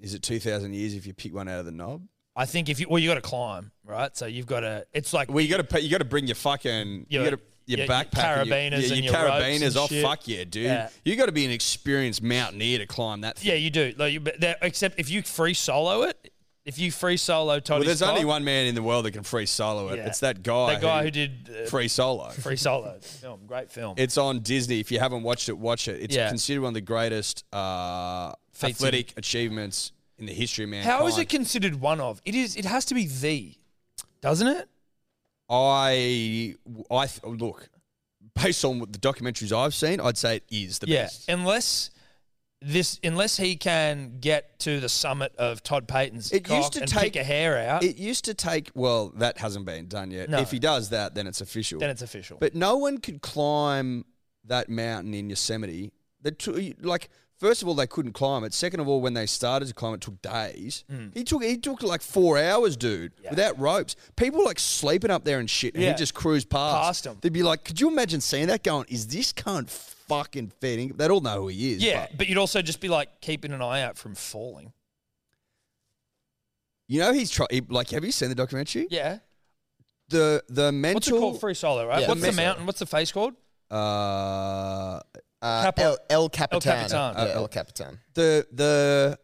Is it two thousand years if you pick one out of the knob? I think if you well, you got to climb, right? So you've got to. It's like Well, you got to you got to bring your fucking Your- you gotta, your, your- your backpack, and carabiners your, and your your ropes carabiners. and oh shit. fuck yeah, dude! Yeah. You got to be an experienced mountaineer to climb that. Thing. yeah, you do. Like, you, but there- except if you free solo it, if you free solo Toddy's Well, there's only cock, one man in the world that can free solo it. Yeah. It's that guy. That guy who did uh, free. free solo. solo film, great film. It's on Disney. If you haven't watched it, watch it. It's Yeah. considered one of the greatest uh, Feats athletic achievements in the history of mankind. How is it considered one of? It is. It has to be the, doesn't it? I I th- look based on what the documentaries I've seen, I'd say it is the yeah, best. unless this, unless he can get to the summit of Todd Payton's It cock used to and take- pick a hair out. It used to take. Well, that hasn't been done yet. uh, No. If he does that, then it's official. then it's official. but no one could climb that mountain in Yosemite. The two, like first of all, they couldn't climb it. Second of all, when they started to climb, it took days. Hmm. He took he took like four hours, dude, without ropes. People were, like sleeping up there and shit, and Yeah. he just cruised past. Past 'em. They'd be like, "Could you imagine seeing that? Going, is this cunt fucking feeding?" They'd all know who he is. yeah, but- but, you'd also just be like keeping an eye out from falling. you know he's try. He, like, have you seen the documentary? Yeah. The the mental. What's it called? Free solo, right? Yeah, What's the free solo. mountain? What's the face called? Uh, Uh, Capo- El, El Capitan. Capitan. Yeah, Uh, El Capitan. the the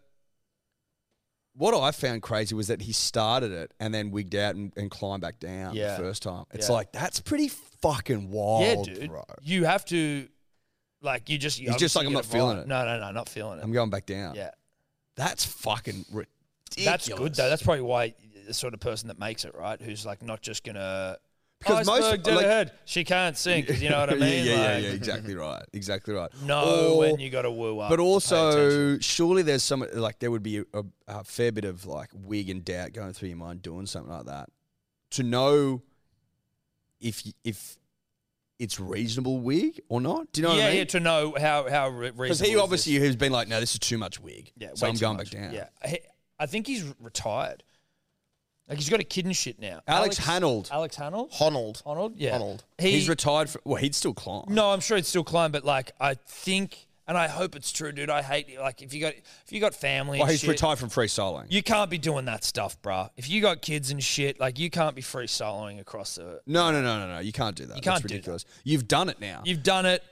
what I found crazy was that he started it and then wigged out and, and climbed back down Yeah. the first time. It's Yeah. like that's pretty fucking wild, yeah, dude. bro. You have to, like, you just. You He's just obviously like, I'm get not feeling right. it. No, no, no, not feeling it. I'm going back down. yeah, That's fucking ridiculous. that's good though. That's probably why the sort of person that makes it right, who's like not just gonna. Because most- Iceberg did like- ahead. She can't sink. You know what I Yeah, mean? yeah, yeah, Like, yeah, exactly right. Exactly right. Know Or- when you got to woo up. But and pay attention. also, surely there's some like there would be a, a, a fair bit of like wig and doubt going through your mind doing something like that. To know if y- if it's reasonable wig or not. Do you know yeah, what I yeah, mean? to know how how re- Because reasonable. he is obviously has been like, no, this is too much wig. this. yeah, so way I'm too going much. back down. Yeah, I, I think he's retired. Like he's got a kid and shit now. Alex Honnold. Alex Hanold. Honnold. Honnold. Yeah. Honnold. He, He's retired. For, well, he'd still climb. No, I'm sure it's still climb, but like I think, and I hope it's true, dude. I hate like if you got if you got family. well, and he's shit, retired from free soloing. You can't be doing that stuff, bruh. If you got kids and shit, like you can't be free soloing across the. no, no, no, no, no. You can't do that. You can't do That's that. ridiculous. You've done it now. You've done it.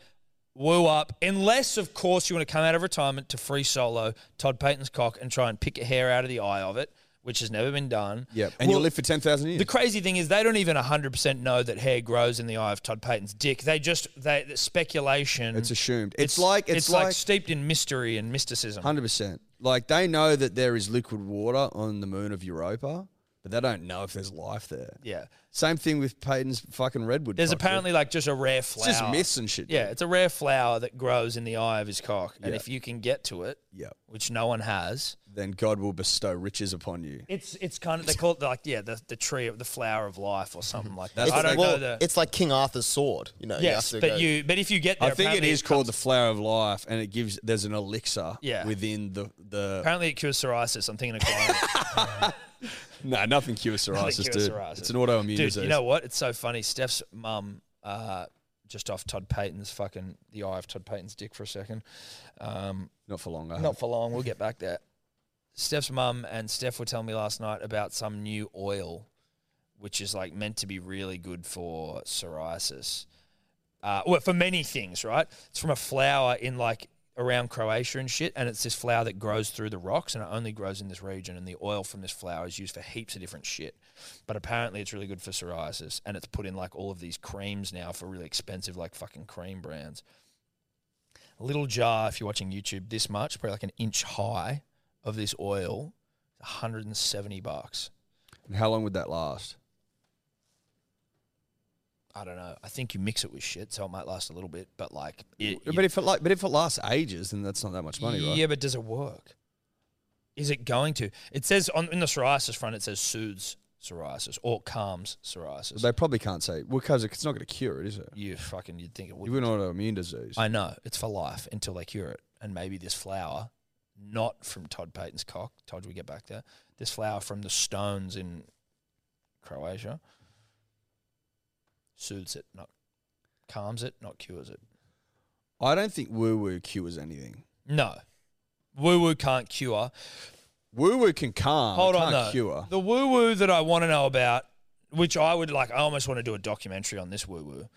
Woo up, unless of course you want to come out of retirement to free solo Todd Payton's cock and try and pick a hair out of the eye of it, which has never been done. yeah, and Well, you'll live for ten thousand years. The crazy thing is they don't even 100% know that hair grows in the eye of Todd Payton's dick. They just they the speculation. It's assumed. It's like- it's like- steeped in mystery and mysticism. Hundred percent. Like they know that there is liquid water on the moon of Europa, but they don't know if there's life there. Yeah. Same thing with Peyton's fucking redwood. There's project. apparently like just a rare flower. it's just myths and shit. Yeah, it's a rare flower that grows in the eye of his cock. And Yeah. if you can get to it, Yeah. which no one has, Then God will bestow riches upon you. it's it's kind of they call it like yeah, the, the tree of the flower of life or something like that. That's I what don't they- know the well, It's like King Arthur's sword. You know. Yes, you have to but go- you but if you get there I think it apparently is called the comes- flower of life, and it gives there's an elixir Yeah. within the the Apparently it cures psoriasis. I'm thinking of climate. no nothing cures Nothing psoriasis, cures dude. psoriasis. It's an autoimmune Dude, disease. you know what? It's so funny. Steph's mum, uh, just off Todd Payton's fucking the eye of Todd Payton's dick for a second. Um, not for long. I not for long. We'll get back there. Steph's mum and Steph were telling me last night about some new oil, which is like meant to be really good for psoriasis. Uh, well, for many things, right? It's from a flower in like around Croatia and shit, and it's this flower that grows through the rocks and it only grows in this region. And the oil from this flower is used for heaps of different shit, but apparently it's really good for psoriasis, and it's put in like all of these creams now for really expensive like fucking cream brands a little jar if you're watching YouTube this much, probably like an inch high of this oil, 170 bucks. And How long would that last? I don't know. I think you mix it with shit, so it might last a little bit, but like, it, but if it like, but if it lasts ages, then that's not that much money, right? yeah, but does it work? Is it going to? It says on in the psoriasis front, it says soothes psoriasis or calms psoriasis. They probably can't say well, because it's not going to cure it, is it? you fucking, you'd think it would. You're an autoimmune disease. I know it's for life until they cure it, and maybe this flower, not from Todd Payton's cock. Todd, we get back there. This flower from the stones in Croatia soothes it, not calms it, not cures it. I don't think woo woo cures anything. No, woo woo can't cure. Woo woo can calm, Hold it on, can't though. cure. The woo woo that I want to know about, which I would like, I almost want to do a documentary on this woo woo.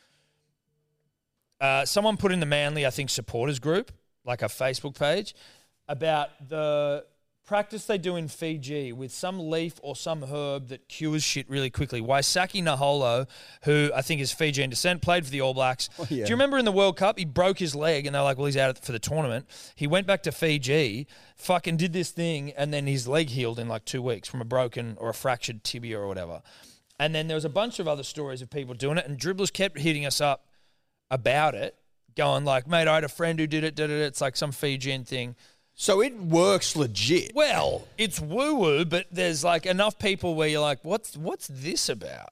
Uh, someone put in the Manly, I think, supporters group, like a Facebook page, about the practice they do in Fiji with some leaf or some herb that cures shit really quickly. Waisaki Naholo, who I think is Fijian descent, played for the All Blacks. yeah. Do you remember in the World Cup, he broke his leg and they're like, well, he's out for the tournament. He went back to Fiji, fucking did this thing, and then his leg healed in like two weeks from a broken or a fractured tibia or whatever. And then there was a bunch of other stories of people doing it, and dribblers kept hitting us up about it, going like, mate, I had a friend who did it, did it. It's like some Fijian thing. So it works legit. Well, it's woo woo, but there's like enough people where you're like, what's what's this about?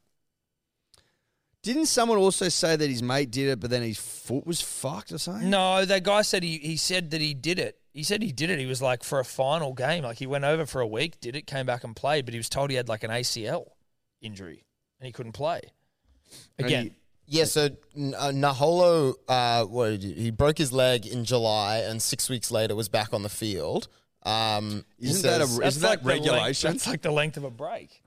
Didn't someone also say that his mate did it, but then his foot was fucked or something? No, that guy said he, he said that he did it. He said he did it. He was like for a final game. Like he went over for a week, did it, came back and played, but he was told he had like an ACL injury and he couldn't play. And Again, he- Yeah, so N- uh, Naholo, uh, what did he, he broke his leg in July, and six weeks later was back on the field. Um, he Isn't that a says- re- Isn't that the length- regulation? that's like the length of a break.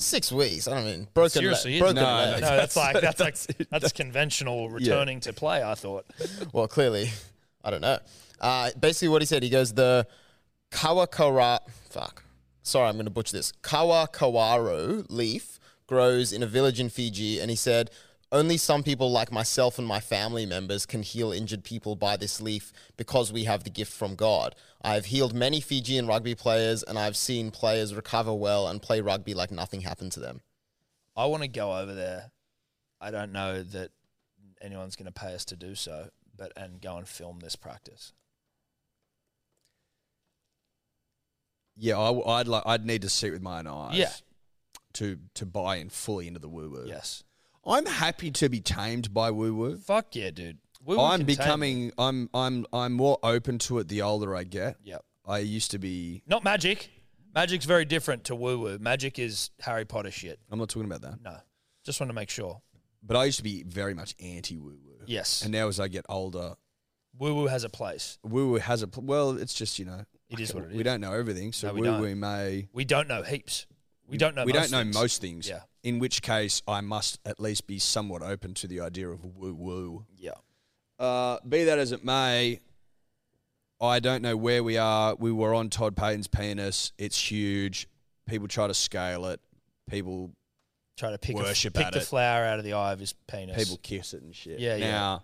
Six weeks. I don't mean broken. leg- Seriously, broken no, leg. no, that's like that's like that's conventional returning to play. I thought Well, clearly, I don't know. Uh, basically, what he said, he goes the Kawakara. Fuck. Sorry, I'm going to butcher this. Kawakawaro leaf grows in a village in Fiji, and he said. Only some people like myself and my family members can heal injured people by this leaf because we have the gift from God. I have healed many Fijian rugby players and I've seen players recover well and play rugby like nothing happened to them. I want to go over there. I don't know that anyone's going to pay us to do so, but and go and film this practice. Yeah, I, w- I'd like. I'd need to see it with my own eyes. Yeah. To to buy in fully into the woo woo. Yes, I'm happy to be tamed by woo woo. fuck yeah, dude. We were I'm contained. becoming. I'm I'm I'm more open to it the older I get. Yep. I used to be. Not magic. Magic's very different to woo woo. Magic is Harry Potter shit. I'm not talking about that. No, just want to make sure. But I used to be very much anti woo woo. Yes, And now as I get older, woo woo has a place. woo woo has a pl- well. It's just you know. It is what it We is. don't know everything, so No, we woo don't. woo may. We don't know heaps. We don't know. we most don't know things. most things. Yeah. In which case, I must at least be somewhat open to the idea of woo woo. Yeah. Uh, be that as it may, I don't know where we are. We were on Todd Payton's penis. It's huge. People try to scale it. People Try to pick Worship a, pick at the it. flower out of the eye of his penis. people kiss it and shit. Yeah, yeah. Now,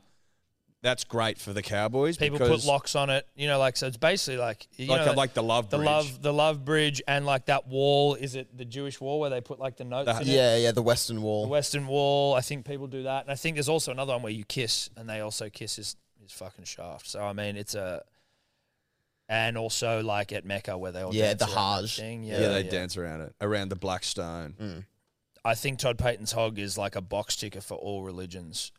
that's great for the Cowboys. people because, put locks on it. You know, like so. It's basically like you like, know, like the love the bridge. love the love bridge and like that wall. Is it the Jewish wall where they put like the notes? The- in it? Yeah, yeah, the Western The Wall. Western Wall. I think people do that, and I think there's also another one where you kiss, and they also kiss his his fucking shaft. So I mean, it's a and also like at Mecca where they all Yeah, dance around the that Hajj. thing. Yeah, they dance around it, around the black stone. Mm. I think Todd Payton's hog is like a box ticker for all religions.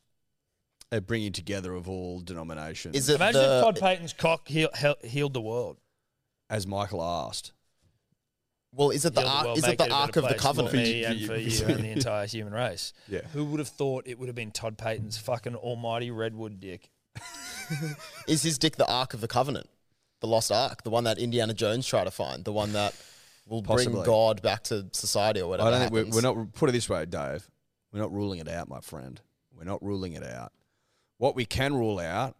They're bringing together of all denominations. Is it Imagine the, if Todd Payton's cock heal, heal, healed the world. as Michael asked. Well, is it the Healed ark? world, is make it the a Ark better of the place Covenant? For me and for you and the entire human race. Yeah. Who would have thought it would have been Todd Payton's fucking almighty redwood dick? Is his dick the Ark of the Covenant, the lost Ark, the one that Indiana Jones tried to find, the one that will Possibly. bring God back to society or whatever? I don't think we're, happens? we're not put it this way, Dave. We're not ruling it out, my friend. We're not ruling it out. What we can rule out,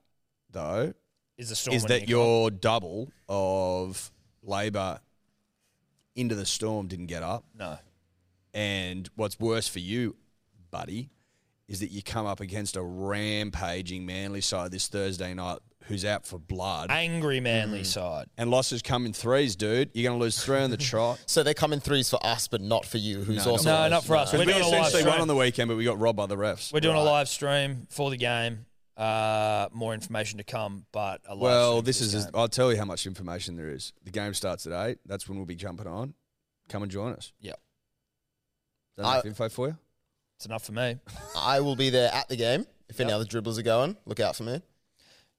though, Is the storm is in that the economy. your double of Labor into the storm didn't get up, no? and what's worse for you, buddy, is that you come up against a rampaging Manly side this Thursday night who's out for blood, angry Mm. manly side. and losses come in threes, dude. You're going to lose three on the trot. So they come in threes for us, but not for you, who's No, also No, not for us. We're We doing a live essentially won on stream. the weekend, but we got robbed by the refs. We're doing a live stream for the game. Uh, more information to come, but a live Well, stream for this is. game. I'll tell you how much information there is. The game starts at eight. That's when we'll be jumping on. Come and join us. Yep. Is that enough I- info for you? it's enough for me. I will be there at the game. If any Yep. other dribblers are going, look out for me.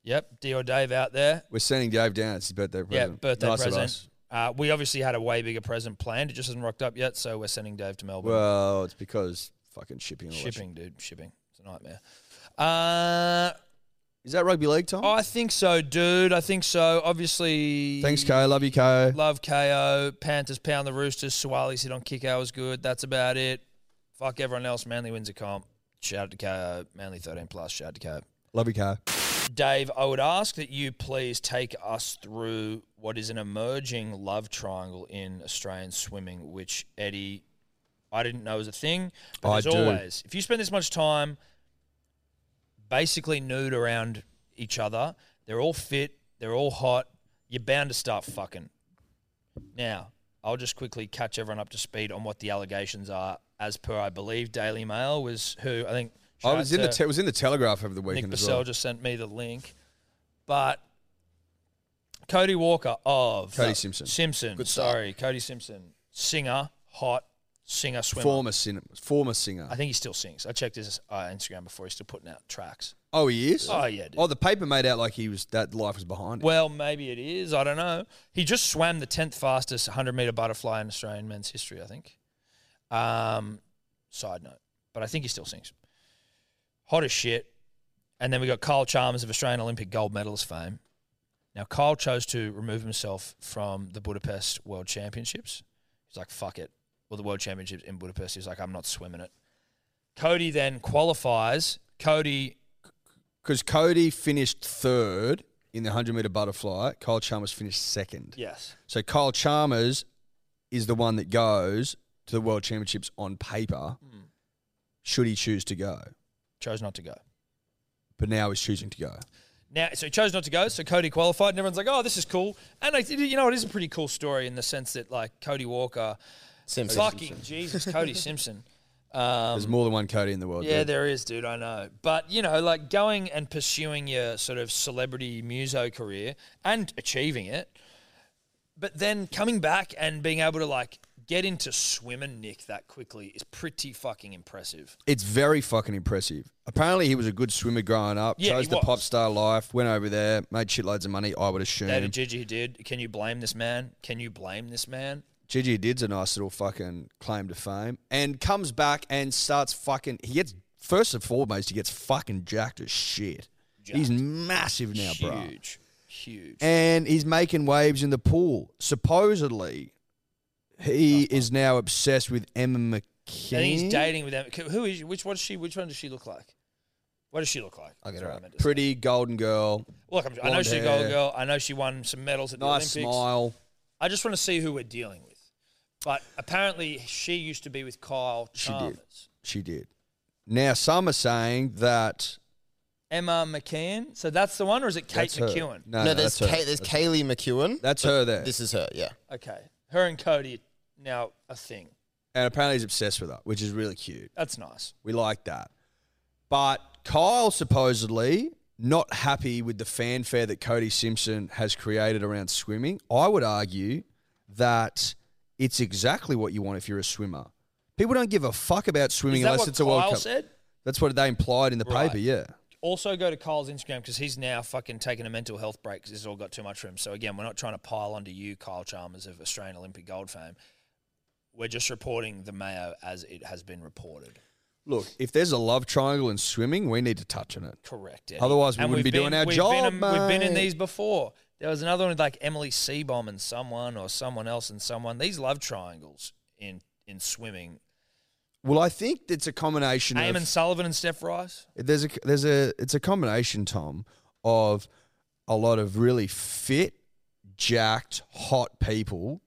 Yep, D or Dave out there. We're sending Dave down. It's his birthday present. Yeah, birthday Nice of present. us. Uh, we obviously had a way bigger present planned. It just hasn't rocked up yet, so we're sending Dave to Melbourne. Well, it's because fucking shipping. and all that shit. shipping, dude, shipping. It's a nightmare. Uh, Is that rugby league time? I think so, dude. I think so. Obviously, Thanks, Kay. Love you, Kay. Love KO. Panthers pound the Roosters. Suwali's hit on kick out was good. That's about it. Fuck everyone else. Manly wins a comp. Shout out to KO. Manly 13 plus. Shout out to KO. Love you, Kay. Dave, I would ask that you please take us through what is an emerging love triangle in Australian swimming, which Eddie, I didn't know was a thing. But I as do. always, if you spend this much time basically nude around each other, they're all fit, they're all hot, you're bound to start fucking. Now, I'll just quickly catch everyone up to speed on what the allegations are, as per I believe Daily Mail was who I think. I was in the Shout out to- te- was in the Telegraph over the weekend Nick as Bissell well. just sent me the link. But Cody Walker of Cody Simpson. Simpson, Good start. sorry, Cody Simpson, singer, hot singer, swimmer. Former, sin- former singer. I think he still sings. I checked his uh, Instagram before. He's still putting out tracks. Oh, he is. Oh yeah, dude. Oh, the paper made out like he was that life was behind. Him. Well, maybe it is. I don't know. He just swam the tenth fastest 100 meter butterfly in Australian men's history. I think. Um, side note, but I think he still sings. Hot as shit. And then we got Kyle Chalmers of Australian Olympic gold medalist fame. Now Kyle chose to remove himself from the Budapest World Championships. He's like, "Fuck it, well, the World Championships in Budapest. He was like, I'm not swimming it. Cody then qualifies. Cody, Because Cody finished third in the 100 meter butterfly. Kyle Chalmers finished second. yes, So Kyle Chalmers is the one that goes to the World Championships on paper, Hmm. should he choose to go. chose not to go. But now he's choosing to go. Now, so he chose not to go. So Cody qualified, and everyone's like, "Oh, this is cool." And I, you know, it is a pretty cool story in the sense that, like, Cody Walker, Simpson. fucking Jesus, Cody Simpson. Um, There's more than one Cody in the world. Yeah, dude. there is, dude. I know, but you know, like going and pursuing your sort of celebrity muso career and achieving it, but then coming back and being able to like get into swimming, Nick, that quickly is pretty fucking impressive. It's very fucking impressive. Apparently, he was a good swimmer growing up. Yeah, chose he the was. pop star life. Went over there, made shitloads of money. I would assume. Data Gigi did. Can you blame this man? Can you blame this man? Gigi Did's a nice little fucking claim to fame, and comes back and starts fucking. He gets first and foremost, he gets fucking jacked as shit. He's massive now, bro, huge, huge. and he's making waves in the pool. Supposedly, he is now obsessed with Emma McKinney. and he's dating with them. Who is? Which? What is she? Which one does she look like? What does she look like? I'll get That's her what I up. meant to say. Pretty golden girl, Look, I'm, I know blonde she's a gold hair. girl. I know she won some medals at nice the Olympics. smile. I just want to see who we're dealing with. But apparently, she used to be with Kyle She did. Chalmers. She did. Now some are saying that Emma McKeon. So that's the one, or is it Kate that's her. McEwen? No, No, no, that's there's her. Kay, there's That's- Kaylee McEwen. That's but her there. This is her. Yeah. Okay, her and Cody are now a thing. and apparently he's obsessed with her, which is really cute. That's nice. We like that. But Kyle supposedly not happy with the fanfare that Cody Simpson has created around swimming. I would argue that it's exactly what you want if you're a swimmer. People don't give a fuck about swimming Is that unless what it's a Kyle World Cup. said? That's what they implied in the Right. paper, yeah. Also, go to Kyle's Instagram because he's now fucking taking a mental health break because this all got too much for him. So again, we're not trying to pile onto you, Kyle Chalmers of Australian Olympic gold fame. We're just reporting the Mayo as it has been reported. Look, if there's a love triangle in swimming, we need to touch on it. Correct. Eddie. Otherwise, we wouldn't we've be doing our we've job, Been in, We've been in mate. these before. There was another one with like Emily Seabom and someone, or someone else and someone. These love triangles in in swimming. Well, I think it's a combination of Eamon Sullivan and Steph Rice. there's a there's a it's a combination, Tom, of a lot of really fit, jacked, hot people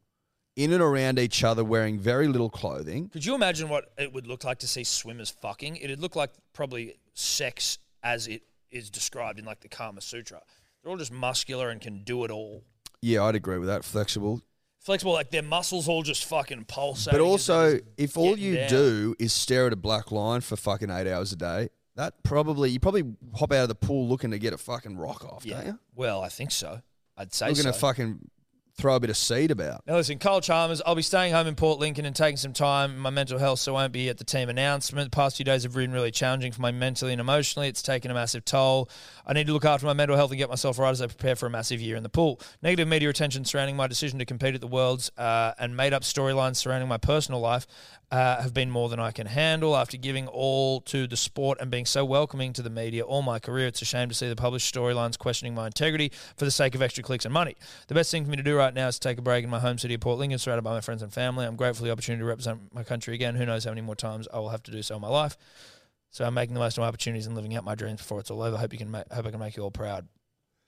in and around each other wearing very little clothing. Could you imagine what it would look like to see swimmers fucking? It'd look like probably sex as it is described in like the Kama Sutra. They're all just muscular and can do it all. Yeah, I'd agree with that. Flexible. Flexible, like their muscles all just fucking pulsate. But also, if all getting you down. do is stare at a black line for fucking eight hours a day, that probably you probably hop out of the pool looking to get a fucking rock off, yeah. don't you? Well, I think so. I'd say Looking so. to fucking throw a bit of seed about. Now listen, Cole Chalmers, I'll be staying home in Port Lincoln and taking some time in my mental health, so I won't be at the team announcement. The past few days have been really challenging for my mentally and emotionally. It's taken a massive toll. I need to look after my mental health and get myself right as I prepare for a massive year in the pool. Negative media attention surrounding my decision to compete at the Worlds uh, and made up storylines surrounding my personal life uh, have been more than I can handle. After giving all to the sport and being so welcoming to the media all my career, it's a shame to see the published storylines questioning my integrity for the sake of extra clicks and money. The best thing for me to do right now is to take a break in my home city of Port Lincoln, surrounded by my friends and family. I'm grateful for the opportunity to represent my country again. Who knows how many more times I will have to do so in my life. So I'm making the most of my opportunities and living out my dreams before it's all over. Hope you can make, hope I can make you all proud.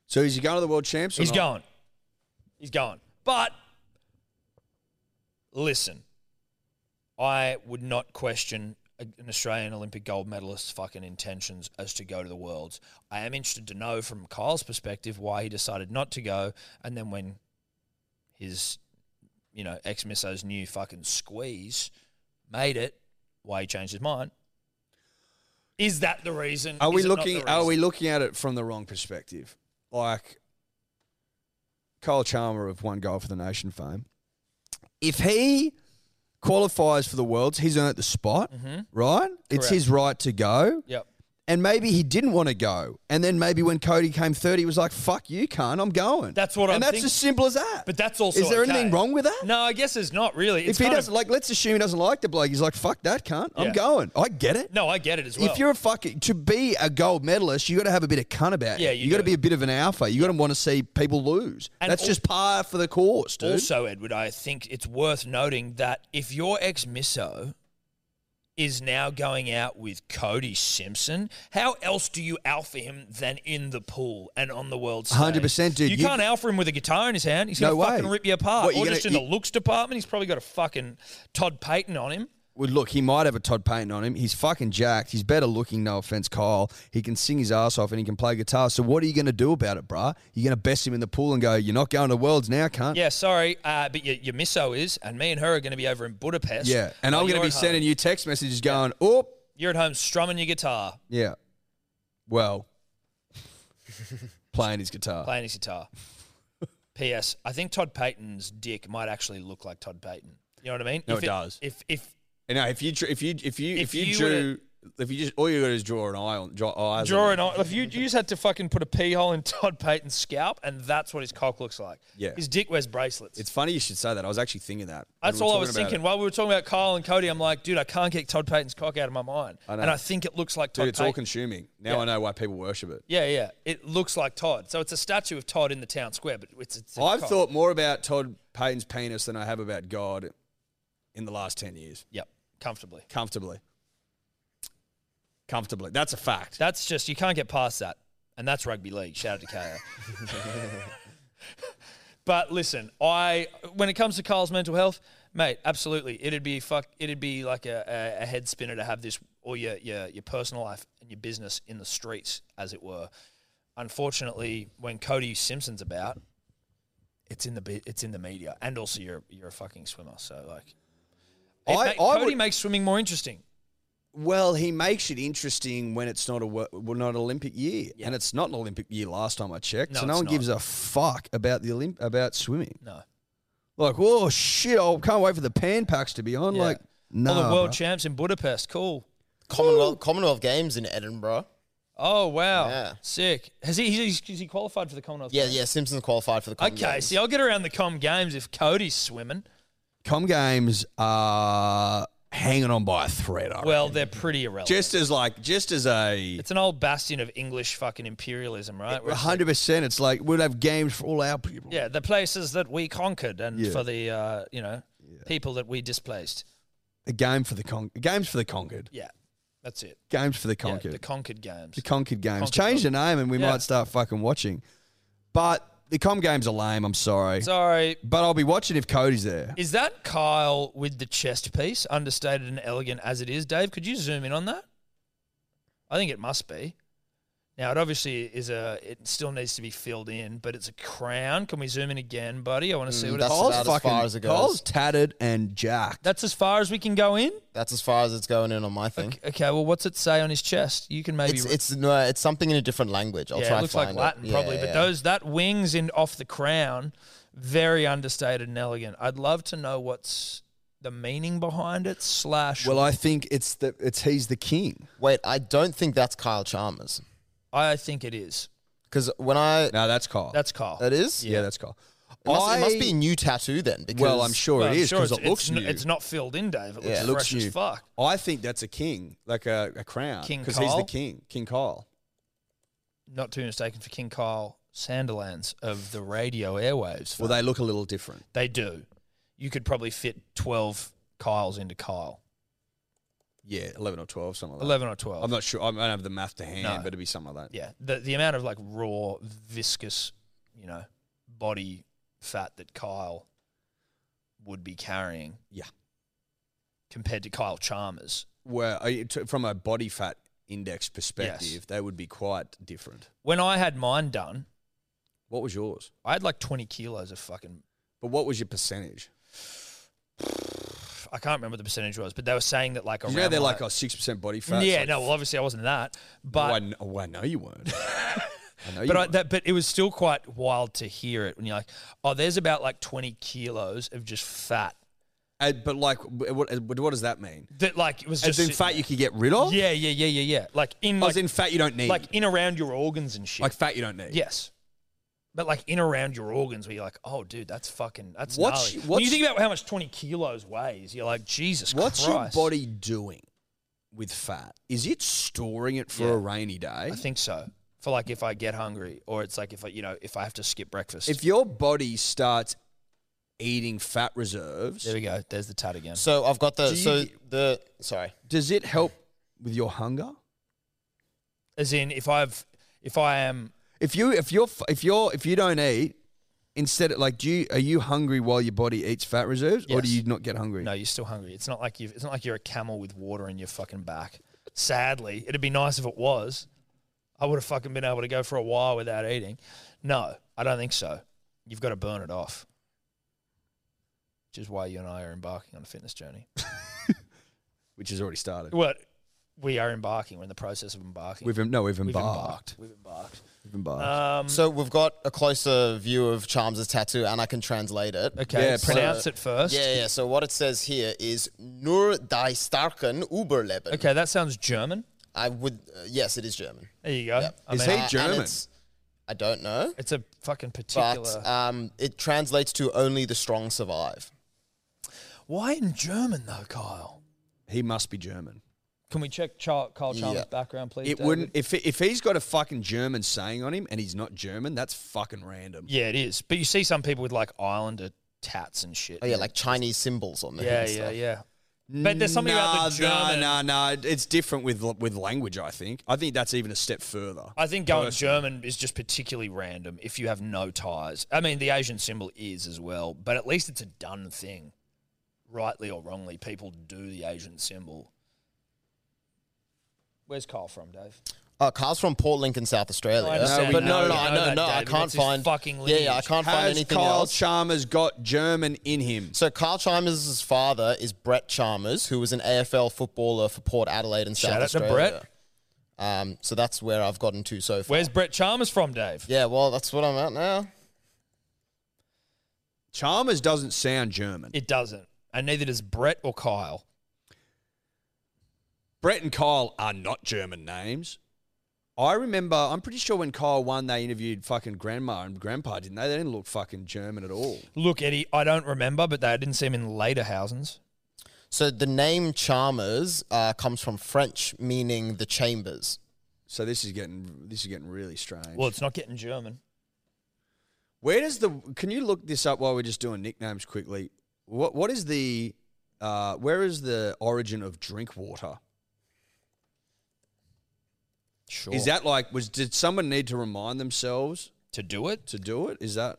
So is he going to the world champs? He's or not? going. He's going. But listen, I would not question a- an Australian Olympic gold medalist's fucking intentions as to go to the Worlds. I am interested to know from Kyle's perspective why he decided not to go, and then when his, you know, ex misso's new fucking squeeze made it, why he changed his mind. Is that the reason? Are we Is it not the looking? Are reason? we looking at it from the wrong perspective? Like Kyle Chalmer of one goal for the nation fame. If he qualifies for the worlds, he's earned the spot, right? It's Mm-hmm. Correct. his right to go. Yep. And maybe he didn't want to go. And then maybe when Cody came third, he was like, fuck you, cunt, I'm going. That's what and I'm that's thinking. as simple as that. But that's also Is there okay. anything wrong with that? No, I guess it's not really. If It's he kind of- doesn't, like, let's assume he doesn't like the bloke. He's like, fuck that, cunt, Yeah. I'm going. I get it. no, I get it as well. If you're a fucking to be a gold medalist, you got to have a bit of cunt about Yeah, you. you You got to do. be a bit of an alpha. You got to want to see people lose. And That's al- just par for the course, dude. Also, Edward, I think it's worth noting that if your ex misso is now going out with Cody Simpson, how else do you alpha him than in the pool and on the world stage? 100%, dude. You, You- can't alpha him with a guitar in his hand. He's No gonna fucking way. rip you apart. What, or you're just in gonna- the looks department, he's probably got a fucking Todd Payton on him. Well, look, he might have a Todd Payton on him. He's fucking jacked. He's better looking. No offense, Kyle. He can sing his ass off and he can play guitar. So what are you going to do about it, bruh? You're going to best him in the pool and go, "You're not going to worlds now, cunt." Yeah, sorry, uh, but your, your misso is, and me and her are going to be over in Budapest. Yeah. And I'm going to be sending you text messages going, "Oh, You're at home strumming your guitar, yeah." Well, playing his guitar. playing his guitar. P.S. I think Todd Payton's dick might actually look like Todd Payton. You know what I mean? No, If it does. If if And now, if you dr- if you if you If if, you, you drew if you just all you got to do is draw an eye on draw eyes. draw on an eye, if you, you just had to fucking put a pee hole in Todd Payton's scalp, and that's what his cock looks like. Yeah. His dick wears bracelets. It's funny you should say that. I was actually thinking that. when that's we were all I was talking about thinking. While we were talking about Kyle and Cody, I'm like, dude, I can't get Todd Payton's cock out of my mind, I know. and I think it looks like it. Todd Dude, it's all Payton. consuming. Now Yeah. I know why people worship it. yeah, yeah. It looks like Todd. So it's a statue of Todd in the town square, but it's. it's a I've cock. thought more about Todd Payton's penis than I have about God in the last ten years, Yep, comfortably. comfortably. Comfortably, that's a fact. That's just you can't get past that, and that's rugby league. Shout out to KO. but listen, I when it comes to Kyle's mental health, mate, absolutely, it'd be fuck, it'd be like a, a, a head spinner to have this or your, your your personal life and your business in the streets, as it were. Unfortunately, when Cody Simpson's about, it's in the bi- it's in the media, and also you're you're a fucking swimmer, so like. it I- ma- I Cody would- makes swimming more interesting. Well, he makes it interesting when it's not a wo- well, not an Olympic year, Yeah. and it's not an Olympic year. Last time I checked, No, so no it's one not. gives a fuck about the Olymp- about swimming. No, Like, whoa, shit! I can't wait for the pan packs to be on. Yeah. Like, no, All the world champs in Budapest. Cool. Commonwealth Commonwealth Games in Edinburgh. Oh wow, Yeah. sick. Has he? He's, he's- he qualified for the Commonwealth? Yeah, Games? yeah. Simpsons qualified for the. Okay, Commonwealth Games. see, I'll get around the Com Games if Cody's swimming. Com games are hanging on by a thread. I reckon. Well, they're pretty irrelevant. just as like, just as a it's an old bastion of English fucking imperialism, right? Where it's like, hundred percent, it's like we'll have games for all our people. yeah, the places that we conquered and Yeah. for the uh, you know people that we displaced. A game for the con, games for the conquered, Yeah, that's it. games for the Yeah, conquered. the conquered games. The Conquered Games. Conquered Change the name and we Yeah. might start fucking watching. But the Com Games are lame, I'm sorry. Sorry, but I'll be watching if Cody's there. is that Kyle with the chest piece, understated and elegant as it is? Dave, could you zoom in on that? I think it must be. Now it obviously is a. It still needs to be filled in, but it's a crown. Can we zoom in again, buddy? I want to see what Mm, that's it's. about as far as it goes. Cole's tattered and jacked. That's as far as we can go in. That's as far as it's going in on my thing. Okay, well, what's it say on his chest? You can maybe. It's it's no, it's something in a different language. I'll yeah, try it looks and like find Latin it. probably, Yeah, but yeah. those that wings in off the crown, very understated and elegant. I'd love to know what's the meaning behind it. Slash, Well, I think it's the it's he's the king. Wait, I don't think that's Kyle Chalmers I think it is. because when I No, that's Kyle. That's Kyle. that is, yeah, that's Kyle. it must, it must I- be a new tattoo then. Because Well, I'm sure Well, it I'm is because it's- it looks it's, n- new. it's not filled in, Dave. It looks, Yeah. it looks fresh new. as fuck. I think that's a king, like a, a crown, King because he's the Kyle? king, King Kyle. Not too mistaken for King Kyle Sanderlands of the radio airwaves. Well, they look a little different. they do. You could probably fit 12 Kyles into Kyle. Yeah, eleven or twelve, something like that. 11 or 12. I'm not sure. I don't have the math to hand, No. but it'd be something like that. yeah. The, the amount of like raw, viscous, you know, body fat that Kyle would be carrying Yeah. compared to Kyle Chalmers. were uh, t- from a body fat index perspective, they would be quite different. When I had mine done, What was yours? I had like 20 kilos of fucking But what was your percentage? I can't remember what the percentage was, but they were saying that like around You know they're like my- oh six percent body fat. yeah, It's no, like, well obviously I wasn't that, oh, I, but kn- oh, I know you weren't. I know you but I, weren't. that but it was still quite wild to hear it when you're like, oh, there's about like 20 kilos of just fat Uh, but like, wh- what, what what does that mean? That like it was just As in sitting fat, there. you could get rid of. Yeah, yeah, yeah, yeah, yeah. Like in As like, in fat, you don't need. like Like, in around your organs and shit. fat, you don't need. yes, but like in around your organs, where you're like, oh, dude, that's fucking that's What's- gnarly. when what's- you think about how much twenty kilos weighs, you're like, Jesus What's Christ. your body doing with fat? Is it storing it for Yeah. a rainy day? I think so. For like if I get hungry, or it's like if I, you know, if I have to skip breakfast. If your body starts eating fat reserves, there we go. There's the tat again. So I've got the Do you- so the sorry. does it help with your hunger? As in, if I've, if I am, If you if you're f- if you're if you don't eat, instead of, like do you are you hungry while your body eats fat reserves, or do Yes. you not get hungry? no, you're still hungry. It's not like you. have It's not like you're a camel with water in your fucking back. Sadly, it'd be nice if it was. I would have fucking been able to go for a while without eating. No, I don't think so. You've got to burn it off. Which is why you and I are embarking on a fitness journey. Which has already started. Well, we are embarking. We're in the process of embarking. We've em- no, we've We've embarked. We've embarked. We've embarked. Um, So we've got a closer view of Charms's tattoo, and I can translate it. okay, yeah, pronounce so- it first. Yeah, yeah. So what it says here is "Nur die starken Überleben." Okay, that sounds German. I would. Uh, yes, it is German. There you go. Yep. I Is mean, he- and German? it's- I don't know, it's a fucking particular. but um, it translates to "Only the strong survive." Why in German though, Kyle? he must be German. Can we check Char- Kyle Chalmers' Yeah. background, please? It David? wouldn't if if he's got a fucking German saying on him and he's not German. That's fucking random. Yeah, it is. But you see some people with like Islander tats and shit. Oh yeah, like Chinese symbols on there. yeah, and yeah, stuff. yeah. But there's something about the Nah, German. Nah, nah, nah. It's different with l- with language. I think. I think that's even a step further. I think going German is just particularly random if you have no ties. I mean, the Asian symbol is as well, but at least it's a done thing. Rightly or wrongly, people do the Asian symbol. Where's Kyle from, Dave? Oh, Carl's from Port Lincoln, South Australia. I understand but that. no, no, no, We I know know, that, no, I David. can't That's his find. fucking yeah, yeah, I lineage. can't find Has anything Kyle else. Chalmers got German in him? So Carl Chalmers' father is Brett Chalmers, who was an AFL footballer for Port Adelaide and South Shout out to Australia. Brett. Um, so that's where I've gotten to so far. Where's Brett Chalmers from, Dave? yeah, well, that's what I'm at now. Chalmers doesn't sound German. It doesn't. And neither does Brett or Kyle. Brett and Kyle are not German names. I remember, I'm pretty sure when Kyle won, they interviewed fucking grandma and grandpa, didn't they? They didn't look fucking German at all. Look, Eddie, I don't remember, but they didn't see him in later Housens. So the name Chalmers uh, comes from French, meaning the chambers. So this is getting this is getting really strange. Well, it's not getting German. Where does the? Can you look this up while we're just doing nicknames quickly? What what is the? Uh, where is the origin of drink water? Sure. Is that like was did someone need to remind themselves to do it? to do it? Is that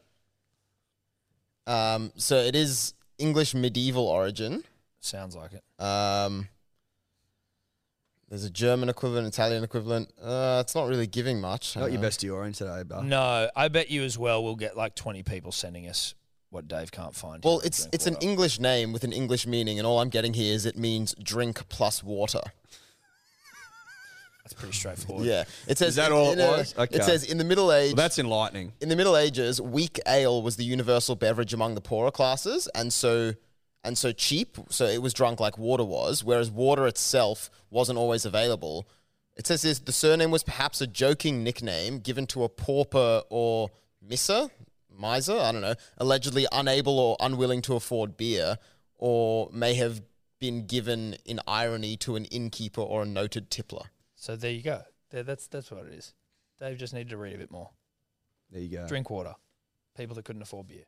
Um, so it is English medieval origin. Sounds like it. Um, there's a German equivalent, Italian equivalent. Uh, it's not really giving much. not your Uh, bestie orange today, but No, I bet you as well. We'll get like twenty people sending us what Dave can't find. Well, here in it's drink it's an water. English name with an English meaning, and all I'm getting here is it means drink plus water. that's pretty straightforward. Yeah, it says that in- all it in a- was? Okay. It says in the Middle Age. well, that's enlightening. in the Middle Ages, weak ale was the universal beverage among the poorer classes, and so and so cheap, so it was drunk like water was, whereas water itself wasn't always available. It says this: the surname was perhaps a joking nickname given to a pauper or miser, miser, I don't know, allegedly unable or unwilling to afford beer, or may have been given in irony to an innkeeper or a noted tippler. So there you go. There, that's that's what it is. Dave just needed to read a bit more. There you go. Drink water. People that couldn't afford beer.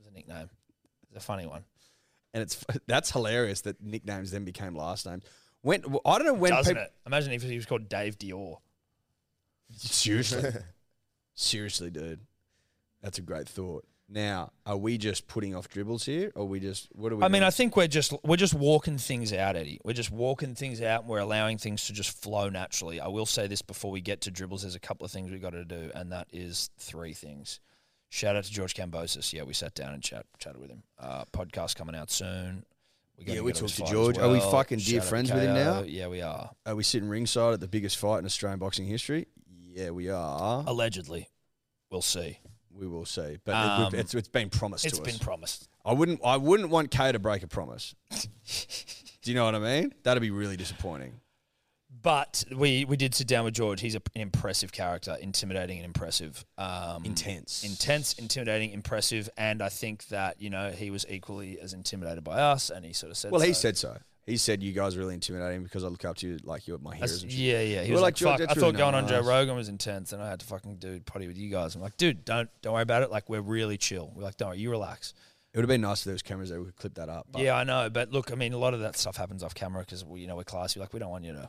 It's a nickname. It's a funny one. And it's that's hilarious that nicknames then became last names. When I don't know when Doesn't people it? Imagine if he was called Dave Dior. seriously, seriously, dude, that's a great thought. Now, are we just putting off dribbles here, or we just what are we? I mean, doing? I think we're just we're just walking things out, Eddie. We're just walking things out, and we're allowing things to just flow naturally. I will say this before we get to dribbles: there's a couple of things we got to do, and that is three things. Shout out to George Cambosis. Yeah, we sat down and chat, chatted with him. Uh, podcast coming out soon. We're gonna Yeah, we go his talked to fight as George. Are we fucking dear out to friends with him now? KO. Yeah, we are. Are we sitting ringside Oh. at the biggest fight in Australian boxing history? Yeah, we are. Allegedly, we'll see. We will see, but Um, it, it's, it's been promised It's to been us. promised. I wouldn't I wouldn't want Kay to break a promise. Do you know what I mean? That'd be really disappointing. But we, we did sit down with George. He's a, an impressive character, intimidating and impressive. Um, Intense. Intense, intimidating, impressive. And I think that, you know, he was equally as intimidated by us. And he sort of said, Well, he so. said so. He said you guys really intimidate him because I look up to you like you're my That's- heroes. And shit. yeah, yeah. He We're was like, like, "George, fuck, I that's thought really going on Joe nice." Rogan was intense, and I had to fucking do potty with you guys. I'm like, dude, don't don't worry about it. Like, we're really chill. We're like, don't worry, you relax. It would have been nice if there was cameras that we could clip that up. But yeah, I know, but look, I mean, a lot of that stuff happens off camera because we, you know, we're classy. Like, we don't want you to,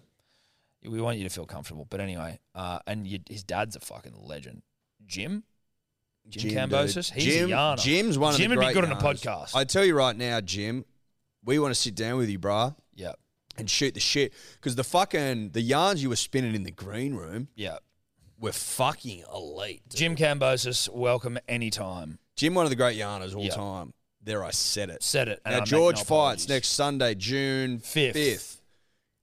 we want you to feel comfortable. But anyway, uh, and you, his dad's a fucking legend, Jim. Jim, Cambosis, dude. he's a yarner. Jim's one Jim of the would be great good on a yarners. podcast. I tell you right now, Jim, we want to sit down with you, brah, yeah, and shoot the shit because the fucking the yarns you were spinning in the green room yeah. were fucking elite. dude. Jim Cambosis, welcome anytime. Jim, one of the great yarners all Yeah. time. There, I said it. Said it. and I Now, make George no fights apologies. next Sunday, June Fifth. 5th.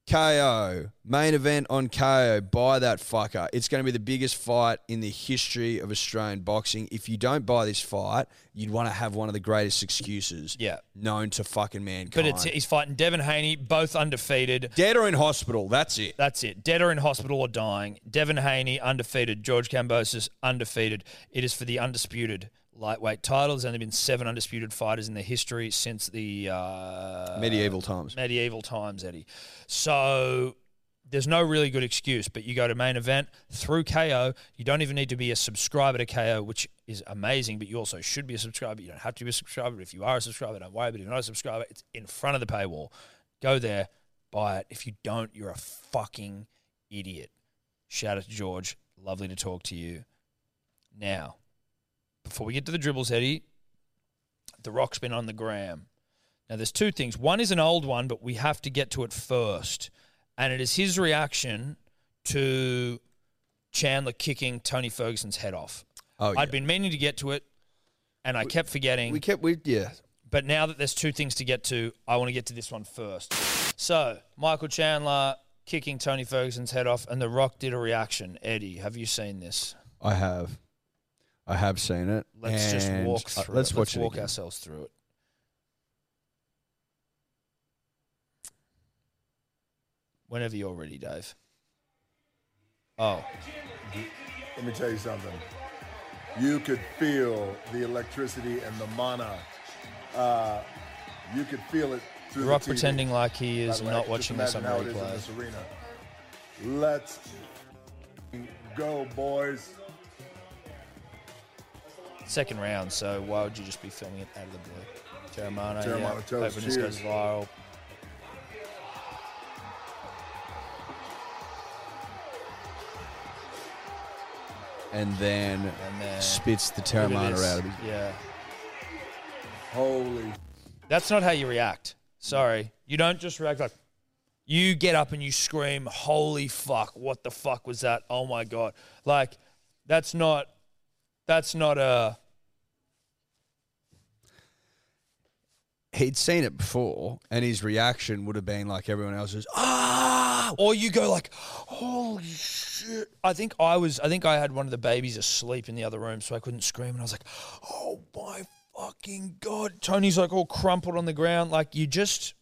KO. Main event on KO. Buy that fucker. It's going to be the biggest fight in the history of Australian boxing. If you don't buy this fight, you'd want to have one of the greatest excuses Yeah. known to fucking mankind. But it's, he's fighting Devin Haney, both undefeated. Dead or in hospital. That's it. That's it. Dead or in hospital or dying. Devin Haney undefeated. George Cambosis undefeated. It is for the undisputed lightweight title. There's only been seven undisputed fighters in the history since the uh, Medieval times. medieval times, Eddie. So there's no really good excuse, but you go to main event through KO. You don't even need to be a subscriber to KO, which is amazing, but you also should be a subscriber. You don't have to be a subscriber. But if you are a subscriber, don't worry. But if you're not a subscriber, it's in front of the paywall. Go there, buy it. If you don't, you're a fucking idiot. Shout out to George. Lovely to talk to you. Now, before we get to the dribbles, Eddie, The Rock's been on the gram. Now, there's two things. One is an old one, but we have to get to it first. And it is his reaction to Chandler kicking Tony Ferguson's head off. Oh, yeah. I'd been meaning to get to it, and I kept forgetting. we kept, we, yeah. But now that there's two things to get to, I want to get to this one first. So, Michael Chandler kicking Tony Ferguson's head off, and The Rock did a reaction. Eddie, have you seen this? I have. I have seen it. Let's just And, walk uh, through Let's it. watch let's walk it. again. ourselves through it. Whenever you're ready, Dave. Oh, Let me tell you something. You could feel the electricity and the mana. Uh, you could feel it through The Rock the TV. pretending like he By is the way, not just watching this on imagine how it is in replay. this arena. Let's go, boys. Second round, so why would you just be filming it out of the blue? Jeremiah, yeah, Jeremiah hoping Toast, this cheers. goes viral. And then And then spits the Look at Terramana this. out of his Yeah. Holy That's not how you react. Sorry. You don't just react like you get up and you scream, "Holy fuck, what the fuck was that? Oh my god." Like that's not that's not a he'd seen it before, and his reaction would have been like everyone else's. "Oh, Ah, or you go like, "Holy shit." I think I was I think I had one of the babies asleep in the other room so I couldn't scream and I was like, "Oh my fucking god." Tony's like all crumpled on the ground like you just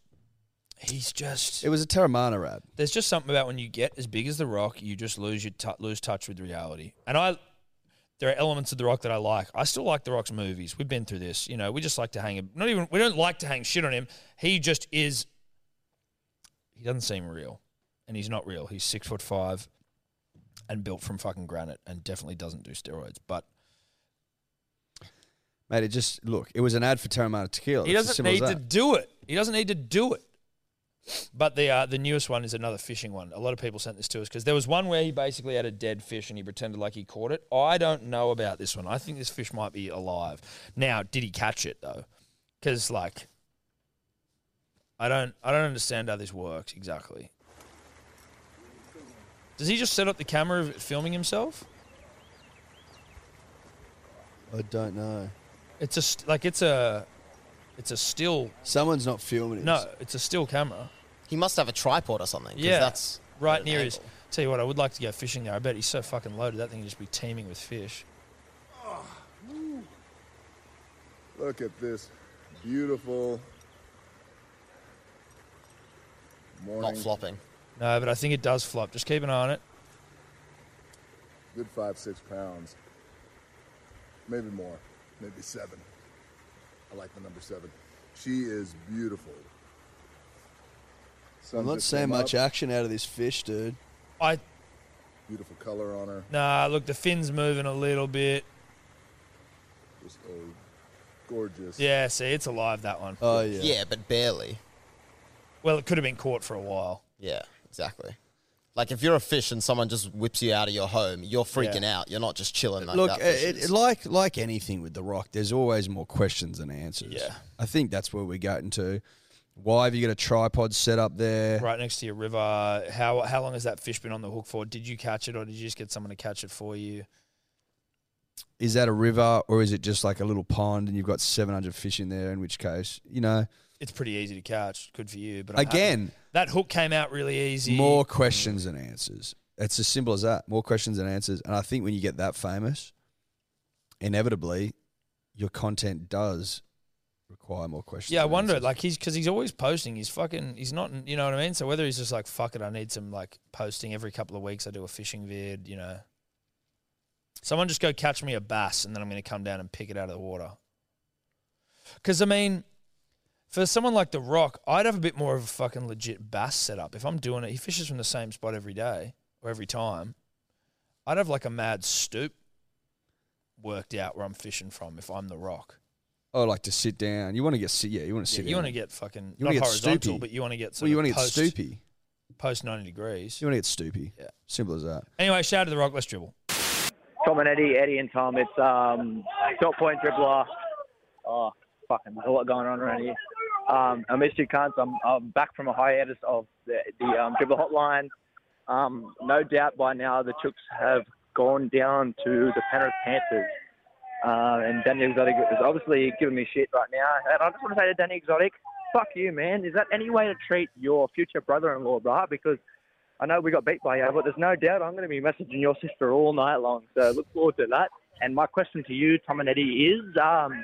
he's just it was a Terramana ad. there's just something about when you get as big as the rock, you just lose your t- lose touch with reality. And I, there are elements of the rock that I like. I still like the rock's movies. We've been through this, you know. We just like to hang him. Not even we don't like to hang shit on him. He just is. He doesn't seem real, and he's not real. He's six foot five, and built from fucking granite, and definitely doesn't do steroids. But Mate, it just look. It was an ad for Terramana tequila. he Oh, It's as doesn't simple as need to that. do it. He doesn't need to do it. But the uh, the newest one is another fishing one. A lot of people sent this to us because there was one where he basically had a dead fish and he pretended like he caught it. I don't know about this one. I think this fish might be alive. Now, did he catch it though? Because like, I don't I don't understand how this works exactly. Does he just set up the camera of filming himself? I don't know. It's a st- like it's a it's a still Someone's not filming it. no, it's a still camera. He must have a tripod or something. 'cause Yeah, that's at right an near his. angle. Tell you what, I would like to go fishing there. I bet he's so fucking loaded that thing would just be teeming with fish. Look at this beautiful Not morning. flopping. No, but I think it does flop. Just keep an eye on it. Good five, six pounds. Maybe more. Maybe seven. I like the number seven. She is beautiful. Sun I'm not just seeing came much up. action out of this fish, dude. I Beautiful color on her. nah. Look, the fin's moving a little bit. Just a gorgeous. Yeah, see, it's alive that one. Oh yeah. Yeah. but barely. Well, it could have been caught for a while. Yeah, exactly. Like if you're a fish and someone just whips you out of your home, you're freaking out. You're not just chilling like Look, uh, that. fish it, is. it, like like anything with the rock, there's always more questions than answers. Yeah. I think that's where we're getting to. Why have you got a tripod set up there? Right next to your river. How how long has that fish been on the hook for? Did you catch it, or did you just get someone to catch it for you? Is that a river or is it just like a little pond and you've got 700 fish in there? In which case, you know, It's pretty easy to catch. Good for you. But I'm happy- again, that hook came out really easy. more questions than answers. It's as simple as that. More questions than answers. And I think when you get that famous, inevitably, your content does require more questions. Yeah, I than wonder. answers. Like he's because he's always posting. He's fucking. He's not. You know what I mean. So whether he's just like fuck it, I need some like posting every couple of weeks. I do a fishing vid. You know, someone just go catch me a bass, and then I'm going to come down and pick it out of the water. Because I mean, for someone like The Rock, I'd have a bit more of a fucking legit bass setup if I'm doing it. He fishes from the same spot every day or every time. I'd have like a mad stoop worked out where I'm fishing from if I'm The Rock. oh, like to sit down. You want to get sit. Yeah, you want to sit. Yeah, you want down. to get fucking You not wanna get horizontal, stoopy. but you want to get sort Well, you want of to post, get stoopy. post ninety degrees. You want to get stoopy. Yeah. Simple as that. Anyway, shout out to the Rock. Let's dribble. Uh-huh. Tom and Eddie, Eddie and Tom. It's um, top point dribbler. Oh, fucking, there's a lot going on around here. Um, I missed you, cunts. I'm, I'm back from a hiatus of the, the um, dribble hotline. Um, no doubt by now the Chooks have gone down to the Penrith Panthers. Uh, and Danny Exotic is obviously giving me shit right now. And I just want to say to Danny Exotic, fuck you, man. Is that any way to treat your future brother-in-law, bruh? Because I know we got beat by you, but there's no doubt I'm going to be messaging your sister all night long. So look forward to that. And my question to you, Tom and Eddie, is um,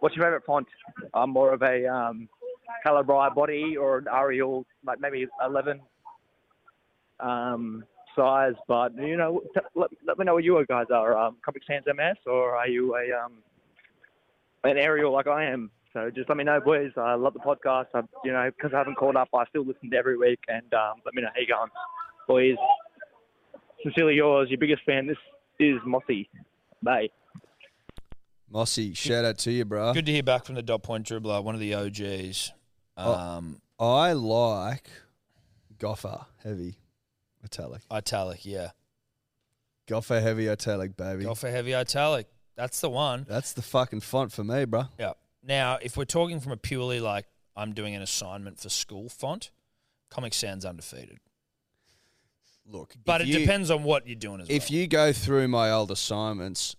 what's your favourite font? I'm more of a um, Calibri body or an Arial, like maybe 11 um, size. But you know, t- let, let me know what you guys are. Um, Comic Sans MS, or are you a um, an Arial like I am? So just let me know, boys. I love the podcast. I, you know, because I haven't called up, I still listen to every week. And um, let me know how you going, boys. Sincerely yours, your biggest fan. This is Mossy. Bye. Mossy, shout out to you, bro. Good to hear back from the dot point dribbler, one of the OGs. Oh. Um, I like Goffer heavy italic. Italic, yeah, Goffer heavy italic, baby. go for heavy italic. That's the one. That's the fucking font for me, bro. Yeah. Now, if we're talking from a purely like I'm doing an assignment for school font, Comic Sans undefeated. Look, But if it you- depends on what you're doing as well. If you go through my old assignments,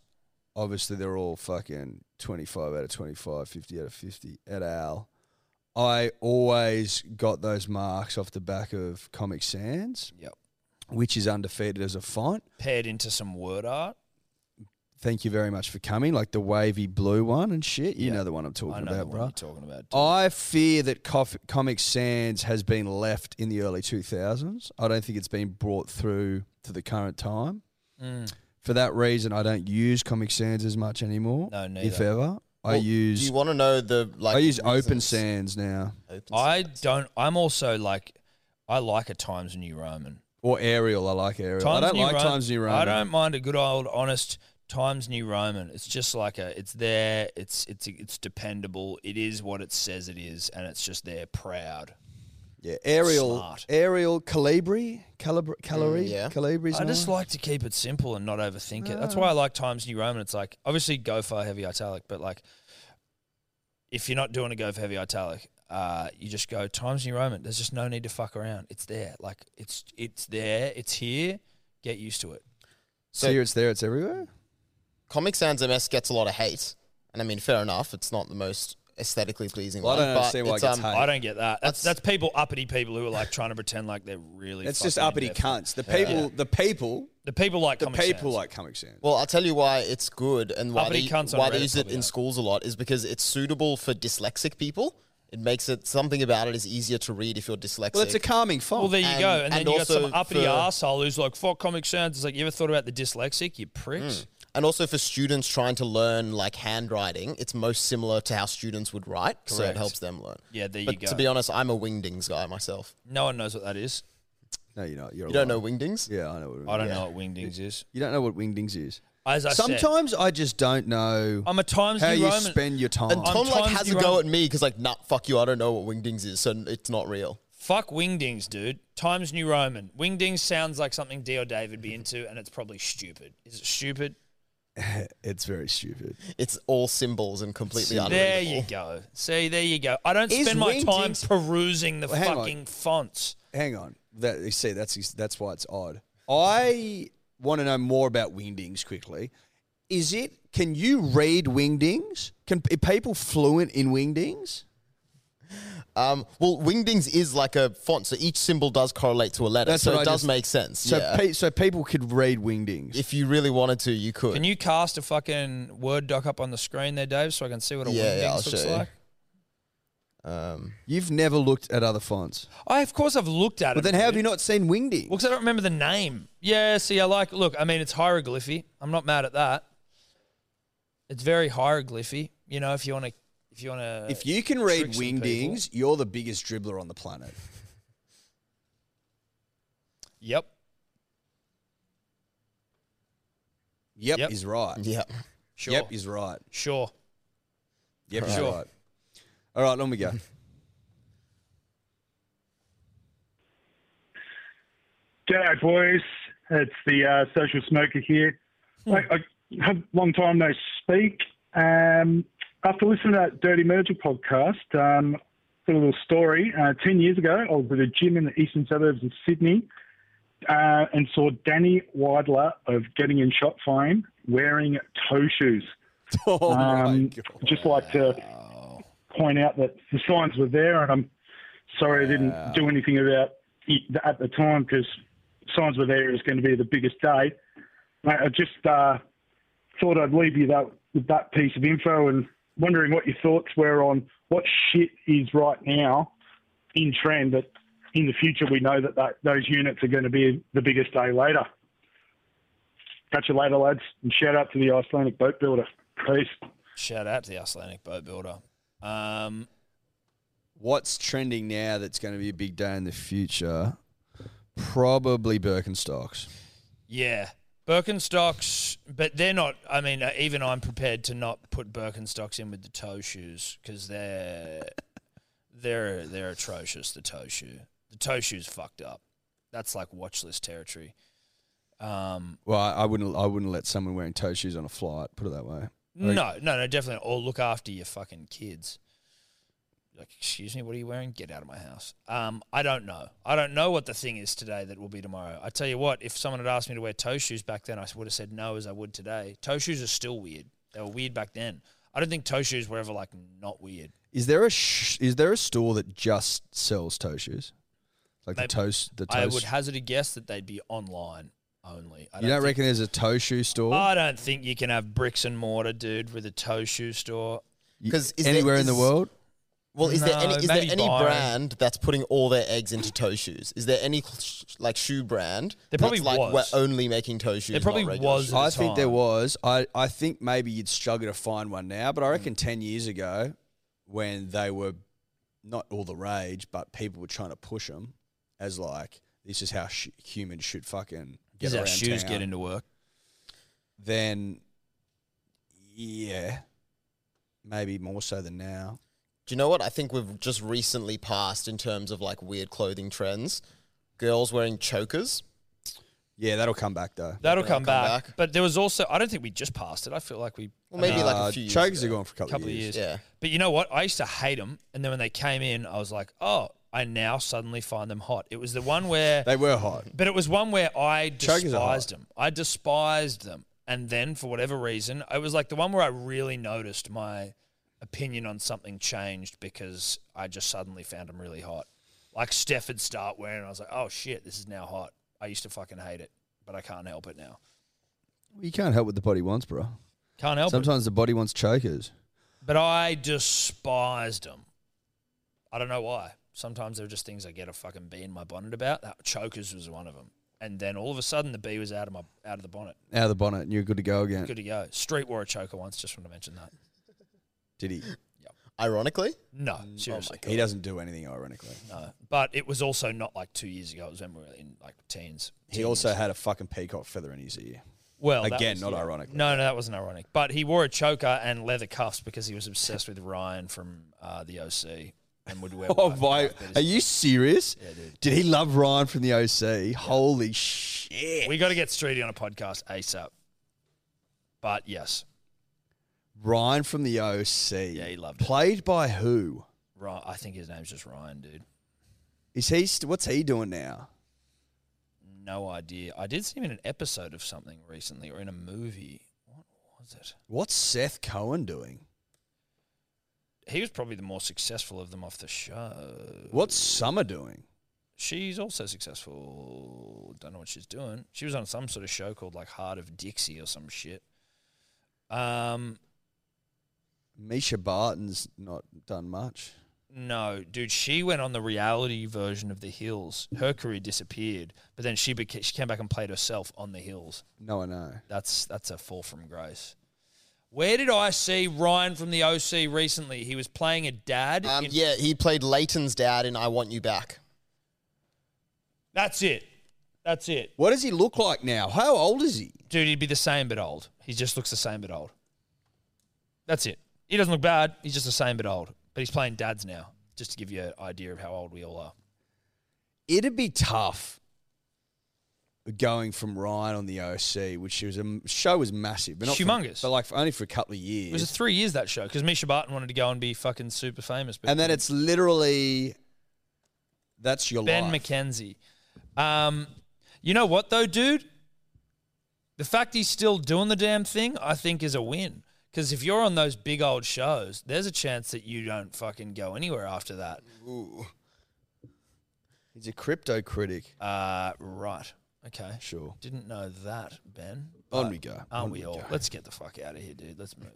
obviously they're all fucking 25 out of 25, 50 out of 50 at al. I always got those marks off the back of Comic Sans, Yep. which is undefeated as a font. paired into some word art, Thank you very much for coming. Like the wavy blue one and shit. You know the one I'm I talking know about, what you're bro. talking about. I fear that Cof- Comic Sans has been left in the early 2000s. I don't think it's been brought through to the current time. Mm. For that reason, I don't use Comic Sans as much anymore. No, If neither. ever. I Well, Do use you want to know the like? I use Open reasons- Sans now Open I don't. I'm also like, I like a Times New Roman. or Arial. I like Arial. Times I don't New like Ro- Times New Roman. I don't mind a good old honest Times New Roman. It's just like a, it's there. It's it's it's dependable. It is what it says it is, and it's just there, proud. Yeah, Arial. Smart. Mm, Arial Calibri. Calibri. Calibri. yeah. Calibri's I just another one. like to keep it simple and not overthink it. That's why I like Times New Roman. It's like obviously go for heavy italic, but like if you're not doing a go for heavy italic, uh, you just go Times New Roman. There's just no need to fuck around. It's there. Like it's it's there. It's here. Get used to it. So here it's there. It's everywhere. Comic Sans MS gets a lot of hate, and I mean, fair enough. It's not the most aesthetically pleasing. Well, I one, don't but understand why it it's, gets um, hate. I don't get that. That's That's- that's people uppity people who are like trying to pretend like they're really. It's just fucking uppity in there for- cunts. The people, the people The people like The Comic people Sans. like Comic Sans. Well, I'll tell you why it's good and why Uppity they, cunts on why they Reddit use it probably in are. schools a lot is because it's suitable for dyslexic people. It makes it something about it is easier to read if you're dyslexic. Well, it's a calming font. Well, there you And- go. And, and then you got also some uppity for- arsehole who's like, fuck Comic Sans. It's like, you ever thought about the dyslexic, you pricks? and also for students trying to learn like handwriting, it's most similar to how students would write, so it Correct. helps them learn. Yeah, there you but go. to be honest, I'm a wingdings guy myself. Hmm. No one knows what that is. no, you're not. You're You don't know wingdings? Yeah, I know. What it I is. don't know what Wingdings is. You don't know what wingdings is. As I said, Sometimes I just don't know I'm a Times how New you Roman. spend your time. And Tom like Times has a New go at Roman. me because like, nah, fuck you, I don't know what wingdings is, so it's not real. Fuck Wingdings, dude. Times New Roman. Wingdings sounds like something D or Dave would be into, and it's probably stupid. Is it stupid? it's very stupid. It's all symbols and completely unreadable. There you go. See, there you go. I don't Is spend my time Wingdings- perusing the Well, hang on. fucking fonts. Hang on. That you see, that's that's why it's odd. I want to know more about wingdings quickly. Is it? Can you read wingdings? Can are people fluent in wingdings? Um, well, Wingdings is like a font, so each symbol does correlate to a letter, so what it I does just- make sense. So, yeah. pe- so people could read wingdings. if you really wanted to, you could. Can you cast a fucking Word doc up on the screen there, Dave, so I can see what a Yeah, Wingdings yeah, I'll looks show you. like? um, You've never looked at other fonts, I, of course, I've looked at it. but then how have you not seen wingdings? Well, 'cause I don't remember the name. Yeah, see, I like. Look, I mean, it's hieroglyphy. I'm not mad at that. It's very hieroglyphy. You know, if you want to, if you want to, If you can read tricks some people. wingdings, you're the biggest dribbler on the planet. yep, Yep, Yep. is right. yeah. sure, Yep is right. sure. Yep is Sure. right. All right, on we go. G'day, boys. It's the uh, social smoker here. I, I have long time no speak. Um, after listening to that Dirty Merger podcast, um, got a little story. Uh, Ten years ago, I was at a gym in the eastern suburbs of Sydney uh, and saw Danny Widler of Getting in Shot Fame wearing toe shoes. Oh Um, just like to point out that the signs were there, and I'm sorry I didn't do anything about it at the time because signs were there. It was going to be the biggest day. Mate, I just uh, thought I'd leave you that with that piece of info and wondering what your thoughts were on what shit is right now in trend that in the future we know that, that those units are going to be the biggest day later. Catch you later, lads, and shout out to the Icelandic boat builder. Peace. Shout out to the Icelandic boat builder. Um, What's trending now that's going to be a big day in the future? Probably Birkenstocks. yeah, Birkenstocks, but they're not. I mean, uh, even I'm prepared to not put Birkenstocks in with the toe shoes because they're they're they're atrocious. The toe shoe, the toe shoe's fucked up. That's like watch list territory. Um, Well, I, I wouldn't. I wouldn't let someone wearing toe shoes on a flight. Put it that way. No, no, no, definitely. not. Or look after your fucking kids. Like, excuse me, what are you wearing? Get out of my house. Um, I don't know. I don't know what the thing is today that will be tomorrow. I tell you what, if someone had asked me to wear toe shoes back then, I would have said no as I would today. Toe shoes are still weird. They were weird back then. I don't think toe shoes were ever like not weird. Is there a sh- is there a store that just sells toe shoes? Like the Maybe- toast. The toast. I would hazard a guess that they'd be online only. I you don't think- Uh, reckon there's a toe shoe store I don't think you can have bricks and mortar, dude, with a toe shoe store. 'Cause is there- anywhere in is- the world? Well, is there any No, is there maybe any Byron. brand that's putting all their eggs into toe shoes? Is there any sh- like shoe brand There probably that's like was. we're only making toe shoes? There probably not regular was. shoes? at I the think there time. was. I, I think maybe you'd struggle to find one now, but I reckon 10 years ago, when they were not all the rage, but people were trying to push them as like, this is how sh- humans should fucking get Is around our shoes town, get into work? Then, yeah, maybe more so than now. Do you know what? I think we've just recently passed in terms of like weird clothing trends. Girls wearing chokers. Yeah, that'll come back though. That'll That'll come, come back. back. But there was also, I don't think we just passed it. I feel like we, Well, maybe like Uh, a few years Chokers ago. are gone for a couple, a couple of years. Oh, Yeah. But you know what? I used to hate them. And then when they came in, I was like, oh, I now suddenly find them hot. It was the one where, They were hot. but it was one where I Chuggers are hot. despised them. I despised them. And then for whatever reason, it was like the one where I really noticed my opinion on something changed because I just suddenly found them really hot. Like Steph would start wearing, it, I was like, oh shit, this is now hot. I used to fucking hate it. but I can't help it now. You can't help what the body wants, bro. Can't help it. Sometimes the body wants chokers. But I despised them. I don't know why. Sometimes there are just things I get a fucking bee in my bonnet about. That chokers was one of them. And then all of a sudden, the bee was out of my out of the bonnet. Out of the bonnet, and you're good to go again. Good to go. Street wore a choker once. Just want to mention that. Did he? Ironically, No, Oh seriously. He doesn't do anything, ironically. no. But it was also not like two years ago. It was when we were in like teens. He also had a fucking peacock feather in his ear. Well, that Again, was- not yeah. ironically. No, no, that wasn't ironic. But he wore a choker and leather cuffs because he was obsessed with Ryan from uh, the OC and would wear. Oh white my! cuff Are beaters. you serious? dude. Did he love Ryan from the OC? Holy shit! We got to get Streety on a podcast ASAP. But yes, Ryan from the OC. Yeah, he loved it. Played by who? Ryan, I think his name's just Ryan, dude. Is he? St- what's he doing now? No idea. I did see him in an episode of something recently or in a movie. What was it? What's Seth Cohen doing? He was probably the more successful of them off the show. What's Summer doing? She's also successful. Don't know what she's doing. She was on some sort of show called like Heart of Dixie or some shit. Um, Misha Barton's not done much. no, dude, she went on the reality version of The Hills. Her career disappeared, but then she beca- she came back and played herself on The Hills. No, I know. That's that's a fall from grace. Where did I see Ryan from the OC recently? He was playing a dad. um, in- yeah, he played Leighton's dad in "I Want You Back." That's it. That's it. What does he look like now? How old is he? Dude, he'd be the same but old. He just looks the same but old. That's it. He doesn't look bad. He's just the same but old. But he's playing dads now, just to give you an idea of how old we all are. It'd be tough going from Ryan on the OC, which she was a m- show was massive, but not for- Humongous. but like for, only for a couple of years. It was three years that show because Misha Barton wanted to go and be fucking super famous. But and then it's literally that's your Ben life. McKenzie. Um, you know what though, dude? The fact he's still doing the damn thing, I think, is a win. Because if you're on those big old shows, there's a chance that you don't fucking go anywhere after that. He's a crypto critic. Uh, right. Okay. Sure. Didn't know that, Ben. On But we go. Aren't On we, we all? go. Let's get the fuck out of here, dude. Let's move.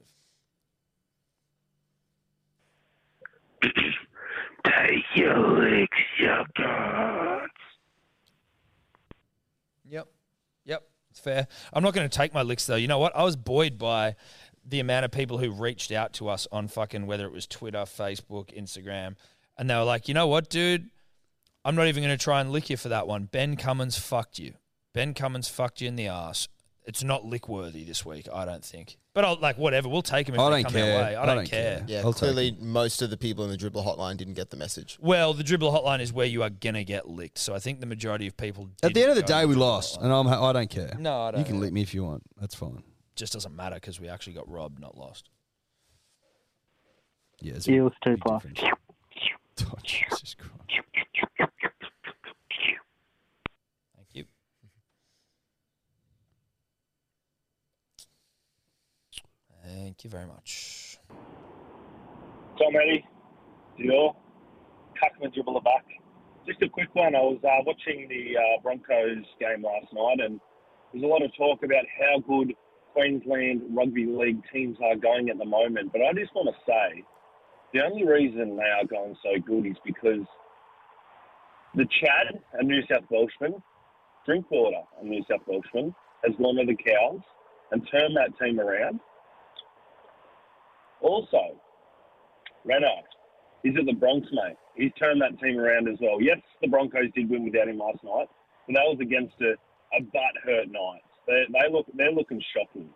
Yep. Yep. It's fair. I'm not going to take my licks, though. You know what? I was buoyed by the amount of people who reached out to us on fucking whether it was Twitter, Facebook, Instagram. And they were like, you know what, dude? I'm not even going to try and lick you for that one. Ben Cummins fucked you. Ben Cummins fucked you in the ass. It's not lick worthy this week, I don't think. But I'll like whatever. We'll take him if I they don't come care. our way. I, don't, care. Yeah, I'll take clearly most of the people in the dribbler hotline didn't get the message. Well, the dribbler hotline is where you are gonna get licked. So I think the majority of people. At the didn't end of the go day, to we dribbler lost, hotline. and I'm, I don't care. No, I don't You can care. lick me if you want. That's fine. Just doesn't matter because we actually got robbed, not lost. Yeah, it's Eels two plus. Oh, Jesus Christ. Thank you. Thank you very much. Tom Eddie, Dior, Cuckman dribble back. Just a quick one. I was uh, watching the uh, Broncos game last night, and there's a lot of talk about how good Queensland rugby league teams are going at the moment. But I just want to say, the only reason they are going so good is because the Chad and New South Welshman, Drinkwater and New South Welshman, has gone to the cows and turned that team around. Also, Renault. He's at the Bronx, mate. He's turned that team around as well. Yes, the Broncos did win without him last night, but that was against a, a butt hurt Knights. They, they look they're looking shocking.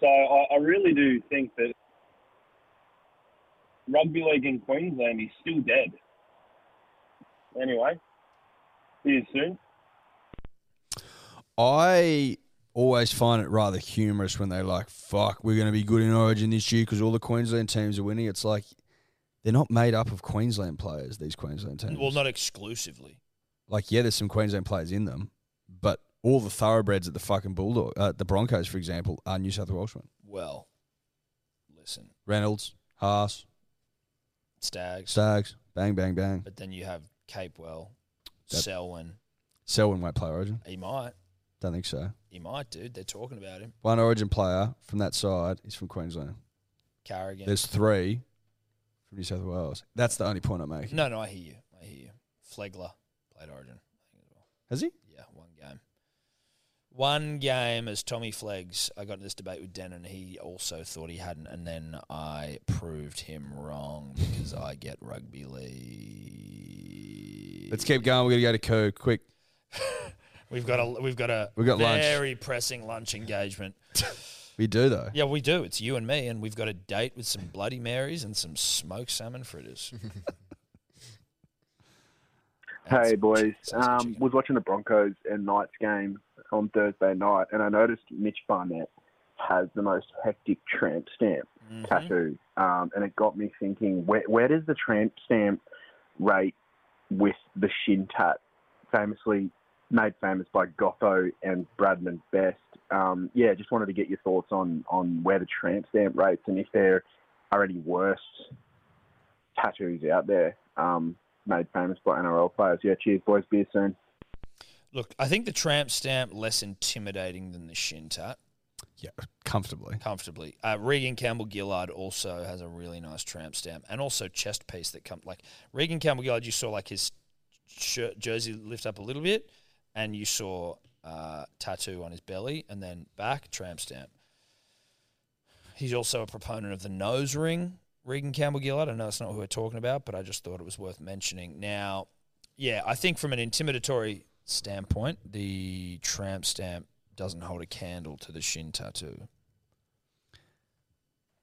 So I, I really do think that rugby league in Queensland is still dead. Anyway, see you soon. I always find it rather humorous when they're like, fuck, we're going to be good in Origin this year because all the Queensland teams are winning. It's like, they're not made up of Queensland players, these Queensland teams. Well, not exclusively. like, yeah, there's some Queensland players in them, but all the thoroughbreds at the fucking Bulldog, uh, the Broncos, for example, are New South Welshmen. Well, listen, Reynolds, Haas, Stags. Stags, bang, bang, bang. But then you have Capewell, That- Selwyn. Selwyn won't play Origin. He might. Don't think so. He might, dude. They're talking about him. One Origin player from that side is from Queensland. Carrigan. There's three from New South Wales. That's the only point I'm making. no, no, I hear you. I hear you. Flegler played Origin. Has he? Yeah, one game. One game as Tommy Flegs. I got into this debate with Den, and he also thought he hadn't, and then I proved him wrong because I get rugby league. Let's keep going. We're gonna go to Coo. Quick. We've got a we've got a We've got lunch. very pressing lunch engagement. We do though. Yeah, we do. It's you and me, and we've got a date with some Bloody Marys and some smoked salmon fritters. Hey boys, Some um, chicken. was watching the Broncos and Knights game on Thursday night, and I noticed Mitch Barnett has the most hectic tramp stamp tattoo, um, and it got me thinking: where, where does the tramp stamp rate with the shin tat, famously made famous by Gotho and Bradman Best? Um, yeah, just wanted to get your thoughts on on where the tramp stamp rates and if there are any worse tattoos out there. Um, made famous by NRL players. Yeah, cheers, boys. Be you soon. Look, I think the tramp stamp less intimidating than the shin tat. Yeah, comfortably. comfortably. Uh, Regan Campbell Gillard also has a really nice tramp stamp, and also chest piece that comes like Regan Campbell Gillard. You saw like his shirt jersey lift up a little bit, and you saw uh, tattoo on his belly, and then back tramp stamp. He's also a proponent of the nose ring. Regan Campbell Gillard. I know it's not who we're talking about, but I just thought it was worth mentioning. Now, yeah, I think from an intimidatory standpoint, the tramp stamp doesn't hold a candle to the shin tattoo.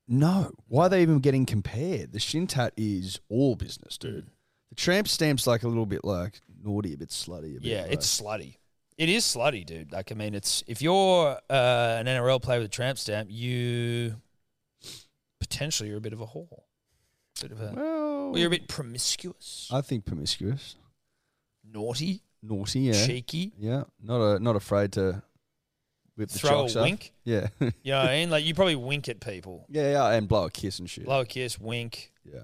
No. Why are they even getting compared? The shin tat is all business, Mm. dude. The tramp stamp's like a little bit like naughty, a bit slutty. A bit Yeah, like- it's slutty. It is slutty, dude. Like, I mean, it's if you're uh, an NRL player with a tramp stamp, you potentially you're a bit of a whore. Bit of a, well. uh, well, you're a bit promiscuous, I think promiscuous, naughty, naughty. Yeah, cheeky. yeah. Not a not afraid to whip the Throw a chocks up. wink? Yeah, You know what I mean? Like, you probably wink at people, yeah, yeah, and blow a kiss and shit. blow a kiss, wink. Yeah.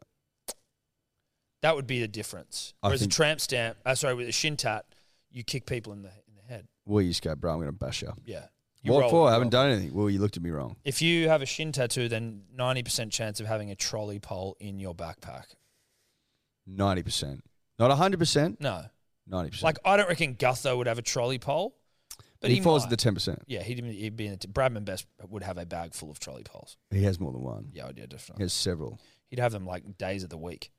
That would be the difference. I Whereas a think- tramp stamp, uh, sorry, with a shin tat, you kick people in the in the head. Well, you just go, bro. I'm gonna bash you. Yeah. You What roll- for? you I haven't roll. done anything. Well, you looked at me wrong. If you have a shin tattoo, then 90% chance of having a trolley pole in your backpack. Ninety percent, not hundred percent. No. Ninety percent. Like, I don't reckon Gutho would have a trolley pole, but he, he, falls might. to the ten percent. Yeah, he'd, he'd be in the. Bradman Best would have a bag full of trolley poles. He has more than one. Yeah, I do, He definitely. has several. He'd have them like days of the week.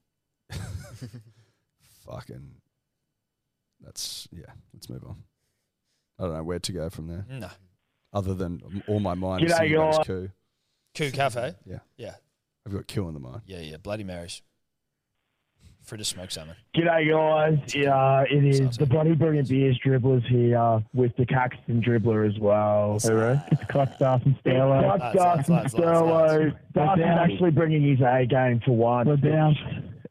Fucking. That's yeah. Let's move on. I don't know where to go from there. No. Other than all my mind is G'day, thinking about is y'all. coup. Coup Cafe. Yeah. Yeah. I've got coup on the mind. Yeah, yeah. Bloody Marys. Fritter smoked salmon. G'day guys, yeah, it is the Bloody Brilliant Beers Dribblers here with the Caxton Dribbler as well. It's Cockstaff and Sterlo. Lads, lads, lads, lads, uh, lads. Darcy's actually bringing his A game for once. We're down.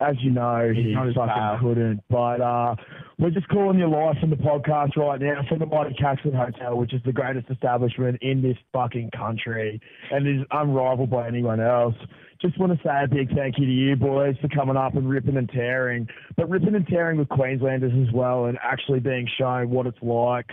As you know, he fucking couldn't. But uh, we're just calling you live from the podcast right now from the Mighty Caxton Hotel, which is the greatest establishment in this fucking country and is unrivaled by anyone else. Just want to say a big thank you to you boys for coming up and ripping and tearing, but ripping and tearing with Queenslanders as well and actually being shown what it's like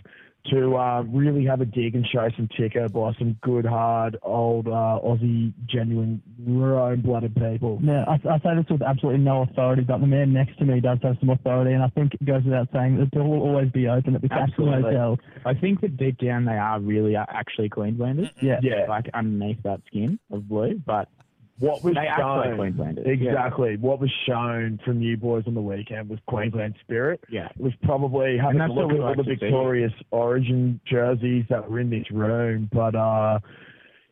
to uh, really have a dig and show some ticker by some good, hard, old uh, Aussie, genuine, own-blooded people. Yeah, I, I say this with absolutely no authority, but the man next to me does have some authority, and I think it goes without saying that the door will always be open at the Castle Absolutely. Hotel. I think that deep down they are really are actually Queenslanders. Yeah, Yeah. like underneath that skin of blue, but What was they are actually shown, Queenslanders. exactly, what was shown from you boys on the weekend was Queensland spirit. Yeah. It was probably having that's a look what we at all like the to see. victorious origin jerseys that were in this room, but uh,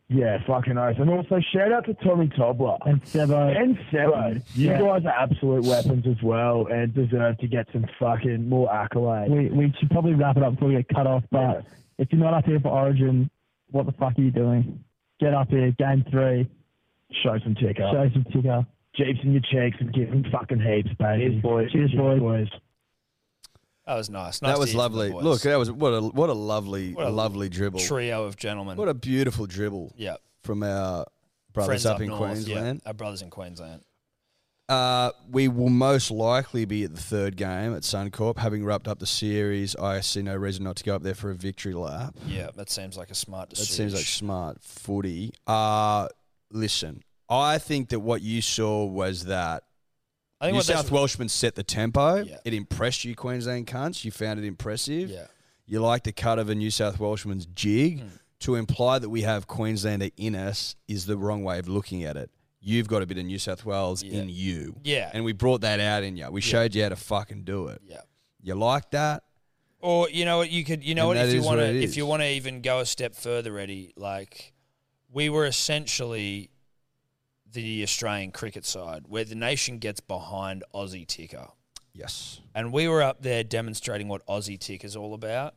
yeah, fucking oath. And also, shout out to Tommy Tobler. And Sebo. And Sebo, you Yeah. guys are absolute weapons as well, and deserve to get some fucking more accolades. we, we should probably wrap it up before we get cut off, but if you're not up here for Origin, what the fuck are you doing? Get up here, game three, Show some ticker. show some ticker. Jeeps in your cheeks and give them fucking heaps, baby. Cheers, boys. Cheers, boys. That was nice. nice That to was hear from the lovely. boys. Look, that was what a what a lovely What a lovely dribble. trio of gentlemen. What a beautiful dribble yeah. from our brothers Friends up, in north, Queensland. Yeah, our brothers in Queensland. Uh, we will most likely be at the third game at Suncorp, having wrapped up the series. I see no reason not to go up there for a victory lap. Yeah, that seems like a smart That decision. seems like smart footy. Uh, listen, I think that what you saw was that I think New what that's- South Welshmen set the tempo. It impressed you, Queensland cunts. You found it impressive. Yeah. Hmm. You like the cut of a New South Welshman's jig. To imply that we have Queenslander in us is the wrong way of looking at it. You've got a bit of New South Wales in you. Yeah. And we brought that out in you. We showed you how to fucking do it. Yeah. You like that? Or you know what you could you know And what that if you is want to what it if is. you want to even go a step further, Eddie, like we were essentially the Australian cricket side where the nation gets behind Aussie ticker. Yes. And we were up there demonstrating what Aussie ticker is all about,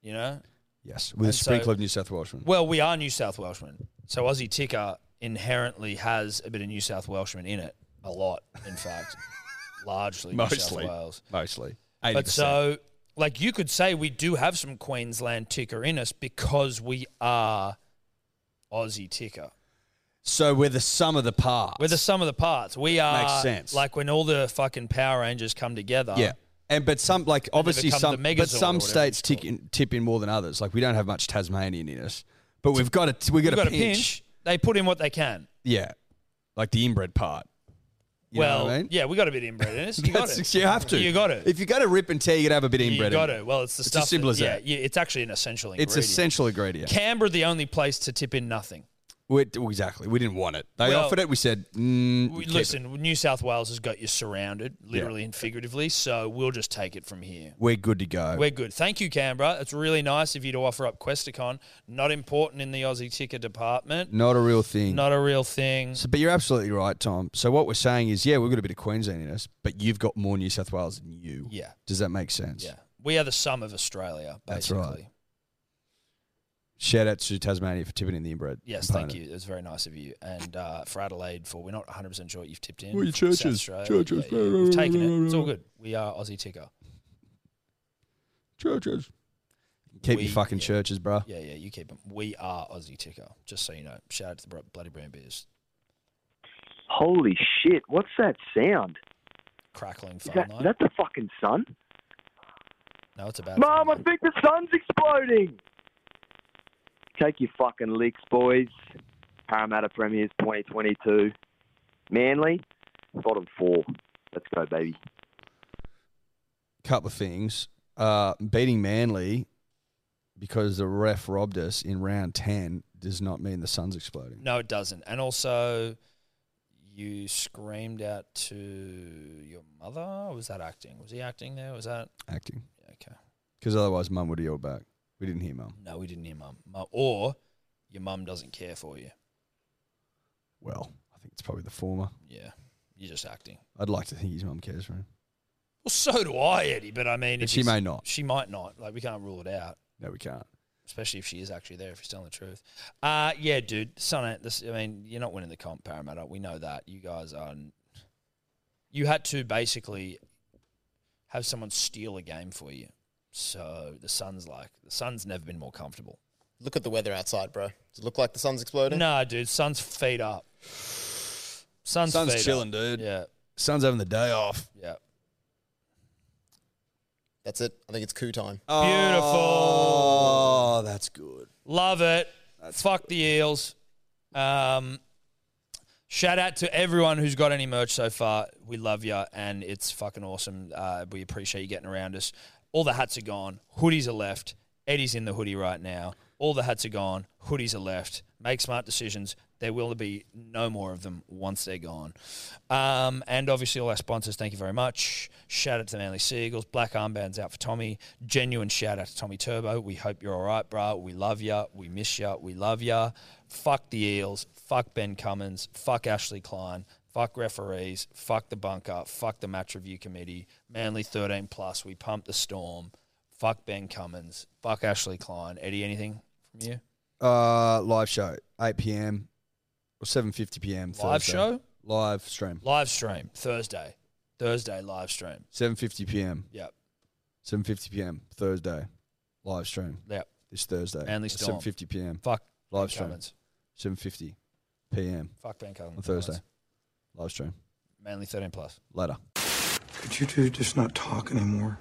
you know? Yes. With a And so- sprinkle of New South Welshmen. Well, we are New South Welshmen. So Aussie ticker inherently has a bit of New South Welshman in it. A lot, in fact. Largely New Mostly. South Wales. Mostly. 80%. But so, like, you could say we do have some Queensland ticker in us because we are Aussie ticker. So we're the sum of the parts. We're the sum of the parts. We are Makes sense. like when all the fucking Power Rangers come together. Yeah. And but some like obviously becomes the some Megazord but or some whatever states tick in, tip in more than others. Like we don't have much Tasmanian in us, but we've got a we We've got, a, pinch. They put in what they can. Yeah, like the inbred part. You know well, what I mean? yeah, we got a bit inbred in us. You got That's- it. you have to. You got it. If you got to rip and tear, you got to have a bit of You inbred. got in it. Well, it's the it's stuff. as simple that- as yeah, that. Yeah, it's actually an essential ingredient. It's essential ingredient. Canberra, the only place to tip in nothing. We- exactly. We didn't want it. They Well, offered it. We said, mm, We, keep it. listen, New South Wales has got you surrounded, literally and figuratively. So we'll just take it from here. we're good to go. We're good. Thank you, Canberra. It's really nice of you to offer up Questacon. Not important in the Aussie ticker department. Not a real thing. Not a real thing. So, but you're absolutely right, Tom. So what we're saying is, yeah, we've got a bit of Queensland in us, but you've got more New South Wales than you. Yeah. Does that make sense? Yeah. We are the sum of Australia, That's basically. right. Shout out to Tasmania for tipping in the inbred. Yes, thank you. It was very nice of you. And uh, for Adelaide, for we're not 100% sure what you've tipped in. Well, your South churches, Australia, churches. but yeah, We've taken it. It's all good. We are Aussie ticker. Churches. Keep We- your fucking churches, bro. Yeah, yeah, you keep them. We are Aussie ticker, just so you know. Shout out to the bro- Bloody Brown Bears. Holy shit! What's that sound? Crackling Is phone that, line. is that the fucking sun? no, it's about. Mom, I think the sun's exploding. Take your fucking licks, boys. Parramatta Premiers 2022. Manly, bottom four. Let's go, baby. Couple of things. Uh, beating Manly because the ref robbed us in round 10 does not mean the sun's exploding. No, it doesn't. And also, you screamed out to your mother. Or was that acting? Was he acting there? Was that Acting. okay? Because otherwise, mum would yell back. We didn't hear mum. No, we didn't hear mum. Mu- Or your mum doesn't care for you. Well, I think it's probably the former. Yeah, you're just acting. I'd like to think his mum cares for him. Well, so do I, Eddie. But I mean, But if she he's- may not. She might not. Like we can't rule it out. No, we can't. especially if she is actually there, if he's telling the truth. Uh, yeah, dude, son, ain't this, I mean, you're not winning the comp, Parramatta. We know that. You guys are. You had to basically have someone steal a game for you. So the sun's like the sun's never been more comfortable. Look at the weather outside, bro. Does it look like the sun's exploding? Nah, dude, sun's feet up. Sun's, Sun's feet up. chilling, dude. Yeah, Sun's having the day off. yeah. That's it. I think it's coup time. Beautiful. Oh, that's good. Love it. Fuck the eels. Um, shout out to everyone who's got any merch so far. We love you, and it's fucking awesome. Uh, we appreciate you getting around us. All the hats are gone. Hoodies are left. Eddie's in the hoodie right now. All the hats are gone. Hoodies are left. Make smart decisions. There will be no more of them once they're gone. Um, and obviously, all our sponsors, thank you very much. Shout out to the Manly Seagulls. Black armbands out for Tommy. Genuine shout out to Tommy Turbo. We hope you're all right, brah. We love ya. We miss ya. We love ya. Fuck the Eels. Fuck Ben Cummins. Fuck Ashley Klein. Fuck referees. Fuck the bunker. Fuck the match review committee. Manly 13 plus. We pump the storm. Fuck Ben Cummins. Fuck Ashley Klein. Eddie, anything from you? Uh, live show, 8 p.m. or 7.50 p.m. Live Thursday. show? Live stream, Live stream Thursday. Thursday live stream. 7.50 p.m. Yep. 7.50 p.m. Thursday, live stream. Yep. This Thursday. Manly Storm. 7.50 p.m. Fuck Live stream. Cummins. 7.50 p.m. Fuck Ben Cummins. On Thursday. Live stream. Manly 13 plus. Later. Could you two just not talk anymore?